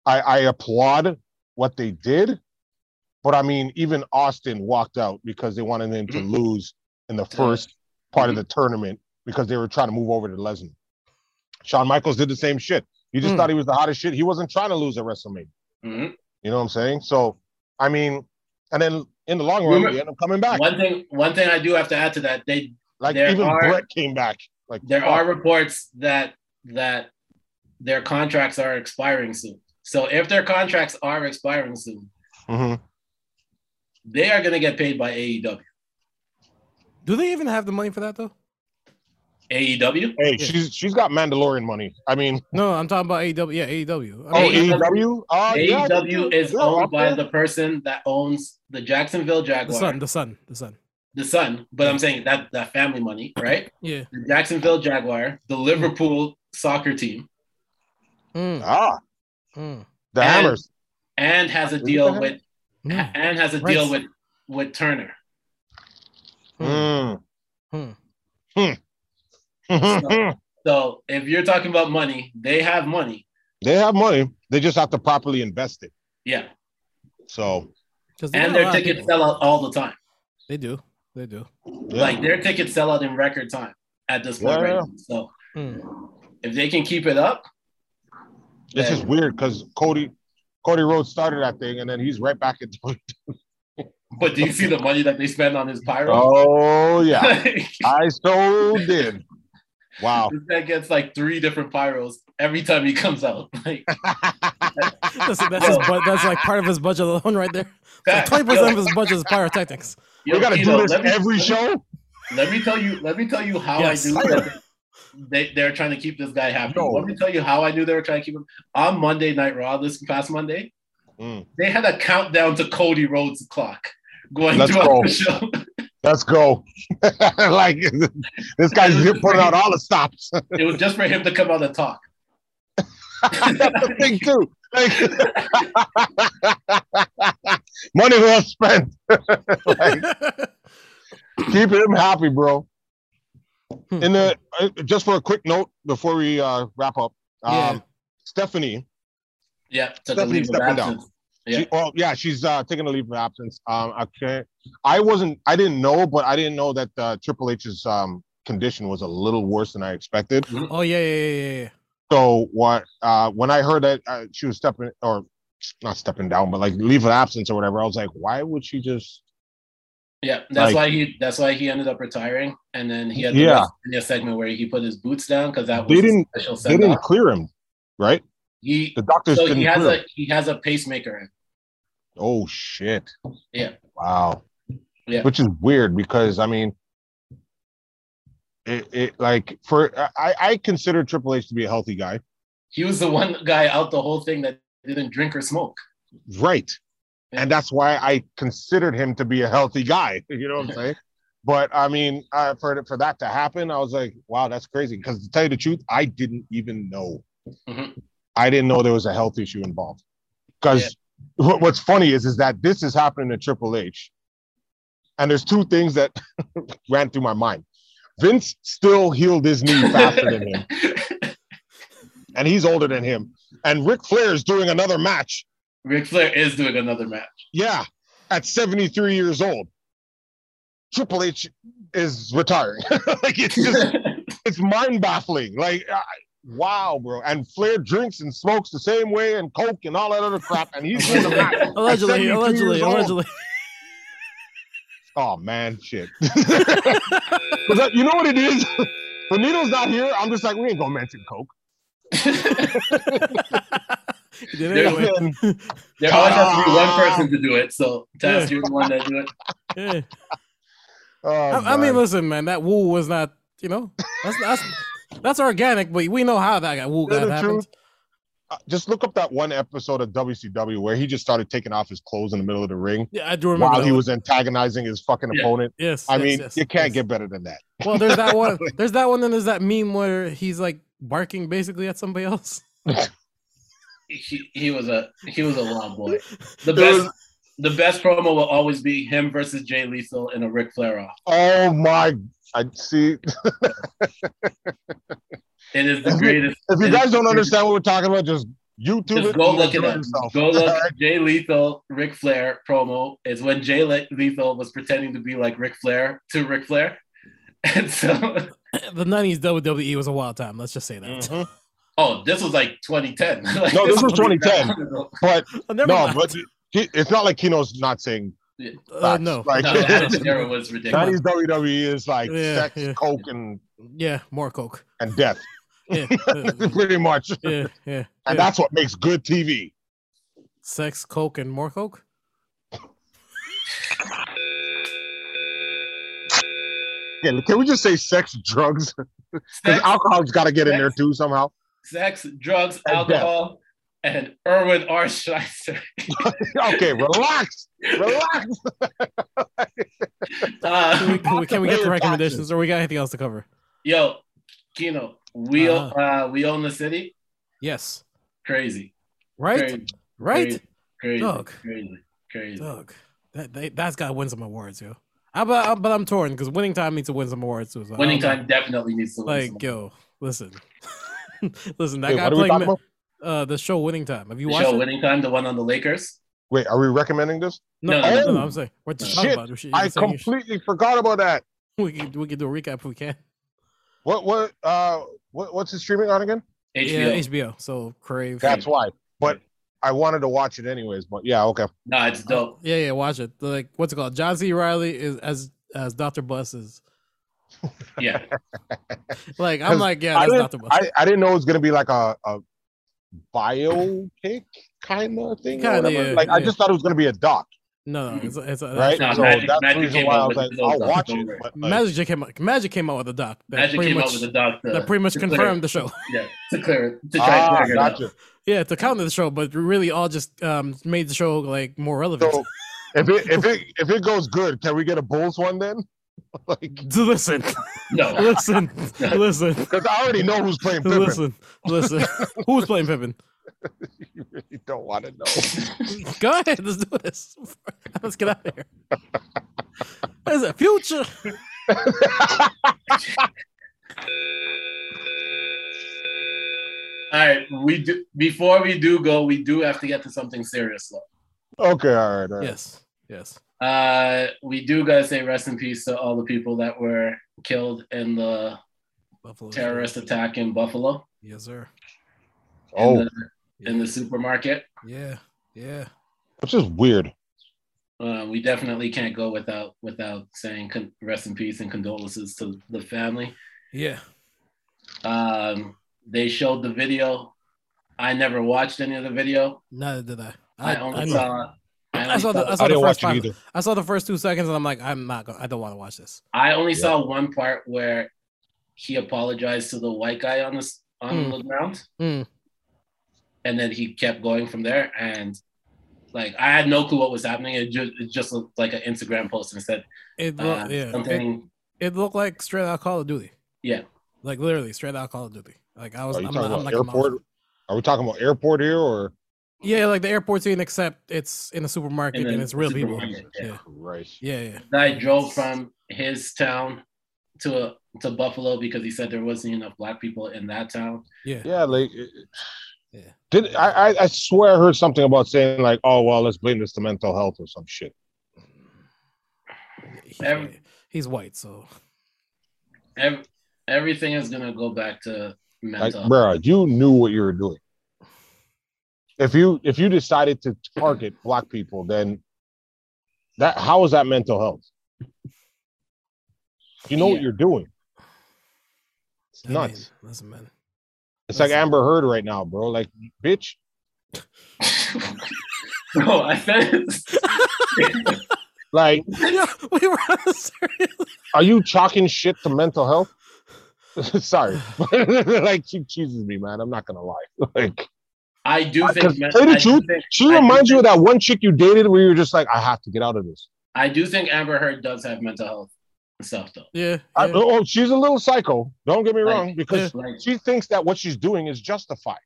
Speaker 3: I, I applaud what they did, but I mean, even Austin walked out because they wanted him to lose in the first part of the tournament because they were trying to move over to Lesnar. Shawn Michaels did the same shit. He just
Speaker 2: Mm.
Speaker 3: thought he was the hottest shit. He wasn't trying to lose at WrestleMania.
Speaker 1: Mhm.
Speaker 3: You know what I'm saying? So, I mean, and then in the long run,
Speaker 1: Remember-
Speaker 3: we end up coming back.
Speaker 1: One thing, one thing I do have to add to that, they
Speaker 3: like
Speaker 1: there
Speaker 3: even
Speaker 1: are-
Speaker 3: Brett came back. Like oh.
Speaker 1: there
Speaker 3: fuck.
Speaker 1: are reports that that their contracts are expiring soon. So if their contracts are expiring soon,
Speaker 3: Mhm.
Speaker 1: they are going to get paid by E AEW.
Speaker 2: Do they even have the money for that though?
Speaker 1: AEW.
Speaker 3: Hey,
Speaker 2: Yeah.
Speaker 3: she's she's got Mandalorian money. I mean,
Speaker 2: No, I'm talking about AEW. Yeah, AEW. I
Speaker 3: oh
Speaker 1: E
Speaker 2: mean,
Speaker 3: AEW. Uh, yeah,
Speaker 1: AEW E is
Speaker 3: yeah,
Speaker 1: owned by
Speaker 3: okay.
Speaker 1: the person that owns the Jacksonville
Speaker 2: the
Speaker 1: Jaguars,
Speaker 2: sun, the sun, the sun.
Speaker 1: the Sun. But I'm saying that that family money, right?
Speaker 2: Yeah.
Speaker 1: the Jacksonville Jaguar, the Liverpool soccer team,
Speaker 2: Mm,
Speaker 3: ah
Speaker 2: mm.
Speaker 3: the
Speaker 1: And-
Speaker 3: Hammers.
Speaker 1: and has a
Speaker 3: Is it
Speaker 1: deal
Speaker 3: the
Speaker 1: with
Speaker 2: No.
Speaker 1: and has a
Speaker 2: Hmm. Right.
Speaker 1: deal with with Turner.
Speaker 2: Mm.
Speaker 3: Mm.
Speaker 2: Mm.
Speaker 3: Hmm.
Speaker 1: So if you're talking about money, they have money.
Speaker 3: they have money. They just have to properly invest it.
Speaker 1: Yeah,
Speaker 3: So
Speaker 2: 'Cause they
Speaker 1: and
Speaker 2: got a
Speaker 1: their
Speaker 2: lot of
Speaker 1: tickets
Speaker 2: people.
Speaker 1: sell out all the time.
Speaker 2: They do. They do.
Speaker 3: yeah.
Speaker 1: Like their tickets sell out in record time at this point.
Speaker 3: Yeah,
Speaker 1: right
Speaker 3: yeah.
Speaker 1: now. So
Speaker 2: Mm.
Speaker 1: if they can keep it up,
Speaker 3: this
Speaker 1: then-
Speaker 3: is weird because Cody Cody Rhodes started that thing and then he's right back into it.
Speaker 1: But do you see the money that they spend on his pyro?
Speaker 3: Oh yeah,
Speaker 1: Like,
Speaker 3: I so did. Wow.
Speaker 1: this guy gets like three different pyros every time he comes out. Like
Speaker 2: That's, that's, his, bu- that's like part of his budget alone, right there.
Speaker 1: that-
Speaker 2: Twenty percent of
Speaker 1: yo,
Speaker 2: his budget is pyrotechnics.
Speaker 1: yo,
Speaker 3: we gotta
Speaker 1: Tito,
Speaker 3: do this
Speaker 1: let me- let
Speaker 3: every
Speaker 1: me-
Speaker 3: show.
Speaker 1: Let me tell you. Let me tell you how
Speaker 2: Yes.
Speaker 1: I knew that they they're trying to keep this guy happy.
Speaker 3: No.
Speaker 1: Let me tell you how I knew they were trying to keep him on Monday Night Raw this past Monday.
Speaker 3: Mm.
Speaker 1: They had a countdown to Cody Rhodes' clock going
Speaker 3: Let's
Speaker 1: throughout
Speaker 3: go.
Speaker 1: the show.
Speaker 3: Let's go. like this guy's putting out all the stops.
Speaker 1: It was just for him to come out and talk.
Speaker 3: That's the thing too. Like money well spent. Like, keep him happy, bro. In the uh, just for a quick note before we uh, wrap up, um,
Speaker 2: Yeah.
Speaker 3: Stephanie.
Speaker 1: Yeah, took a
Speaker 3: Stephanie
Speaker 1: leave of
Speaker 3: stepping down.
Speaker 1: absence. Yeah.
Speaker 3: Yeah. She, well, yeah, she's uh, taking a leave of absence. Um, I can't. I wasn't. I didn't know, but I didn't know that uh, Triple H's um, condition was a little worse than I expected.
Speaker 2: Oh yeah, yeah, yeah, yeah, yeah.
Speaker 3: So what? Uh, when I heard that uh, she was stepping or not stepping down, but like leave of absence or whatever, I was like, why would she just?
Speaker 1: Yeah, that's
Speaker 3: Like-
Speaker 1: why he that's why he ended up retiring, and then he had the
Speaker 3: Yeah.
Speaker 1: WrestleMania segment where he put his boots down because that
Speaker 3: They
Speaker 1: was a
Speaker 3: didn't-
Speaker 1: special
Speaker 3: they
Speaker 1: send
Speaker 3: didn't
Speaker 1: off.
Speaker 3: clear him, right?
Speaker 1: He
Speaker 3: The doctors
Speaker 1: so
Speaker 3: couldn't
Speaker 1: he has
Speaker 3: clear.
Speaker 1: a he has a pacemaker. in.
Speaker 3: Oh shit.
Speaker 1: Yeah.
Speaker 3: Wow.
Speaker 1: Yeah.
Speaker 3: Which is weird because I mean, it, it like for I I consider Triple H to be a healthy guy,
Speaker 1: He was the one guy out the whole thing that didn't drink or smoke.
Speaker 3: right?
Speaker 1: Yeah.
Speaker 3: And that's why I considered him to be a healthy guy. You know what I'm saying? But I mean, uh, for for that to happen, I was like, wow, that's crazy. Because to tell you the truth, I didn't even know.
Speaker 1: Mhm.
Speaker 3: I didn't know there was a health issue involved. Because what, what's funny is is that this is happening to Triple H, and there's two things that ran through my mind. Vince still healed his knee faster than him, and he's older than him. And Ric Flair is doing another match
Speaker 1: Ric Flair is doing another match.
Speaker 3: yeah, at 73 years old. Triple H is retiring. like it's just it's mind baffling. Like I, wow, bro. And Flair drinks and smokes the same way and coke and all that other crap and he's doing a match. at
Speaker 2: Allegedly,
Speaker 3: 73
Speaker 2: allegedly,
Speaker 3: years old.
Speaker 2: allegedly.
Speaker 3: Oh man, shit. 'Cause that- you know what it is? When Nito's not here, I'm just like, we ain't gonna mention coke.
Speaker 2: He did
Speaker 1: There's-
Speaker 2: it anyway.
Speaker 3: And
Speaker 1: There always has to be one person to do it. So Taz, you're the one that do it.
Speaker 2: Yeah.
Speaker 3: oh,
Speaker 2: I, I mean,
Speaker 3: man.
Speaker 2: listen, man, that woo was not, you know, that's that's that's organic, but we know how that got woo
Speaker 3: Tell
Speaker 2: got
Speaker 3: the
Speaker 2: happened.
Speaker 3: truth, uh, just look up that one episode of WCW where he just started taking off his clothes in the middle of the ring.
Speaker 2: Yeah, I do remember.
Speaker 3: while
Speaker 2: that
Speaker 3: he
Speaker 2: one.
Speaker 3: was antagonizing his fucking
Speaker 1: Yeah.
Speaker 3: opponent.
Speaker 2: Yes.
Speaker 3: I
Speaker 2: yes,
Speaker 3: mean,
Speaker 2: yes,
Speaker 3: you can't
Speaker 2: yes.
Speaker 3: get better than that.
Speaker 2: Well, there's that one. There's that one, and there's that meme where he's like barking basically at somebody else.
Speaker 1: He, he was a he was a wild boy. The
Speaker 3: It
Speaker 1: best
Speaker 3: was-
Speaker 1: the best promo will always be him versus Jay Lethal in a Ric Flair off.
Speaker 3: Oh my! I see.
Speaker 1: It is the greatest.
Speaker 3: If you
Speaker 1: it
Speaker 3: guys
Speaker 1: is-
Speaker 3: don't understand what we're talking about, just YouTube it.
Speaker 1: Just go
Speaker 3: and
Speaker 1: look it
Speaker 3: enjoy
Speaker 1: up.
Speaker 3: yourself.
Speaker 1: Go look Jay Lethal Ric Flair promo. It's when Jay Le- Lethal was pretending to be like Ric Flair to Ric Flair, and so
Speaker 2: The '90s WWE E was a wild time. Let's just say that.
Speaker 3: Mhm.
Speaker 1: oh, this was like 2010. Like,
Speaker 3: No, this was
Speaker 1: was really
Speaker 3: 2010.
Speaker 1: bad. No,
Speaker 3: But
Speaker 2: Uh, never
Speaker 3: no,
Speaker 2: mind.
Speaker 3: but he, it's not like Kino's not saying
Speaker 2: uh,
Speaker 3: facts.
Speaker 2: no,
Speaker 3: Like-
Speaker 1: that era was ridiculous.
Speaker 3: Chinese WWE is like
Speaker 2: Yeah,
Speaker 3: sex,
Speaker 2: yeah.
Speaker 3: coke, and
Speaker 2: yeah, more coke.
Speaker 3: and death,
Speaker 2: Yeah, uh,
Speaker 3: pretty much. And
Speaker 2: yeah, yeah. yeah.
Speaker 3: that's what makes good TV.
Speaker 2: Sex, coke, and more coke.
Speaker 3: Can, can we just say sex, drugs? Because
Speaker 1: Sex,
Speaker 3: alcohol's got to get in there too somehow.
Speaker 1: sex, drugs,
Speaker 3: death.
Speaker 1: alcohol, and Erwin R. Schweitzer.
Speaker 3: Okay, relax, relax.
Speaker 2: Can we,
Speaker 1: Uh,
Speaker 2: can we, can we get the
Speaker 3: Mayor
Speaker 2: recommendations, or we got anything else to cover?
Speaker 1: yo, Kino, we o-
Speaker 2: Uh-huh.
Speaker 1: uh, we own the city.
Speaker 2: Yes.
Speaker 1: Crazy,
Speaker 2: Right.
Speaker 1: crazy,
Speaker 2: Right.
Speaker 1: crazy,
Speaker 2: Dog.
Speaker 1: crazy, crazy.
Speaker 2: Doug, that they, that's got to win some awards, yo. I, but, I, but I'm torn because winning time needs to win some awards too. so I
Speaker 1: Winning
Speaker 2: don't know.
Speaker 1: time definitely needs to win. some-
Speaker 2: Like, yo, listen, listen. That
Speaker 3: Wait,
Speaker 2: guy
Speaker 3: what are we
Speaker 2: playing
Speaker 3: talking
Speaker 2: ma-
Speaker 3: about?
Speaker 2: uh, the show Winning Time. Have you
Speaker 1: The
Speaker 2: watched
Speaker 1: show
Speaker 2: it?
Speaker 1: Winning Time, the one on the Lakers.
Speaker 3: Wait, are we recommending this?
Speaker 1: No,
Speaker 2: No, no, no,
Speaker 3: no.
Speaker 2: no, I'm saying we're just talking
Speaker 3: Oh, Shit,
Speaker 2: about. it. We should,
Speaker 3: I
Speaker 2: I'm saying you should-
Speaker 3: completely forgot about that.
Speaker 2: we can we can do a recap if we can.
Speaker 3: What what uh what, what's it streaming on again?
Speaker 1: HBO.
Speaker 2: Yeah, HBO. So Crave.
Speaker 1: Yeah.
Speaker 3: That's why. But I wanted to watch it anyways. But yeah, okay.
Speaker 1: No, it's
Speaker 2: Oh.
Speaker 1: dope.
Speaker 2: Yeah, yeah. Watch it. Like, what's it called? John C. Riley is as as Doctor Bus is.
Speaker 1: Yeah,
Speaker 2: Like,
Speaker 3: 'Cause
Speaker 2: I'm like, yeah,
Speaker 3: I
Speaker 2: that's
Speaker 3: didn't,
Speaker 2: Doctor Bus.
Speaker 3: I, I didn't know it was gonna be like a, a biopic kind of thing. or
Speaker 2: Kinda,
Speaker 3: whatever.
Speaker 2: yeah,
Speaker 3: like I
Speaker 2: yeah.
Speaker 3: just thought it was gonna be a doc,
Speaker 2: No, no, it's, it's,
Speaker 3: right?
Speaker 1: No,
Speaker 3: so
Speaker 1: Magic-
Speaker 3: that's
Speaker 1: Magic
Speaker 3: the reason
Speaker 1: came
Speaker 3: why
Speaker 1: out
Speaker 3: I
Speaker 1: with
Speaker 3: was like,
Speaker 1: his own
Speaker 3: I'll
Speaker 1: doc,
Speaker 3: watch
Speaker 1: don't worry.
Speaker 3: it. But, like,
Speaker 2: Magic just came out. Magic came out with a doc that
Speaker 1: Magic
Speaker 2: pretty
Speaker 1: came out
Speaker 2: much
Speaker 1: with a uh, doctor.
Speaker 2: that pretty much
Speaker 1: to clear-
Speaker 2: confirmed the show.
Speaker 1: yeah, to clear it, to try
Speaker 3: ah,
Speaker 1: and clear it up.
Speaker 3: gotcha.
Speaker 2: Yeah, to counter the show, but really all just um made the show like more relevant.
Speaker 3: So if it if it if it goes good, can we get a Bulls one then? like,
Speaker 2: So listen,
Speaker 1: No,
Speaker 2: listen, listen,
Speaker 3: because I already know who's playing Pippen.
Speaker 2: listen, listen. Who's playing Pippin?
Speaker 3: You really don't want to know.
Speaker 2: Go ahead, let's do this. Let's get out of here. What is it? Future.
Speaker 1: all right. We do before we do go, we do have to get to something serious though.
Speaker 3: Okay, all right, all right.
Speaker 2: Yes, yes.
Speaker 1: Uh, we do gotta say rest in peace to all the people that were killed in the
Speaker 2: Buffalo.
Speaker 1: terrorist attack in Buffalo
Speaker 2: Yes, sir.
Speaker 3: Oh,
Speaker 1: in, the, in the supermarket.
Speaker 2: Yeah, yeah.
Speaker 3: which is weird.
Speaker 1: Uh, we definitely can't go without without saying con- rest in peace and condolences to the family.
Speaker 2: Yeah.
Speaker 1: Um, they showed the video I never watched any of the video.
Speaker 2: Neither did I.
Speaker 1: I,
Speaker 2: I,
Speaker 1: only
Speaker 2: I, know.
Speaker 1: saw. I only,
Speaker 2: I saw the I
Speaker 1: saw-
Speaker 2: saw the
Speaker 3: I didn't
Speaker 2: first
Speaker 3: watch
Speaker 2: five,
Speaker 3: it either.
Speaker 2: I saw the first two seconds and I'm like, I'm not going. to I don't want to watch this.
Speaker 1: I only saw one part where he apologized to the white guy on the s- on
Speaker 2: Mm.
Speaker 1: the ground,
Speaker 2: Mm.
Speaker 1: and then he kept going from there. And like, I had no clue what was happening. It just it just looked like an Instagram post and said
Speaker 2: It
Speaker 1: uh,
Speaker 2: looked, yeah, it,
Speaker 1: something.
Speaker 2: it looked like straight out Call of Duty.
Speaker 1: Yeah.
Speaker 2: like literally straight out Call of Duty. Like I was,
Speaker 3: Are you
Speaker 2: I'm
Speaker 3: talking
Speaker 2: not, I'm
Speaker 3: about
Speaker 2: like a mouse.
Speaker 3: airport? Are we talking about airport here or
Speaker 2: Yeah, like the airport scene, except it's in a supermarket
Speaker 1: In a
Speaker 2: and it's real people.
Speaker 1: supermarket, yeah.
Speaker 2: Yeah,
Speaker 3: Christ?
Speaker 2: yeah, yeah.
Speaker 1: I drove from his town to a, to Buffalo because he said there wasn't enough black people in that town.
Speaker 3: Yeah, like it-
Speaker 2: Yeah.
Speaker 3: did I, I I swear I heard something about saying like, oh well, let's blame this to mental health or some shit.
Speaker 2: He's,
Speaker 1: Every-
Speaker 2: white. He's white, so
Speaker 1: Ev- everything is gonna go back to
Speaker 3: Like,
Speaker 1: mental.
Speaker 3: bruh, you knew what you were doing. If you if you decided to target black people, then that how is that mental health? You know
Speaker 1: Yeah.
Speaker 3: what you're doing. It's
Speaker 2: I mean,
Speaker 3: nuts.
Speaker 2: listen, man.
Speaker 3: It's like
Speaker 2: listen.
Speaker 3: Amber Heard right now, bro. Like, bitch,
Speaker 1: no, I said
Speaker 3: like,
Speaker 2: yeah, we were on a serious.
Speaker 3: are you chalking shit to mental health? Sorry, like she cheeses me, man. I'm not gonna lie. Like,
Speaker 1: I do think.
Speaker 3: Because Uh, tell you the
Speaker 1: I do
Speaker 3: truth,
Speaker 1: think-
Speaker 3: she
Speaker 1: I do
Speaker 3: reminds you of
Speaker 1: think-
Speaker 3: that one chick you dated where you were just like, I have to get out of this.
Speaker 1: I do think Amber Heard does have mental health stuff though.
Speaker 2: Yeah,
Speaker 3: I,
Speaker 2: yeah.
Speaker 3: oh, she's a little psycho. Don't get me
Speaker 1: Like,
Speaker 3: wrong, because
Speaker 1: Like,
Speaker 3: she thinks that what she's doing is justified.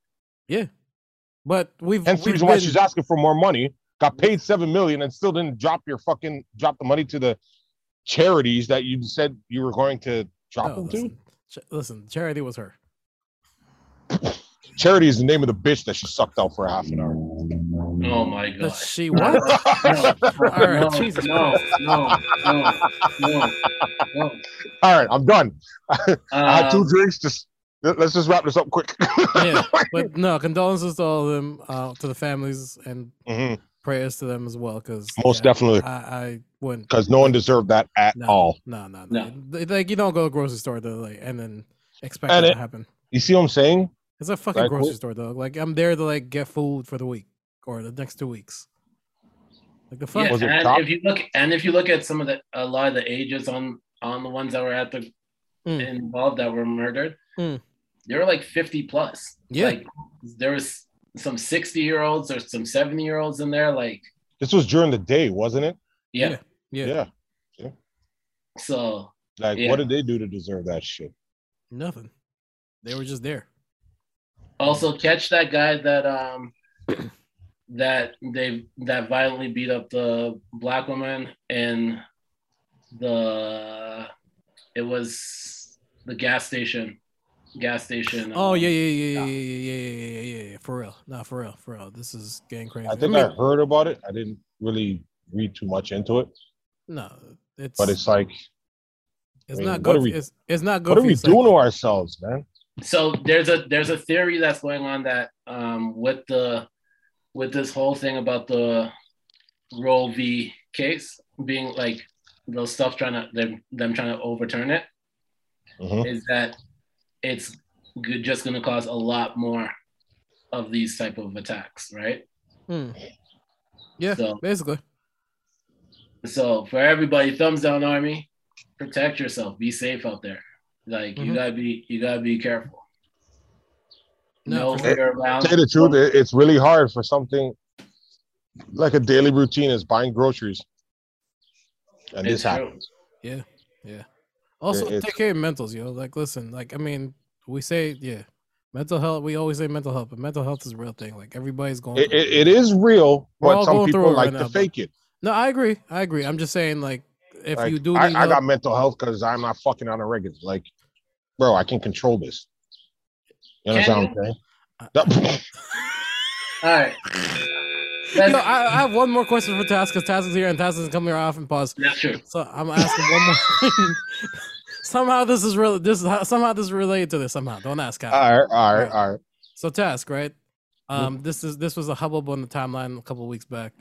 Speaker 2: but we've
Speaker 3: And
Speaker 2: we've
Speaker 3: reason why
Speaker 2: been-
Speaker 3: she's asking for more money. Got paid seven million and still didn't drop your fucking drop the money to the charities that you said you were going to drop
Speaker 2: No,
Speaker 3: them to.
Speaker 2: Oh, listen, Ch- listen, charity was her.
Speaker 3: Charity is the name of the bitch that she sucked out for a half an hour.
Speaker 1: oh my
Speaker 2: That
Speaker 1: god.
Speaker 2: she
Speaker 1: No,
Speaker 2: what? All right,
Speaker 1: no,
Speaker 2: Jesus
Speaker 1: no, no, no, no, no.
Speaker 3: All right, I'm done. I had two
Speaker 1: Um,
Speaker 3: drinks. Just let- let's just wrap this up quick.
Speaker 2: yeah, but no, condolences to all of them, uh, to the families, and
Speaker 3: Mhm,
Speaker 2: prayers to them as well. Because
Speaker 3: Most definitely,
Speaker 2: I, I wouldn't.
Speaker 3: because no one deserved that at
Speaker 2: No.
Speaker 3: all.
Speaker 2: No, no, no.
Speaker 1: No.
Speaker 2: Th- Like you don't go to a grocery store though, like and then expect
Speaker 3: And
Speaker 2: that
Speaker 3: it-
Speaker 2: to happen.
Speaker 3: You see what I'm saying?
Speaker 2: It's a fucking
Speaker 3: like,
Speaker 2: grocery
Speaker 3: what-
Speaker 2: store though. Like I'm there to like get food for the week or the next two weeks. Like the fuck.
Speaker 1: yeah,
Speaker 3: Was it
Speaker 1: and
Speaker 3: top?
Speaker 1: if you look and if you look at some of the a lot of the ages on on the ones that were at the
Speaker 2: Mm.
Speaker 1: involved that were murdered,
Speaker 2: Mm.
Speaker 1: they were like 50 plus.
Speaker 2: Yeah.
Speaker 1: Like there was some 60 year olds or some 70 year olds in there. Like,
Speaker 3: This was during the day, wasn't it?
Speaker 1: yeah.
Speaker 2: Yeah. Yeah.
Speaker 3: Yeah.
Speaker 1: So
Speaker 3: Like,
Speaker 1: Yeah.
Speaker 3: what did they do to deserve that shit?
Speaker 2: Nothing. They were just there.
Speaker 1: also catch that guy that um that they that violently beat up the black woman in the it was the gas station. Gas station.
Speaker 2: Oh
Speaker 1: um,
Speaker 2: yeah, yeah, yeah, yeah, yeah, yeah, yeah, yeah, yeah, yeah. For real. Nah, for real, for real. This is getting crazy.
Speaker 3: I think I
Speaker 2: mean,
Speaker 3: heard about it. I didn't really read too much into it,
Speaker 2: no, it's
Speaker 3: but it's like,
Speaker 2: it's
Speaker 3: I mean,
Speaker 2: not
Speaker 3: what
Speaker 2: good.
Speaker 3: are we-
Speaker 2: it's, it's not good.
Speaker 3: what are
Speaker 2: for
Speaker 3: we
Speaker 2: your psyche.
Speaker 3: doing to ourselves, man?
Speaker 1: so there's a there's a theory that's going on that um, with the with this whole thing about the Roe v. case being like the stuff trying to them, them trying to overturn it
Speaker 3: Mhm.
Speaker 1: is that it's good, just going to cause a lot more of these type of attacks, right?
Speaker 2: Hmm. Yeah,
Speaker 1: So-
Speaker 2: basically.
Speaker 1: So for everybody, thumbs down, army. Protect yourself. Be safe out there. Like you
Speaker 2: Mhm.
Speaker 1: gotta be you gotta be careful.
Speaker 2: No,
Speaker 1: No,
Speaker 2: for
Speaker 1: fear around.
Speaker 3: Tell you the truth, it, it's really hard for something like a daily routine is buying groceries, and
Speaker 1: It's
Speaker 3: this
Speaker 1: true.
Speaker 3: happens.
Speaker 2: Also,
Speaker 3: it's-
Speaker 2: take care of your mentals, yo. Like, listen, like, I mean, we say, yeah, mental health. We always say mental health, but mental health is a real thing. Like, everybody's going.
Speaker 3: It,
Speaker 2: through
Speaker 3: it, it is real,
Speaker 2: We're
Speaker 3: but
Speaker 2: all
Speaker 3: some
Speaker 2: going
Speaker 3: people
Speaker 2: through it
Speaker 3: like
Speaker 2: right
Speaker 3: to
Speaker 2: now,
Speaker 3: fake it.
Speaker 2: No, I agree. I agree. I'm just saying, like, if
Speaker 3: Like,
Speaker 2: you do,
Speaker 3: I,
Speaker 2: need
Speaker 3: I
Speaker 2: help-
Speaker 3: got mental health because I'm not fucking on a regular. Like, bro, I can control this. You understand what I'm
Speaker 2: Uh,
Speaker 3: saying?
Speaker 1: All right.
Speaker 2: Yo,
Speaker 1: That's,
Speaker 2: I, I have one more question for Taz because Taz is here and Taz is coming off and pause.
Speaker 1: that's true.
Speaker 2: So I'm gonna ask him one more. somehow this is real. This is how, somehow this is related to this. Somehow, don't ask. Kyle.
Speaker 3: all right, all right, all right.
Speaker 2: So task, right? Um, this is this was a hubbub on the timeline a couple of weeks back.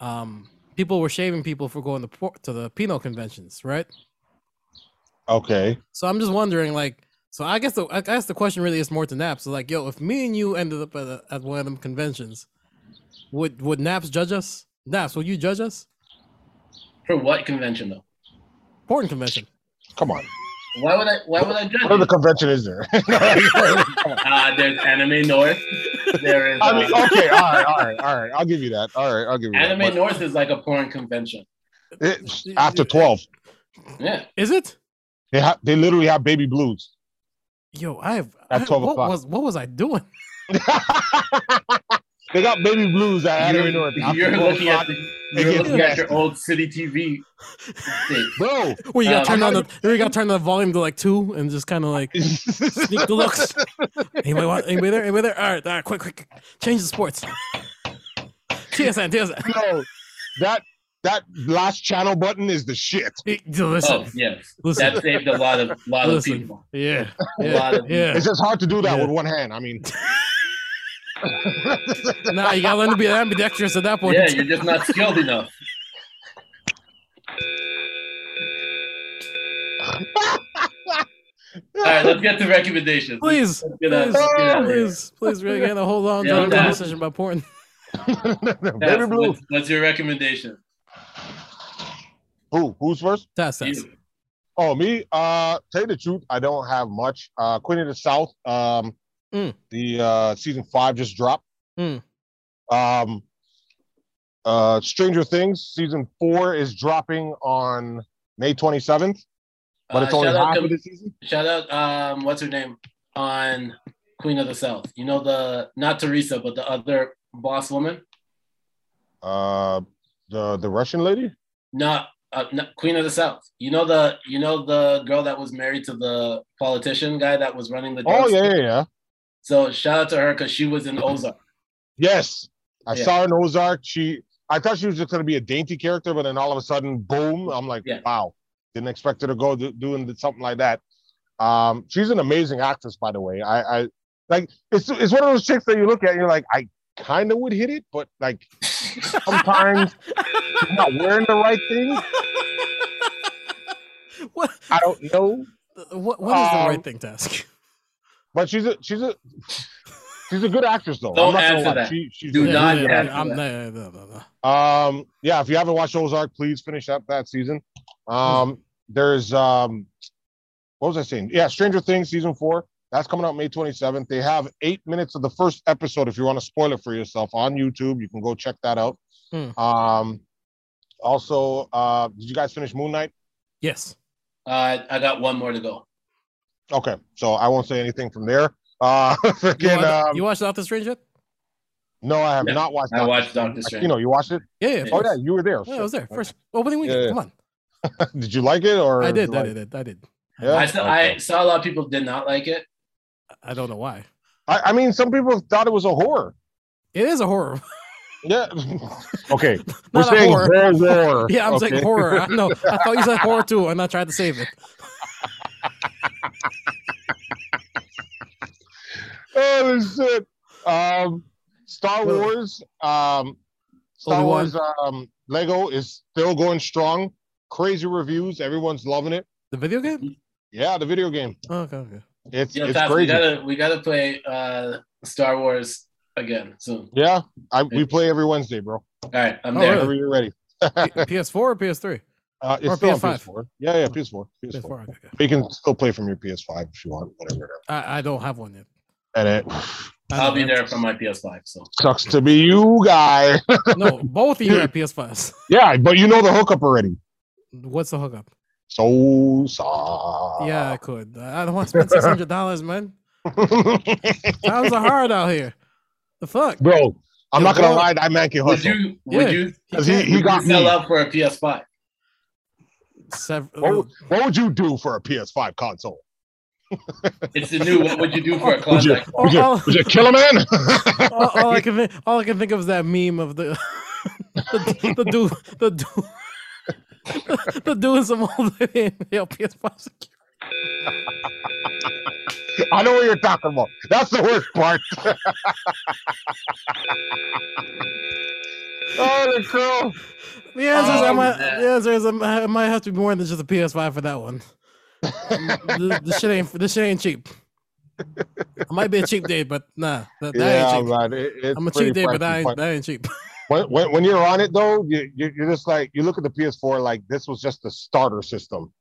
Speaker 2: Um, people were shaving people for going to por- to the penal conventions, right?
Speaker 3: Okay.
Speaker 2: So I'm just wondering, like, So I guess the I guess the question really is more to Naps. So like, yo, if me and you ended up at, a, at one of them conventions, would would Naps judge us? Naps, will you judge us?
Speaker 1: For what convention though?
Speaker 2: Porn convention.
Speaker 3: Come on.
Speaker 1: Why would I? Why would I
Speaker 3: What other
Speaker 1: judge?
Speaker 3: convention is there?
Speaker 1: you? Uh, there's Anime North. There is
Speaker 3: I mean,
Speaker 1: uh,
Speaker 3: okay, all right, all right, all right. I'll give you that. All right, I'll give you
Speaker 1: Anime
Speaker 3: that.
Speaker 1: North is like a porn convention.
Speaker 3: But it- after 12,
Speaker 1: Yeah,
Speaker 2: Is it?
Speaker 3: they, ha- they literally have baby blues.
Speaker 2: Yo, I have
Speaker 3: At
Speaker 2: I-
Speaker 3: 12
Speaker 2: what
Speaker 3: o'clock.
Speaker 2: was what was I doing?
Speaker 3: they got baby blues at Anime
Speaker 1: you're,
Speaker 3: North. after
Speaker 1: you're
Speaker 3: 12
Speaker 1: looking at
Speaker 3: o'clock.
Speaker 1: the, you're
Speaker 3: gets
Speaker 1: looking at your
Speaker 3: nasty.
Speaker 1: old city TV. thing.
Speaker 3: Bro,
Speaker 2: Well, you
Speaker 1: Um,
Speaker 2: got to turn on the you got to turn the volume to like two and just kind of like sneak the looks. anybody want anybody there? Anybody there? All right, all right, quick, quick, quick. change the sports. TSN, TSN.
Speaker 3: no, that that last channel button is the shit.
Speaker 2: Listen,
Speaker 1: Oh yes,
Speaker 2: listen,
Speaker 1: that saved a lot of lot of
Speaker 2: Listen.
Speaker 1: people.
Speaker 2: yeah,
Speaker 1: A lot
Speaker 2: yeah,
Speaker 1: of
Speaker 2: yeah.
Speaker 3: It's just hard to do that
Speaker 2: Yeah.
Speaker 3: with one hand. I mean,
Speaker 2: Nah, you gotta learn to be ambidextrous at that point.
Speaker 1: Yeah, you're just not skilled enough. All right, let's get to recommendations.
Speaker 2: please,
Speaker 1: Let's get out-
Speaker 2: please,
Speaker 1: let's get out of here.
Speaker 2: please, please, really get a hold on
Speaker 1: Yeah,
Speaker 2: to the
Speaker 1: nah.
Speaker 2: conversation about porn.
Speaker 1: Tess,
Speaker 3: baby blue.
Speaker 1: What's, what's your recommendation?
Speaker 3: Who? Who's first?
Speaker 2: That's that's
Speaker 1: You.
Speaker 3: Oh, me. Uh, tell you the truth, I don't have much. Uh, Queen of the South. Um,
Speaker 2: Mm.
Speaker 3: the uh season five just dropped.
Speaker 2: Mm.
Speaker 3: Um, uh, Stranger Things season four is dropping on May twenty seventh, but
Speaker 1: Uh,
Speaker 3: it's only
Speaker 1: shout, out
Speaker 3: half
Speaker 1: to-
Speaker 3: of the season.
Speaker 1: shout out, um, what's her name on Queen of the South? You know the not Teresa, but the other boss woman.
Speaker 3: Uh, the the Russian lady.
Speaker 1: Not, uh, not Queen of the South. You know the you know the girl that was married to the politician guy that was running the.
Speaker 3: Oh
Speaker 1: drug
Speaker 3: yeah,
Speaker 1: store?
Speaker 3: yeah, yeah.
Speaker 1: So shout out to her because she was in Ozark.
Speaker 3: Yes, I
Speaker 1: Yeah.
Speaker 3: saw her in Ozark. She, I thought she was just gonna be a dainty character, but then all of a sudden, boom! I'm like,
Speaker 1: Yeah.
Speaker 3: wow, didn't expect her to go do, doing something like that. Um, she's an amazing actress, by the way. I, I like it's it's one of those chicks that you look at and you're like, I kind of would hit it, but like sometimes she's not wearing the right thing.
Speaker 2: what.
Speaker 3: I don't know,
Speaker 2: Uh, What, what is the
Speaker 3: Um,
Speaker 2: right thing to ask?
Speaker 3: but she's a she's a she's a good actress though.
Speaker 1: Don't
Speaker 3: I'm not gonna
Speaker 1: answer
Speaker 3: lie.
Speaker 1: that.
Speaker 3: She, she's
Speaker 1: Do
Speaker 3: really
Speaker 1: not
Speaker 3: good.
Speaker 1: answer
Speaker 2: I'm-
Speaker 1: that.
Speaker 2: I'm- no, no, no, no.
Speaker 3: Um, yeah, if you haven't watched Ozark, please finish up that season. Um, there's um, what was I saying? Yeah, Stranger Things season four. That's coming out May 27th. They have eight minutes of the first episode. If you want to spoil it for yourself on YouTube, you can go check that out.
Speaker 2: Hmm.
Speaker 3: Um, also, uh, did you guys finish Moon Knight?
Speaker 2: Yes.
Speaker 1: Uh, I got one more to go.
Speaker 3: Okay, so I won't say anything from there. Uh,
Speaker 2: You,
Speaker 3: freaking,
Speaker 2: watched,
Speaker 3: um,
Speaker 2: you watched Doctor Strange yet?
Speaker 3: no, I have
Speaker 1: Yeah,
Speaker 3: not watched.
Speaker 1: I
Speaker 3: Doctor
Speaker 1: watched Doctor Strange.
Speaker 3: You know, you watched it.
Speaker 2: Yeah, yeah. of
Speaker 3: Oh
Speaker 2: course.
Speaker 3: yeah, you were there.
Speaker 2: Yeah, I was there first opening weekend.
Speaker 3: Yeah, yeah.
Speaker 2: Come on,
Speaker 3: Did you like it or
Speaker 2: I did,
Speaker 3: like-
Speaker 2: I did, I did.
Speaker 3: Yeah?
Speaker 1: I, saw, I saw a lot of people did not like it.
Speaker 2: I don't know why.
Speaker 3: I, I mean, some people thought it was a horror.
Speaker 2: It is a horror,
Speaker 3: Yeah. okay. We're
Speaker 2: not a
Speaker 3: saying
Speaker 2: horror.
Speaker 3: horror. horror.
Speaker 2: Yeah, I'm
Speaker 3: okay?
Speaker 2: saying horror. I know. I thought you said horror too, and I tried to save it.
Speaker 3: Holy shit. Um, Star
Speaker 2: Well-
Speaker 3: Wars. Um, Star
Speaker 2: Only one.
Speaker 3: Wars. Um, Lego is still going strong. Crazy reviews. Everyone's loving it.
Speaker 2: The video game?
Speaker 3: Yeah, the video game.
Speaker 2: Oh, okay, okay.
Speaker 3: It's
Speaker 1: Yo,
Speaker 3: it's
Speaker 1: Taz, we
Speaker 3: crazy.
Speaker 1: gotta we gotta play uh, Star Wars again soon.
Speaker 3: Yeah, I, we play every Wednesday, bro.
Speaker 1: All right, I'm
Speaker 2: Oh,
Speaker 1: there.
Speaker 2: really?
Speaker 3: Whenever you're ready.
Speaker 2: P- PS4 or PS3?
Speaker 3: Uh, it's
Speaker 2: Or
Speaker 3: still on
Speaker 2: PS5.
Speaker 3: PS4. Yeah, yeah, PS4. PS4.
Speaker 2: PS4. Okay, okay.
Speaker 3: But you can still play from your PS5 if you want, whatever.
Speaker 2: I, I don't have one yet.
Speaker 3: And it
Speaker 2: I
Speaker 1: I'll
Speaker 2: know,
Speaker 1: be
Speaker 2: I'm-
Speaker 1: there for my PS5. So
Speaker 3: sucks to be you, guy.
Speaker 2: No, both of you have PS5s.
Speaker 3: yeah, but you know the hookup already.
Speaker 2: What's the hookup?
Speaker 3: So sorry.
Speaker 2: Yeah, I could. I don't want to spend six hundred dollars, man. Times are hard out here. The fuck?
Speaker 3: Bro, I'm
Speaker 2: Yo,
Speaker 3: not gonna
Speaker 2: bro.
Speaker 3: lie, that man can
Speaker 1: would
Speaker 3: hustle.
Speaker 1: you would
Speaker 2: Yeah.
Speaker 1: you
Speaker 3: 'Cause he, he
Speaker 1: would
Speaker 3: got
Speaker 1: you sell
Speaker 3: me.
Speaker 1: out for a PS5?
Speaker 2: Sev-
Speaker 3: What would, what would you do for a PS5 console?
Speaker 1: It's the new. What would you do for a
Speaker 3: Would you,
Speaker 1: Klondike? bar?
Speaker 3: would you,
Speaker 2: Oh, oh.
Speaker 3: would you kill a man?
Speaker 2: all, all I can think, all I can think of is that meme of the the, the dude the dude the dude in some old lady in yo PS5 security.
Speaker 3: I know what you're talking about. That's the worst part. oh, the girl.
Speaker 2: The answer is I
Speaker 3: Oh,
Speaker 2: might
Speaker 1: man.
Speaker 2: the answer is I might, I might have to be more than just a PS5 for that one. this, this shit ain't this shit ain't cheap. It might be a cheap date, but nah, that, that
Speaker 3: yeah,
Speaker 2: ain't cheap.
Speaker 3: man. It, it's
Speaker 2: I'm a
Speaker 3: pretty
Speaker 2: cheap date, but that
Speaker 3: pricey,
Speaker 2: ain't, that ain't cheap.
Speaker 3: when, when, when you're on it though, you, you- you're just like you look at the PS4 like this was just the starter system.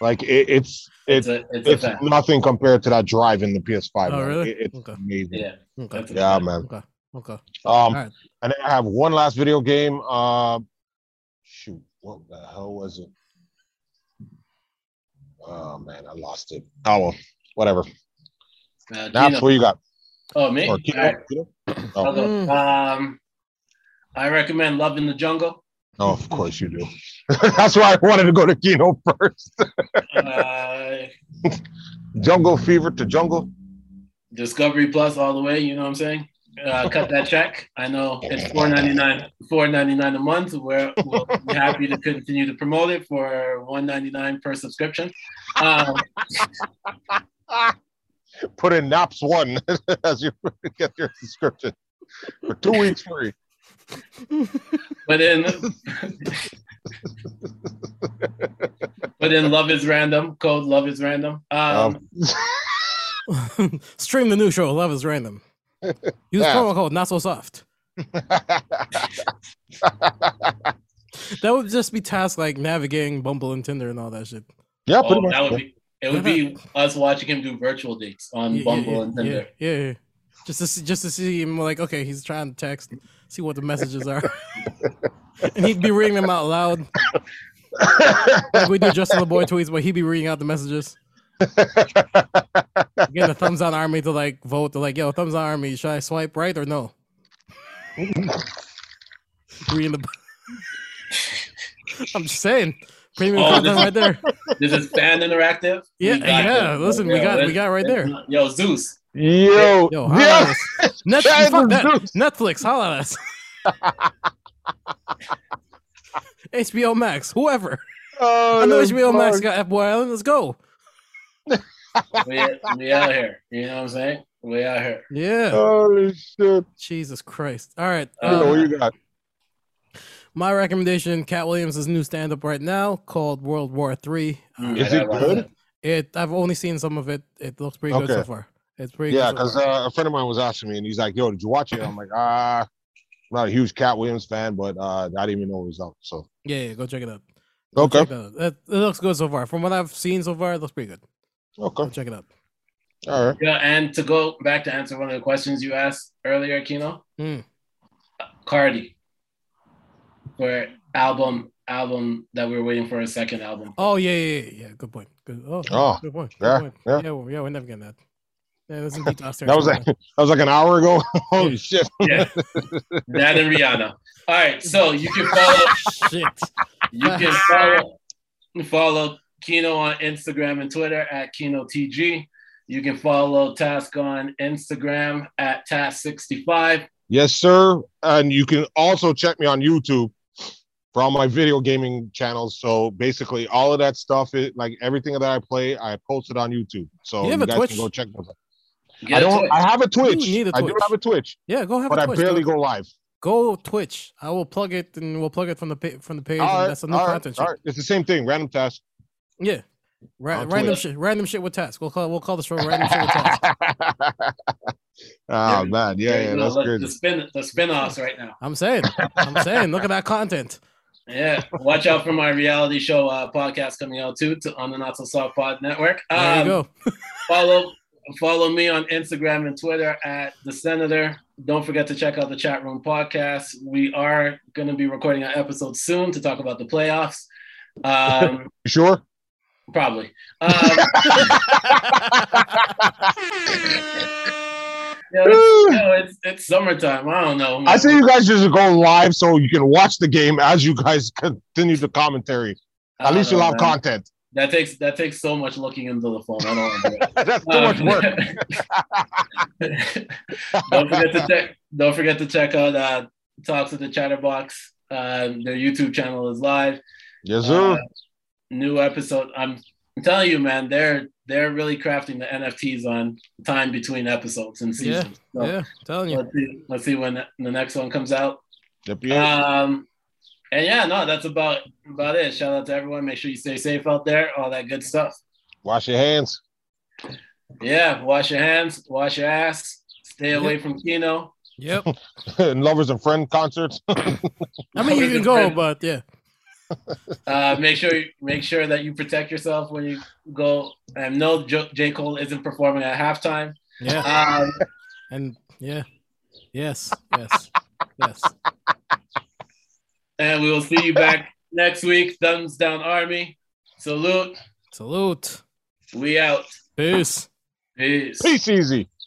Speaker 3: Like it, it's
Speaker 1: It's
Speaker 3: it's
Speaker 1: a, it's a
Speaker 3: it's
Speaker 1: fact.
Speaker 3: nothing compared to that drive in the PS5.
Speaker 2: Oh,
Speaker 3: man.
Speaker 2: really?
Speaker 3: It- it's
Speaker 2: Okay.
Speaker 3: amazing. Yeah,
Speaker 1: Yeah.
Speaker 2: Okay,
Speaker 1: that's a fact.
Speaker 3: man.
Speaker 2: okay, okay.
Speaker 3: Um,
Speaker 2: right.
Speaker 3: and then I have one last video game. Um, shoot, what the hell was it? Oh man, I lost it. Oh well, whatever.
Speaker 1: Uh,
Speaker 3: Naps,
Speaker 1: Gino.
Speaker 3: what you got?
Speaker 1: Oh, me?
Speaker 3: Or Oh,
Speaker 1: All right.
Speaker 3: Kino? Kino?
Speaker 1: I'll go.
Speaker 2: Mm.
Speaker 1: Um, I recommend Love in the Jungle.
Speaker 3: Oh, of course you do. That's why I wanted to go to Kino first.
Speaker 1: Uh,
Speaker 3: Jungle Fever to Jungle.
Speaker 1: Discovery Plus all the way. You know what I'm saying? Uh, cut that check. I know it's four ninety nine, four ninety nine a month. We're, we'll be happy to continue to promote it for one ninety nine per subscription. Um,
Speaker 3: Put in Naps One as you get your subscription for two weeks free.
Speaker 1: but in but in Love is Random code Love is Random. Um,
Speaker 3: Um,
Speaker 2: Stream the new show. Love is random. Use
Speaker 3: Yeah.
Speaker 2: promo code not so soft. That would just be tasks like navigating Bumble and Tinder and all that shit.
Speaker 3: yeah, pretty
Speaker 1: oh,
Speaker 3: much.
Speaker 1: that would be it. Would be us watching him do virtual dates on
Speaker 2: Yeah,
Speaker 1: Bumble
Speaker 2: yeah,
Speaker 1: and
Speaker 2: yeah,
Speaker 1: Tinder.
Speaker 2: Yeah, yeah, yeah. Just to see, just to see him like, okay, he's trying to text, see what the messages are, and he'd be reading them out loud like we do Justin LeBoy tweets, but he'd be reading out the messages. Getting the thumbs down army to like vote. They're like, yo, thumbs down army, should I swipe right or no? reading the. I'm just saying, premium
Speaker 1: Oh,
Speaker 2: content
Speaker 1: this-
Speaker 2: right there.
Speaker 1: This is fan interactive.
Speaker 2: Yeah,
Speaker 1: We got
Speaker 2: yeah.
Speaker 1: this.
Speaker 2: Listen, we
Speaker 1: Yo,
Speaker 2: got we
Speaker 1: it's-
Speaker 2: got right
Speaker 1: it's
Speaker 2: there.
Speaker 1: not- Yo, Zeus.
Speaker 3: Yo,
Speaker 2: Yo, holla at
Speaker 3: yeah,
Speaker 2: us. Net-
Speaker 3: China's
Speaker 2: fuck that.
Speaker 3: Zeus.
Speaker 2: Netflix, holla at us. HBO Max, whoever.
Speaker 3: Oh,
Speaker 2: I know
Speaker 3: that's
Speaker 2: HBO Max
Speaker 3: fun.
Speaker 2: got Apple Island. Let's go.
Speaker 1: We, we out here. You know what I'm saying? We out here.
Speaker 3: Oh.
Speaker 2: Yeah.
Speaker 3: Holy shit!
Speaker 2: Jesus Christ. All right.
Speaker 1: Uh,
Speaker 3: Yo,
Speaker 2: um,
Speaker 3: what you got?
Speaker 2: my recommendation: Cat Williams' new stand-up right now called World War Three.
Speaker 1: Mm,
Speaker 2: Uh,
Speaker 3: Is it good?
Speaker 2: It. I've only seen some of it. It looks pretty good
Speaker 3: Okay.
Speaker 2: so far. It's pretty.
Speaker 3: Yeah,
Speaker 2: good so
Speaker 3: because
Speaker 2: far.
Speaker 3: uh, a friend of mine was asking me, and he's like, "Yo, did you watch it?" I'm like, "Ah, I'm not a huge Cat Williams fan, but uh, I didn't even know it was out." So
Speaker 2: yeah, yeah, go check it out. Go
Speaker 3: okay,
Speaker 2: check that out. It, it looks good so far. From what I've seen so far, it looks pretty good. Go
Speaker 3: okay,
Speaker 2: check it out.
Speaker 3: all right.
Speaker 1: Yeah, and to go back to answer one of the questions you asked earlier, Kino.
Speaker 2: Mm.
Speaker 1: Cardi. For album album that we were waiting for a second album.
Speaker 2: Oh yeah, yeah, yeah. yeah. Good point. Good. Oh,
Speaker 3: Oh,
Speaker 2: good point.
Speaker 3: yeah,
Speaker 2: good point.
Speaker 3: yeah.
Speaker 2: yeah. well, yeah, we're never getting that. Yeah, that's in deep downstairs.
Speaker 3: That was like that was like an hour ago. Holy shit!
Speaker 1: Yeah. that and Rihanna. All right, so you can follow
Speaker 2: shit.
Speaker 1: you
Speaker 2: Uh-huh.
Speaker 1: can follow follow Kino on Instagram and Twitter at Kino TG. You can follow Task on Instagram at Task65.
Speaker 3: Yes, sir. And you can also check me on YouTube for all my video gaming channels. So basically, all of that stuff, it, like everything that I play, I post it on YouTube. So
Speaker 2: You have
Speaker 3: you,
Speaker 2: a
Speaker 3: guys
Speaker 2: Twitch?
Speaker 3: can go check. those out.
Speaker 1: Get
Speaker 3: I
Speaker 1: a
Speaker 3: don't.
Speaker 1: Twitch.
Speaker 3: I have a Twitch.
Speaker 2: need a
Speaker 3: I do
Speaker 2: Twitch.
Speaker 3: have a Twitch,
Speaker 2: Yeah, go have
Speaker 3: but
Speaker 2: a
Speaker 3: I
Speaker 2: Twitch.
Speaker 3: barely
Speaker 2: go,
Speaker 3: go live.
Speaker 2: go Twitch. I will plug it and we'll plug it from the pa- from the page.
Speaker 3: All
Speaker 2: and
Speaker 3: right,
Speaker 2: that's a new
Speaker 3: all right,
Speaker 2: content.
Speaker 3: all
Speaker 2: shit.
Speaker 3: right. It's the same thing. Random task.
Speaker 2: Yeah. Ra-
Speaker 3: On
Speaker 2: random
Speaker 3: Twitch.
Speaker 2: shit. Random shit with task. We'll call we'll call the show random shit with task.
Speaker 3: oh man,
Speaker 1: There
Speaker 3: yeah,
Speaker 1: you
Speaker 3: yeah,
Speaker 1: go.
Speaker 3: that's
Speaker 1: Look,
Speaker 3: crazy.
Speaker 1: The spin the spin-offs right now.
Speaker 2: I'm saying. I'm saying. Look at that content.
Speaker 1: Yeah. Watch out for my reality show uh, podcast coming out too to, on the Not So Soft Pod Network.
Speaker 2: There you
Speaker 1: Um,
Speaker 2: go.
Speaker 1: Follow follow me on Instagram and Twitter at the Senator. Don't forget to check out the chat room podcast. We are going to be recording an episode soon to talk about the playoffs. Um,
Speaker 3: You sure?
Speaker 1: Probably. Um, you know, it's, you know, it's, it's summertime. I don't know. man.
Speaker 3: I say you guys just go live so you can watch the game as you guys continue the commentary.
Speaker 1: I
Speaker 3: At
Speaker 1: don't
Speaker 3: least you'll
Speaker 1: know,
Speaker 3: have
Speaker 1: man.
Speaker 3: content.
Speaker 1: That takes that takes so much looking into the phone. I don't want to do it.
Speaker 3: That's too much
Speaker 1: Um,
Speaker 3: work.
Speaker 1: don't forget to check. Don't forget to check out uh, Talks with the Chatterbox. Um, their YouTube channel is live.
Speaker 3: Yes, sir.
Speaker 1: Uh, new episode. I'm, I'm telling you, man. They're they're really crafting the NFTs on time between episodes and seasons. So
Speaker 2: yeah, telling you.
Speaker 1: Let's see, let's see when the the next one comes out.
Speaker 3: Yep, yep.
Speaker 1: Um, and yeah, no, that's about about it. Shout out to everyone. Make sure you stay safe out there. All that good stuff.
Speaker 3: Wash your hands.
Speaker 1: Yeah, wash your hands, wash your ass, stay away from Kino.
Speaker 2: Yep.
Speaker 3: and lovers and friend concerts.
Speaker 2: I mean, you can go, but yeah.
Speaker 1: Uh, make sure make sure that you protect yourself when you go. And no, J-, J. Cole isn't performing at halftime.
Speaker 2: Yeah.
Speaker 1: Um,
Speaker 2: And yeah. Yes. Yes. Yes.
Speaker 1: and we will see you back next week. Thumbs down, Army. Salute.
Speaker 2: Salute.
Speaker 1: We out.
Speaker 2: Peace.
Speaker 1: Peace.
Speaker 3: Peace easy.